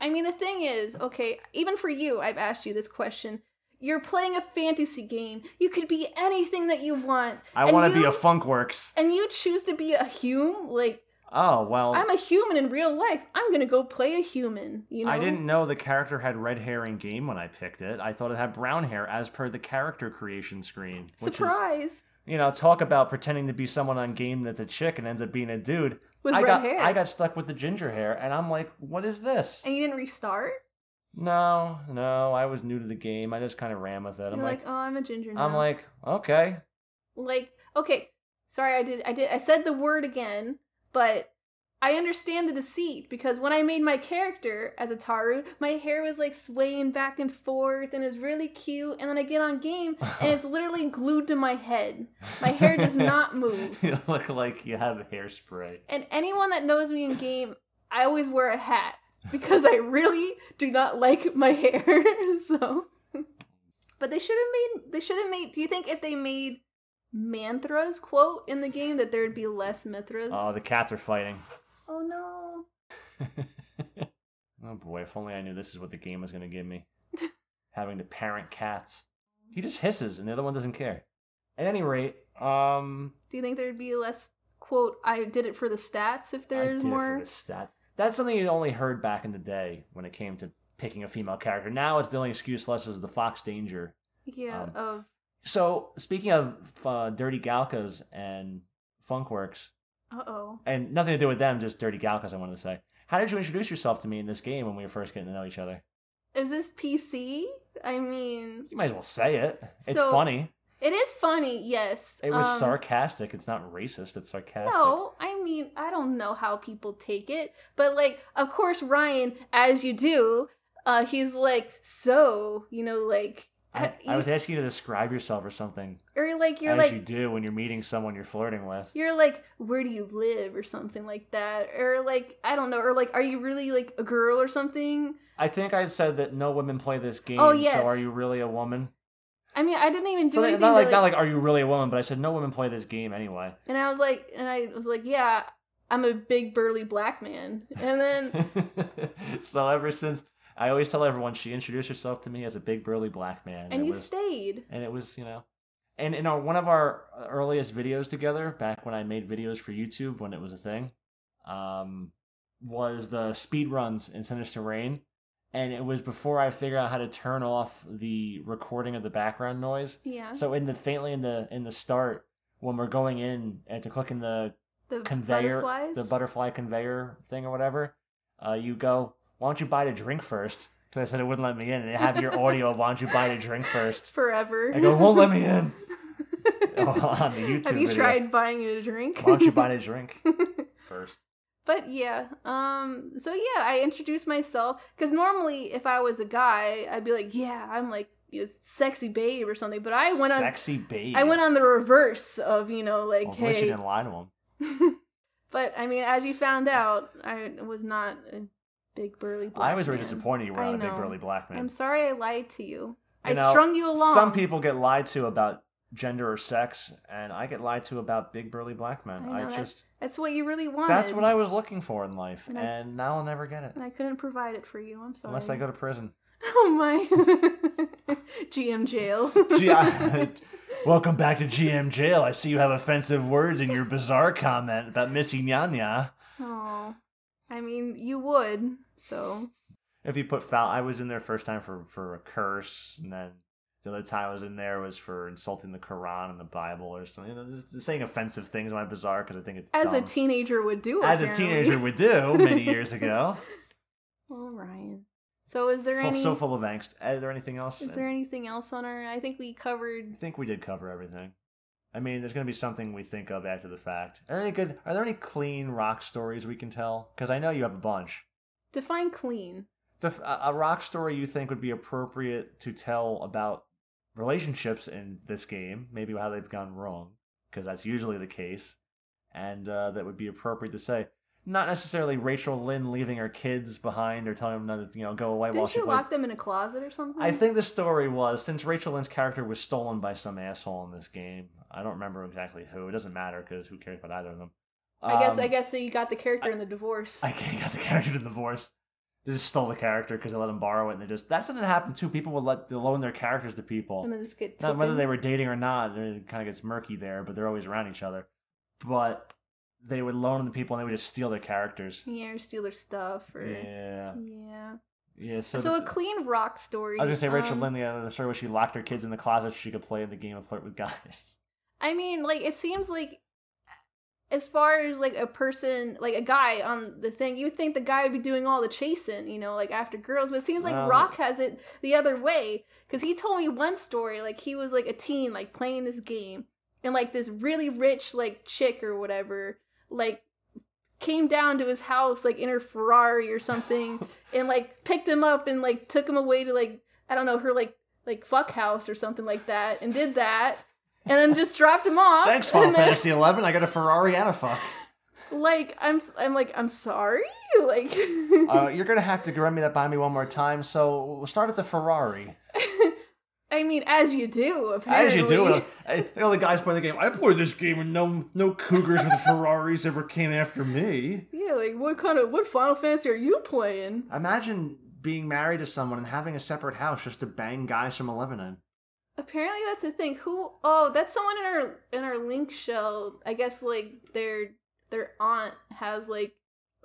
Speaker 2: I mean, the thing is, okay, even for you, I've asked you this question. You're playing a fantasy game. You could be anything that you want.
Speaker 1: I
Speaker 2: And
Speaker 1: want to be
Speaker 2: you-
Speaker 1: a Funkworks.
Speaker 2: And you choose to be a Hume? Like,
Speaker 1: Oh well,
Speaker 2: I'm a human in real life. I'm gonna go play a human, you know?
Speaker 1: I didn't know the character had red hair in game when I picked it. I thought it had brown hair as per the character creation screen. Which is,
Speaker 2: Surprise!
Speaker 1: you know, talk about pretending to be someone on game that's a chick and ends up being a dude.
Speaker 2: With
Speaker 1: I
Speaker 2: red
Speaker 1: got
Speaker 2: hair.
Speaker 1: I got stuck with the ginger hair, and I'm like, what is this?
Speaker 2: and you didn't restart?
Speaker 1: No, no, I was new to the game. I just kind of ran with it. I'm
Speaker 2: You're like,
Speaker 1: like,
Speaker 2: oh, I'm a ginger now.
Speaker 1: I'm like, okay,
Speaker 2: like okay sorry i did i did i said the word again but i understand the deceit because when i made my character as a taru my hair was like swaying back and forth and it was really cute and then i get on game and it's literally glued to my head my hair does not move
Speaker 1: you look like you have hairspray.
Speaker 2: and anyone that knows me in game i always wear a hat because i really do not like my hair so but they should have made they should have made do you think if they made mantras quote in the game that there would be less mithras
Speaker 1: Oh, the cats are fighting.
Speaker 2: oh no
Speaker 1: Oh boy, if only I knew this is what the game was going to give me. Having to parent cats. He just hisses, and the other one doesn't care. At any rate, um,
Speaker 2: do you think there'd be less quote i did it for the stats
Speaker 1: I
Speaker 2: if there's
Speaker 1: did it
Speaker 2: more
Speaker 1: for the stats. That's something you only heard back in the day when it came to picking a female character. Now it's the only excuse less is the fox danger.
Speaker 2: yeah
Speaker 1: um,
Speaker 2: of
Speaker 1: So speaking of uh, dirty Galkas and Funkworks,
Speaker 2: uh-oh
Speaker 1: and nothing to do with them, just dirty Galkas. I wanted to say, how did you introduce yourself to me in this game when we were first getting to know each other?
Speaker 2: is this pc i mean
Speaker 1: You might as well say it. It's
Speaker 2: So-
Speaker 1: funny.
Speaker 2: it is funny yes
Speaker 1: It was
Speaker 2: um,
Speaker 1: sarcastic. It's not racist. It's sarcastic.
Speaker 2: No, I mean, I don't know how people take it, but like, of course, Ryan, as you do, uh, he's like, so, you know, like,
Speaker 1: I,
Speaker 2: uh,
Speaker 1: I was
Speaker 2: you-
Speaker 1: asking you to describe yourself or something,
Speaker 2: or like, you're
Speaker 1: as
Speaker 2: like,
Speaker 1: you do when you're meeting someone you're flirting with.
Speaker 2: you're like, where do you live or something like that, or like, I don't know, or like, are you really like a girl or something?
Speaker 1: I think I said that no women play this game.
Speaker 2: Oh, yes.
Speaker 1: So are you really a woman?
Speaker 2: I mean, I didn't even do
Speaker 1: So not
Speaker 2: anything.
Speaker 1: not
Speaker 2: to,
Speaker 1: like not like are you really a woman, but I said no women play this game anyway.
Speaker 2: and I was like, and I was like, yeah, I'm a big burly black man, and then.
Speaker 1: so ever since I always tell everyone she introduced herself to me as a big burly black man.
Speaker 2: And
Speaker 1: it
Speaker 2: you
Speaker 1: was,
Speaker 2: stayed.
Speaker 1: and it was you know and in our one of our earliest videos together back when i made videos for youtube when it was a thing um was the speed runs in sinister rain and it was before i figured out how to turn off the recording of the background noise
Speaker 2: Yeah.
Speaker 1: so in the faintly in the in the start when we're going in after clicking the
Speaker 2: The
Speaker 1: conveyor
Speaker 2: butterflies.
Speaker 1: the butterfly conveyor thing or whatever uh you go why don't you buy a drink first because i said it wouldn't let me in and it have your audio of why don't you buy a drink first
Speaker 2: Forever.
Speaker 1: I go, won't let me in. Oh, on the YouTube
Speaker 2: Have you
Speaker 1: video.
Speaker 2: tried buying it a drink?
Speaker 1: Why don't you buy a drink first?
Speaker 2: but yeah, um, so yeah, I introduced myself because normally if I was a guy, I'd be like, yeah, I'm like you know, sexy babe or something. But I went on,
Speaker 1: sexy babe.
Speaker 2: I went on the reverse of you know like,
Speaker 1: Well, at least you
Speaker 2: hey.
Speaker 1: didn't lie to him.
Speaker 2: but I mean, as you found out, I was not a big burly. Black
Speaker 1: I was very
Speaker 2: man.
Speaker 1: disappointed you were
Speaker 2: I
Speaker 1: not a big
Speaker 2: know.
Speaker 1: burly black man.
Speaker 2: I'm sorry I lied to you.
Speaker 1: You
Speaker 2: I
Speaker 1: know,
Speaker 2: strung you along.
Speaker 1: Some people get lied to about gender or sex, and I get lied to about big burly black men.
Speaker 2: I know,
Speaker 1: I,
Speaker 2: that's-
Speaker 1: just
Speaker 2: That's what you really wanted.
Speaker 1: that's what I was looking for in life,
Speaker 2: And
Speaker 1: and,
Speaker 2: I-
Speaker 1: now I'll never get it
Speaker 2: And I couldn't provide it for you. I'm sorry.
Speaker 1: unless I go to prison.
Speaker 2: Oh my. GM jail.
Speaker 1: Gee, I- Welcome back to GM Jail. I see you have offensive words in your bizarre comment about Missy Nyanya.
Speaker 2: oh. I mean, you would, so.
Speaker 1: if you put foul i was in there first time for for a curse and then the other time i was in there was for insulting the quran and the bible or something you know just, just saying offensive things when i bizarre because i think it's
Speaker 2: As a
Speaker 1: dumb.
Speaker 2: teenager would do.
Speaker 1: as a
Speaker 2: apparently.
Speaker 1: teenager would do many years ago
Speaker 2: Oh, Ryan. So, is there
Speaker 1: full,
Speaker 2: any.
Speaker 1: so full of angst is there anything else
Speaker 2: is there anything else on our. I think we covered.
Speaker 1: i think we did cover everything i mean there's going to be something we think of after the fact are there any good are there any clean rock stories we can tell because i know you have a bunch
Speaker 2: Define clean.
Speaker 1: the, f- a a rock story you think would be appropriate to tell about relationships in this game, maybe how they've gone wrong, because that's usually the case, and uh, that would be appropriate to say. Not necessarily Rachel Lynn leaving her kids behind or telling them not to, you know, go away while
Speaker 2: Didn't
Speaker 1: she
Speaker 2: you
Speaker 1: plays.
Speaker 2: lock them in a closet or something?
Speaker 1: I think the story was since Rachel Lynn's character was stolen by some asshole in this game. I don't remember exactly who. It doesn't matter because who cares about either of them.
Speaker 2: I guess,
Speaker 1: Um,
Speaker 2: I guess that you got the character in the divorce.
Speaker 1: I got the character to divorce. They just stole the character because they let him borrow it, and they just that's something that happened too. People would let they loan their characters to people,
Speaker 2: and then just get
Speaker 1: Not
Speaker 2: taken.
Speaker 1: whether they were dating or not. It kind of gets murky there, but they're always around each other. But they would loan them to people, and they would just steal their characters.
Speaker 2: yeah, or steal their stuff or yeah.
Speaker 1: Yeah, yeah. So,
Speaker 2: So,
Speaker 1: the-
Speaker 2: a clean rock story.
Speaker 1: I was gonna say Rachel
Speaker 2: um,
Speaker 1: Lindley out of the show where she locked her kids in the closet so she could play the game of flirt with guys.
Speaker 2: I mean, like it seems like as far as like a person, like a guy on the thing, you would think the guy would be doing all the chasing, you know, like after girls, but it seems like
Speaker 1: Well-
Speaker 2: Rock has it the other way cuz he told me one story like he was like a teen like playing this game and like this really rich like chick or whatever like came down to his house like in her Ferrari or something and like picked him up and like took him away to like I don't know her like like fuck house or something like that and did that and then just dropped him off.
Speaker 1: Thanks, Final
Speaker 2: and then-
Speaker 1: Fantasy Eleven. I got a Ferrari and a fuck.
Speaker 2: Like I'm s- I'm like I'm sorry. Like
Speaker 1: Uh, you're gonna have to run me that by me one more time. So we'll start at the Ferrari.
Speaker 2: I mean as you do
Speaker 1: As
Speaker 2: apparently.
Speaker 1: you do, uh, and I- I think all the guys playing the game. I played this game, and no, no cougars with Ferraris ever came after me.
Speaker 2: Yeah, like what kind of what Final Fantasy are you playing?
Speaker 1: Imagine being married to someone and having a separate house just to bang guys from Lebanon.
Speaker 2: Apparently that's a thing. Who oh, that's someone in our in our link show. I guess like their their aunt has like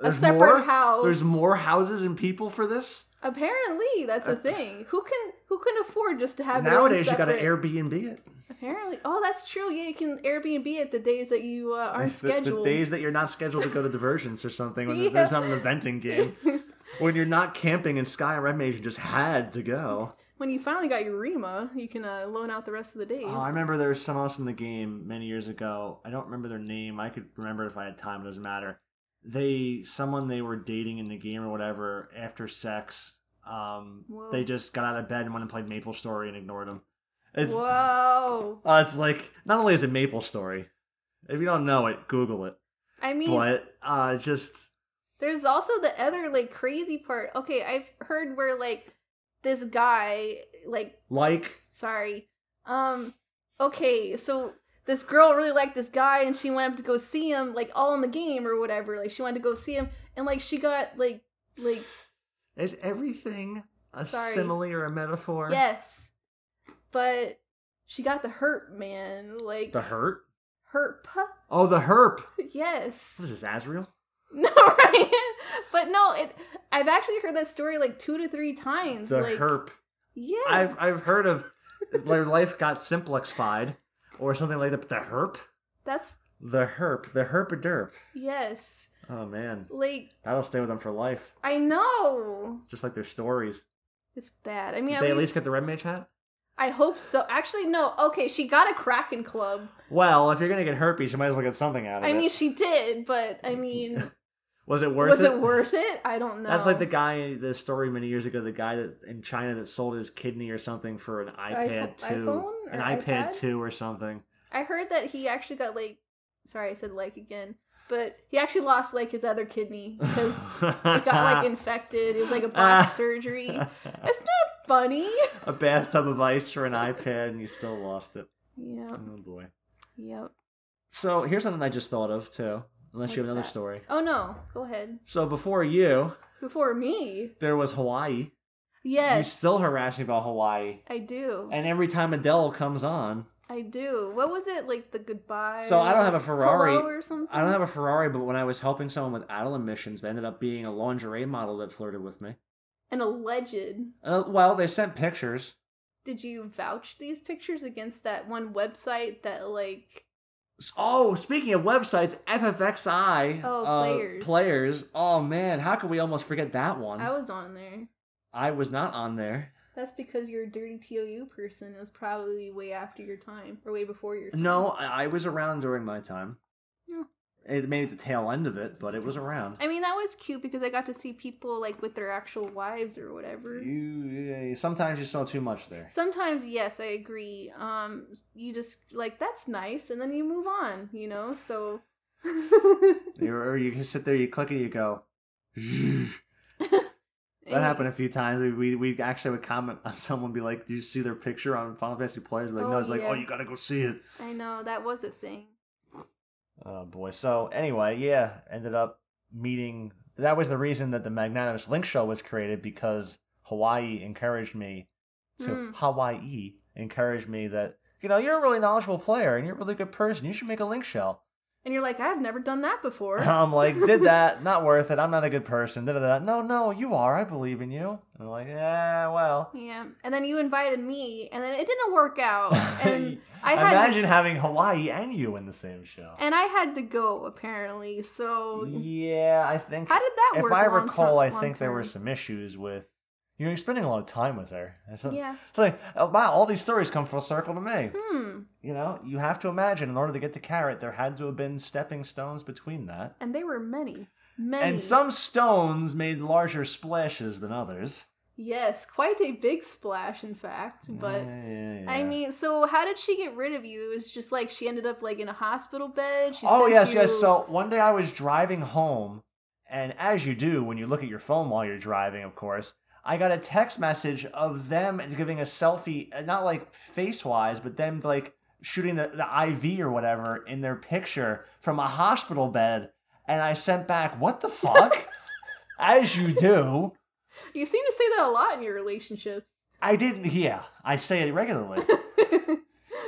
Speaker 2: a separate
Speaker 1: more.
Speaker 2: house.
Speaker 1: There's more houses and people for this.
Speaker 2: Apparently, that's a thing. Who can who can afford just to have their own
Speaker 1: Nowadays, you got to
Speaker 2: separate...
Speaker 1: Airbnb it.
Speaker 2: Apparently, oh, that's true. Yeah, you can Airbnb it the days that you uh, aren't
Speaker 1: the, the
Speaker 2: scheduled.
Speaker 1: days that you're not scheduled to go to diversions or something when
Speaker 2: Yeah.
Speaker 1: there's not an eventing game when you're not camping in sky and red mage you just had to go
Speaker 2: when you finally got your Rima, you can uh, loan out the rest of the days.
Speaker 1: oh i remember there was someone else in the game many years ago i don't remember their name i could remember if i had time it doesn't matter they someone they were dating in the game or whatever after sex um
Speaker 2: Whoa.
Speaker 1: they just got out of bed and went and played maple story and ignored them it's
Speaker 2: Whoa!
Speaker 1: uh, it's like not only is it maple story if you don't know it google it
Speaker 2: I mean,
Speaker 1: but uh it's just
Speaker 2: There's also the other like crazy part. Okay, I've heard where like this guy like
Speaker 1: like
Speaker 2: sorry. Um okay, so this girl really liked this guy and she went up to go see him like all in the game or whatever. Like she wanted to go see him and like she got like like
Speaker 1: Is everything a
Speaker 2: Sorry.
Speaker 1: simile or a metaphor?
Speaker 2: yes. But she got the hurt man, like
Speaker 1: The hurt?
Speaker 2: herp.
Speaker 1: Oh, the herp.
Speaker 2: Yes.
Speaker 1: What is this, Azrael?
Speaker 2: No, right? But no, it I've actually heard that story like 2 to 3 times.
Speaker 1: The
Speaker 2: like
Speaker 1: herp.
Speaker 2: Yeah.
Speaker 1: I've I've heard of their life got simplexified or something like that. But the herp,
Speaker 2: That's
Speaker 1: the herp, the herp a derp.
Speaker 2: yes.
Speaker 1: Oh man,
Speaker 2: Like
Speaker 1: that'll stay with them for life.
Speaker 2: I know.
Speaker 1: Just like their stories.
Speaker 2: It's bad. I
Speaker 1: Did
Speaker 2: mean,
Speaker 1: they at least get the red mage hat?
Speaker 2: I hope so. Actually, no. Okay, she got a Kraken club.
Speaker 1: Well, if you're gonna get herpes, you might as well get something out of
Speaker 2: I
Speaker 1: it.
Speaker 2: mean, she did, but I mean,
Speaker 1: was it worth
Speaker 2: was
Speaker 1: it?
Speaker 2: it worth it? I don't know.
Speaker 1: That's like the guy, the story many years ago, the guy that in China that sold his kidney or something for an iPad two,
Speaker 2: iPhone or
Speaker 1: an iPad,
Speaker 2: iPad?
Speaker 1: two or something.
Speaker 2: I heard that he actually got like. Sorry, I said like again, but he actually lost like his other kidney because it got like infected. It was like a
Speaker 1: Ah.
Speaker 2: botched surgery. It's not funny.
Speaker 1: a bathtub of ice for an iPad, and you still lost it.
Speaker 2: Yeah.
Speaker 1: Oh boy.
Speaker 2: Yep.
Speaker 1: So here's something I just thought of too. Unless you have
Speaker 2: What's
Speaker 1: another
Speaker 2: that?
Speaker 1: story.
Speaker 2: Oh no. Go ahead.
Speaker 1: So before you,
Speaker 2: Before me.
Speaker 1: there was Hawaii.
Speaker 2: Yes.
Speaker 1: You still harass me about Hawaii,
Speaker 2: I do.
Speaker 1: and every time Adele comes on,
Speaker 2: I do. What was it like? The goodbye.
Speaker 1: So I don't have a Ferrari.
Speaker 2: Hello or something.
Speaker 1: I don't have a Ferrari, but when I was helping someone with Adela missions, they ended up being a lingerie model that flirted with me.
Speaker 2: an alleged.
Speaker 1: Uh, well, they sent pictures.
Speaker 2: Did you vouch these pictures against that one website that like?
Speaker 1: S- Oh, speaking of websites, FFXI.
Speaker 2: Oh,
Speaker 1: uh,
Speaker 2: players.
Speaker 1: Players. Oh, man. How could we almost forget that one? I
Speaker 2: I was on there.
Speaker 1: was not on there.
Speaker 2: That's because you're a dirty TOU person. It was probably way after your time or way before your time.
Speaker 1: No, uh, I I was around during my time.
Speaker 2: Yeah.
Speaker 1: It made it the tail end of it, but it was around.
Speaker 2: I mean that was cute because I got to see people like with their actual wives or whatever.
Speaker 1: You, uh, sometimes you saw too much there.
Speaker 2: Sometimes yes, I agree. Um, you just like that's nice, and then you move on. You know, so.
Speaker 1: You- or you can sit there, you click it, you go. That
Speaker 2: And-
Speaker 1: happened a few times. We, we we actually would comment on someone be like, "Do you see their picture on Final Fantasy Players?" We're like,
Speaker 2: Oh,
Speaker 1: no, it's like,
Speaker 2: yeah.
Speaker 1: "Oh, you gotta go see it."
Speaker 2: I know that was a thing.
Speaker 1: Oh boy. So anyway, yeah, ended up meeting that was the reason that the Magnanimous Link Show was created because Hawaii encouraged me to
Speaker 2: Mm.
Speaker 1: Hawaii encouraged me that you know you're a really knowledgeable player and you're a really good person. You should make a link shell.
Speaker 2: And you're like, I've never done that before.
Speaker 1: I'm like, did that? Not worth it. I'm not a good person. Da, da, da. No, no, you are. I believe in you. And I'm like, eh, well.
Speaker 2: yeah. And then you invited me, and then it didn't work out. And I had
Speaker 1: imagine having Hawaii and you in the same show.
Speaker 2: and I had to go apparently. So
Speaker 1: yeah, I think.
Speaker 2: how did that
Speaker 1: if
Speaker 2: work?
Speaker 1: I
Speaker 2: long
Speaker 1: recall,
Speaker 2: ti-
Speaker 1: I
Speaker 2: long
Speaker 1: think there were
Speaker 2: term?
Speaker 1: some issues with. You're spending a lot of time with her. It's, a-
Speaker 2: Yeah.
Speaker 1: it's like, oh, wow, all these stories come full circle to me.
Speaker 2: Hmm.
Speaker 1: You know, you have to imagine in order to get to carrot, there had to have been stepping stones between that.
Speaker 2: And they were many, many.
Speaker 1: And some stones made larger splashes than others.
Speaker 2: Yes, quite a big splash, in fact. But
Speaker 1: Yeah, yeah, Mm, yeah.
Speaker 2: I mean, so how did she get rid of you? It was just like she ended up like in a hospital bed. She
Speaker 1: Oh
Speaker 2: sent
Speaker 1: yes,
Speaker 2: you-
Speaker 1: yes. So one day I was driving home, and as you do when you look at your phone while you're driving, of course, I got a text message of them giving a selfie, uh, not like face wise, but them like shooting the, the IV or whatever in their picture from a hospital bed, and I sent back, "What the fuck?" as you do.
Speaker 2: you seem to say that a lot in your relationships.
Speaker 1: I didn't. Yeah, I say it regularly.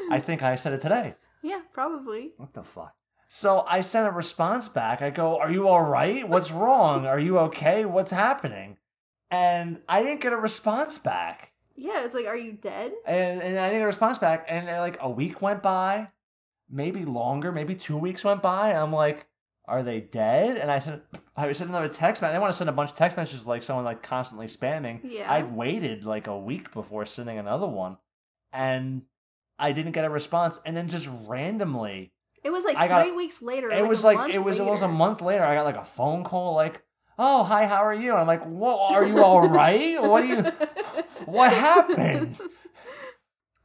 Speaker 1: I think I said it today.
Speaker 2: yeah, probably.
Speaker 1: What the fuck? So I sent a response back. I go, Are you all right? What's wrong? Are you okay? What's happening? And I didn't get a response back.
Speaker 2: Yeah, it's like, are you dead?
Speaker 1: And, and I didn't get a response back. And uh, like a week went by, maybe longer, maybe two weeks went by. And I'm like, Are they dead? And I sent, I sent another text. message. I didn't want to send a bunch of text messages like someone like constantly spamming.
Speaker 2: Yeah.
Speaker 1: I waited like a week before sending another one. And I didn't get a response. And then just randomly,
Speaker 2: It was like
Speaker 1: I got-
Speaker 2: three weeks later.
Speaker 1: it was
Speaker 2: a
Speaker 1: like
Speaker 2: month
Speaker 1: it was
Speaker 2: later.
Speaker 1: almost a month later. I got like a phone call, like, "Oh, hi, how are you?" And I'm like, "Whoa, are you all right? What do you?" what happened?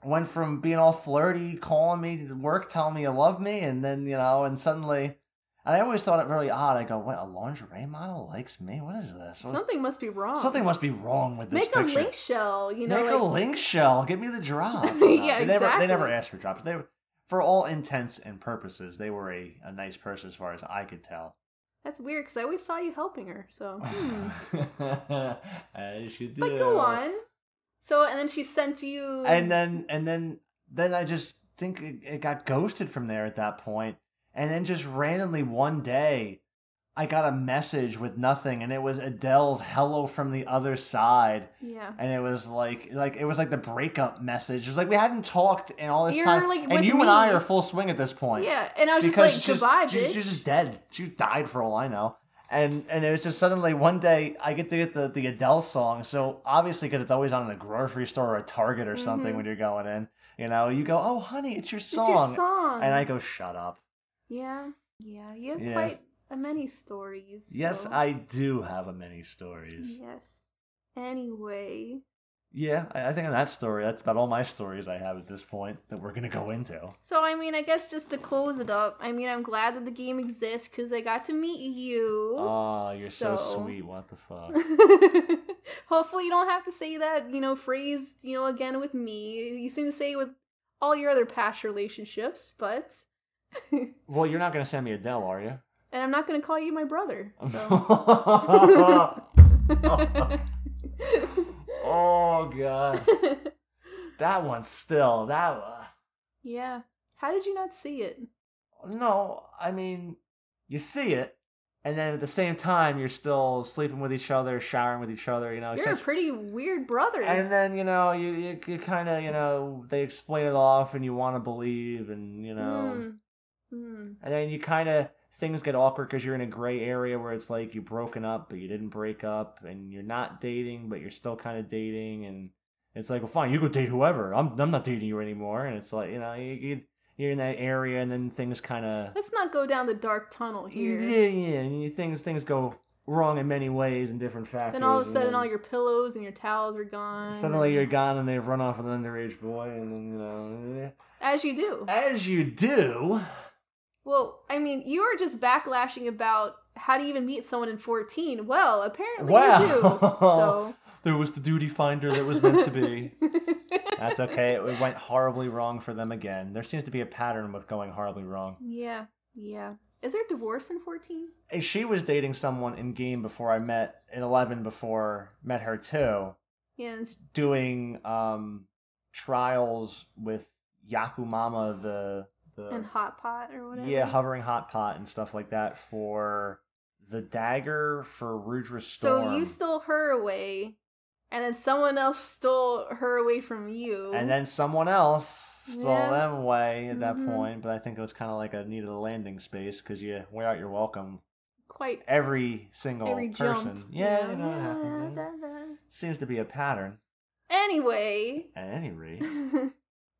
Speaker 1: Went from being all flirty, calling me to work, telling me you love me, and then you know, and suddenly, and I always thought it really odd. I go, "What? A lingerie model likes me? What is this? What-
Speaker 2: Something must be wrong.
Speaker 1: something must be wrong with this
Speaker 2: Make
Speaker 1: picture."
Speaker 2: a link shell. You know,
Speaker 1: Make
Speaker 2: like,
Speaker 1: a link shell. Give me the drops.
Speaker 2: Yeah,
Speaker 1: they never they
Speaker 2: exactly.
Speaker 1: never asked for drops. They were, for all intents and purposes, they were a, a nice person as far as I could tell.
Speaker 2: That's weird because I always saw you helping her. So. hmm.
Speaker 1: I should do.
Speaker 2: But go on. So and then she sent you.
Speaker 1: And then and then then I just think it, it got ghosted from there at that point. And then just randomly one day, I got a message with nothing, and it was Adele's "Hello from the Other Side,"
Speaker 2: yeah.
Speaker 1: and it was like like it was like the breakup message. It was like we hadn't talked in all this
Speaker 2: You're,
Speaker 1: time,
Speaker 2: like, with
Speaker 1: and you and I
Speaker 2: me.
Speaker 1: are full swing at this point.
Speaker 2: Yeah, and I was
Speaker 1: because
Speaker 2: just like, goodbye,
Speaker 1: she's,
Speaker 2: bitch.
Speaker 1: she's just dead. She died for all I know. And and it was just suddenly one day I get to get the, the Adele song. So obviously, because it's always on in a grocery store or a Target or something
Speaker 2: Mhm.
Speaker 1: when you're going in, you know, you go, oh honey, it's your
Speaker 2: it's
Speaker 1: song,
Speaker 2: your song.
Speaker 1: and I go, shut up.
Speaker 2: Yeah, yeah, you have
Speaker 1: Yeah.
Speaker 2: quite a many stories.
Speaker 1: Yes,
Speaker 2: so- Mm-hmm.
Speaker 1: I do have a many stories.
Speaker 2: Yes. Anyway,
Speaker 1: Yeah, I, I think on that story, that's about all my stories I have at this point that we're gonna go into.
Speaker 2: so I mean, I guess just to close it up, I mean, I'm glad that the game exists because I got to meet you.
Speaker 1: Oh, you're so,
Speaker 2: So-
Speaker 1: sweet. What the fuck?
Speaker 2: Hopefully, you don't have to say that, you know, phrase, you know, again with me. You seem to say it with all your other past relationships, but. and
Speaker 1: well, you're not gonna send me Adele, are you?
Speaker 2: I'm not going to call you my brother. So.
Speaker 1: oh god, that one still that. uh, One.
Speaker 2: yeah. How did you not see it?
Speaker 1: No, I mean, you see it, and then at the same time, you're still sleeping with each other, showering with each other. You know,
Speaker 2: You're a
Speaker 1: such-
Speaker 2: pretty weird brother.
Speaker 1: and then you know you you, you kind of you know they explain it off, and you want to believe, and you know,
Speaker 2: Mm. Mm.
Speaker 1: and then you kind of things get awkward because you're in a gray area where it's like you've broken up but you didn't break up, and you're not dating but you're still kind of dating, and it's like, well, fine, you go date whoever. I'm I'm not dating you anymore, and it's like you know you, you you're in that area, and then things kind of
Speaker 2: Let's not go down the dark tunnel
Speaker 1: yeah
Speaker 2: here.
Speaker 1: yeah, and you, things things go wrong in many ways and different factors.
Speaker 2: Then all of a
Speaker 1: and
Speaker 2: sudden,
Speaker 1: then-
Speaker 2: all your pillows and your towels are gone.
Speaker 1: Suddenly
Speaker 2: and-
Speaker 1: you're gone and they've run off with an underage boy, and then, you know. eh.
Speaker 2: As you do.
Speaker 1: As you do.
Speaker 2: Well, I mean, you were just backlashing about how to even meet someone in 14. Well, apparently you do.
Speaker 1: Wow.
Speaker 2: So.
Speaker 1: There was the duty finder that was meant to be. That's okay. It went horribly wrong for them again. There seems to be a pattern with going horribly wrong.
Speaker 2: yeah, yeah. Is there divorce in 14?
Speaker 1: And she was dating someone in game before I met in eleven before met her too,
Speaker 2: Yeah, and s-
Speaker 1: doing um trials with Yakumama the the
Speaker 2: and hot pot or whatever.
Speaker 1: Uh, yeah hovering hot pot and stuff like that for the dagger for Rudra Storm.
Speaker 2: So you stole her away, and then someone else stole her away from you.
Speaker 1: and then someone else stole
Speaker 2: Yeah.
Speaker 1: them away at that
Speaker 2: Mhm.
Speaker 1: point, but I think it was kind of like a needed a landing space because you wear out your welcome
Speaker 2: quite
Speaker 1: every single
Speaker 2: every
Speaker 1: person.
Speaker 2: jump.
Speaker 1: Yeah,
Speaker 2: you
Speaker 1: you know, it happens,
Speaker 2: yeah,
Speaker 1: yeah.
Speaker 2: da, da.
Speaker 1: seems to be a pattern
Speaker 2: Anyway,
Speaker 1: at any rate.
Speaker 2: I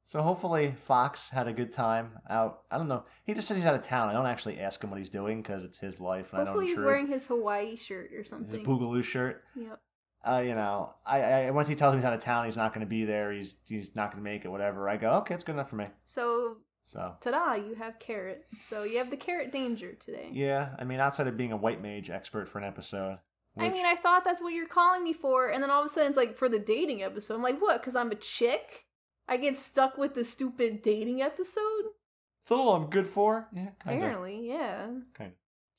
Speaker 1: So hopefully Fox had a good time out. I don't know. He just said he's out of town. I don't actually ask him what he's doing because it's his life, and
Speaker 2: hopefully
Speaker 1: I know
Speaker 2: he's
Speaker 1: true.
Speaker 2: wearing his Hawaii shirt or something.
Speaker 1: his Boogaloo shirt.
Speaker 2: Yep.
Speaker 1: Uh, you know, I, I once he tells me he's out of town, he's not going to be there. He's he's not going to make it. Whatever. I go, okay, it's good enough for me.
Speaker 2: So
Speaker 1: So
Speaker 2: ta-da! You have carrot. So you have the carrot danger today.
Speaker 1: yeah, I mean, outside of being a white mage expert for an episode,
Speaker 2: I mean, I thought that's what you're calling me for, and then all of a sudden it's like for the dating episode. I'm like, what? Because I'm a chick? I get stuck with the stupid dating episode?
Speaker 1: it's all I'm good for. Yeah, kind of.
Speaker 2: Apparently, yeah.
Speaker 1: Kinda.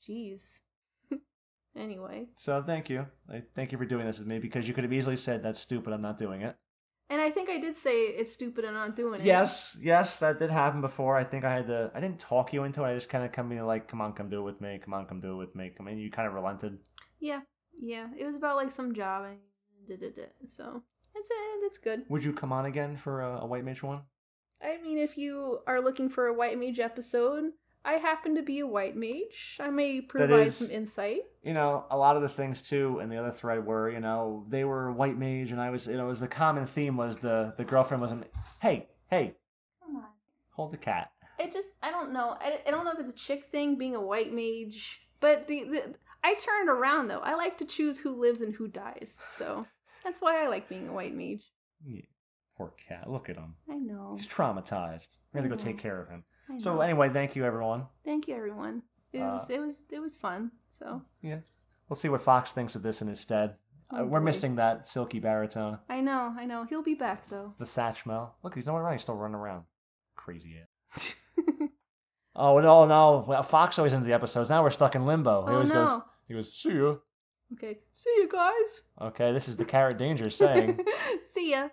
Speaker 2: Jeez. anyway.
Speaker 1: So thank you. I, thank you for doing this with me because you could have easily said that's stupid. I'm not doing it.
Speaker 2: And I think I did say it's stupid and not doing it.
Speaker 1: Yes, yes, that did happen before. I think I had to. I didn't talk you into it. I just kind of come in like, come on, come do it with me. Come on, come do it with me. Come in. You kind of relented.
Speaker 2: Yeah. Yeah. It was about like some job and did it. So it's it. It's good.
Speaker 1: Would you come on again for a, a white mage one?
Speaker 2: I mean, if you are looking for a white mage episode, I happen to be a white mage. I may provide
Speaker 1: is-
Speaker 2: some insight.
Speaker 1: You know, a lot of the things too, and the other thread were, you know, they were white mage, and I was, you know, it was the common theme was the the girlfriend was, a, hey, hey,
Speaker 2: Come on.
Speaker 1: hold the cat.
Speaker 2: It just I don't know. I, I don't know if it's a chick thing being a white mage, but the, the I turn it around though. I like to choose who lives and who dies. So that's why I like being a white mage.
Speaker 1: Yeah, poor cat. Look at him.
Speaker 2: I know.
Speaker 1: He's traumatized. We have to go
Speaker 2: Mhm.
Speaker 1: take care of him.
Speaker 2: I know.
Speaker 1: So anyway, thank you everyone.
Speaker 2: thank you everyone. It
Speaker 1: Uh,
Speaker 2: was it was it was fun. So
Speaker 1: We'll see what Fox thinks of this in his stead.
Speaker 2: Oh,
Speaker 1: Uh, we're
Speaker 2: boy.
Speaker 1: missing that silky baritone.
Speaker 2: I know, I know. He'll be back though.
Speaker 1: The Satchmo. Look, he's nowhere around. He's still running around. Crazy ass. Oh no, no. Well, Fox always ends the episodes. Now we're stuck in limbo. He
Speaker 2: oh
Speaker 1: always
Speaker 2: no.
Speaker 1: goes. He goes. See you.
Speaker 2: Okay. See you guys.
Speaker 1: Okay, this is the carrot danger saying.
Speaker 2: See ya.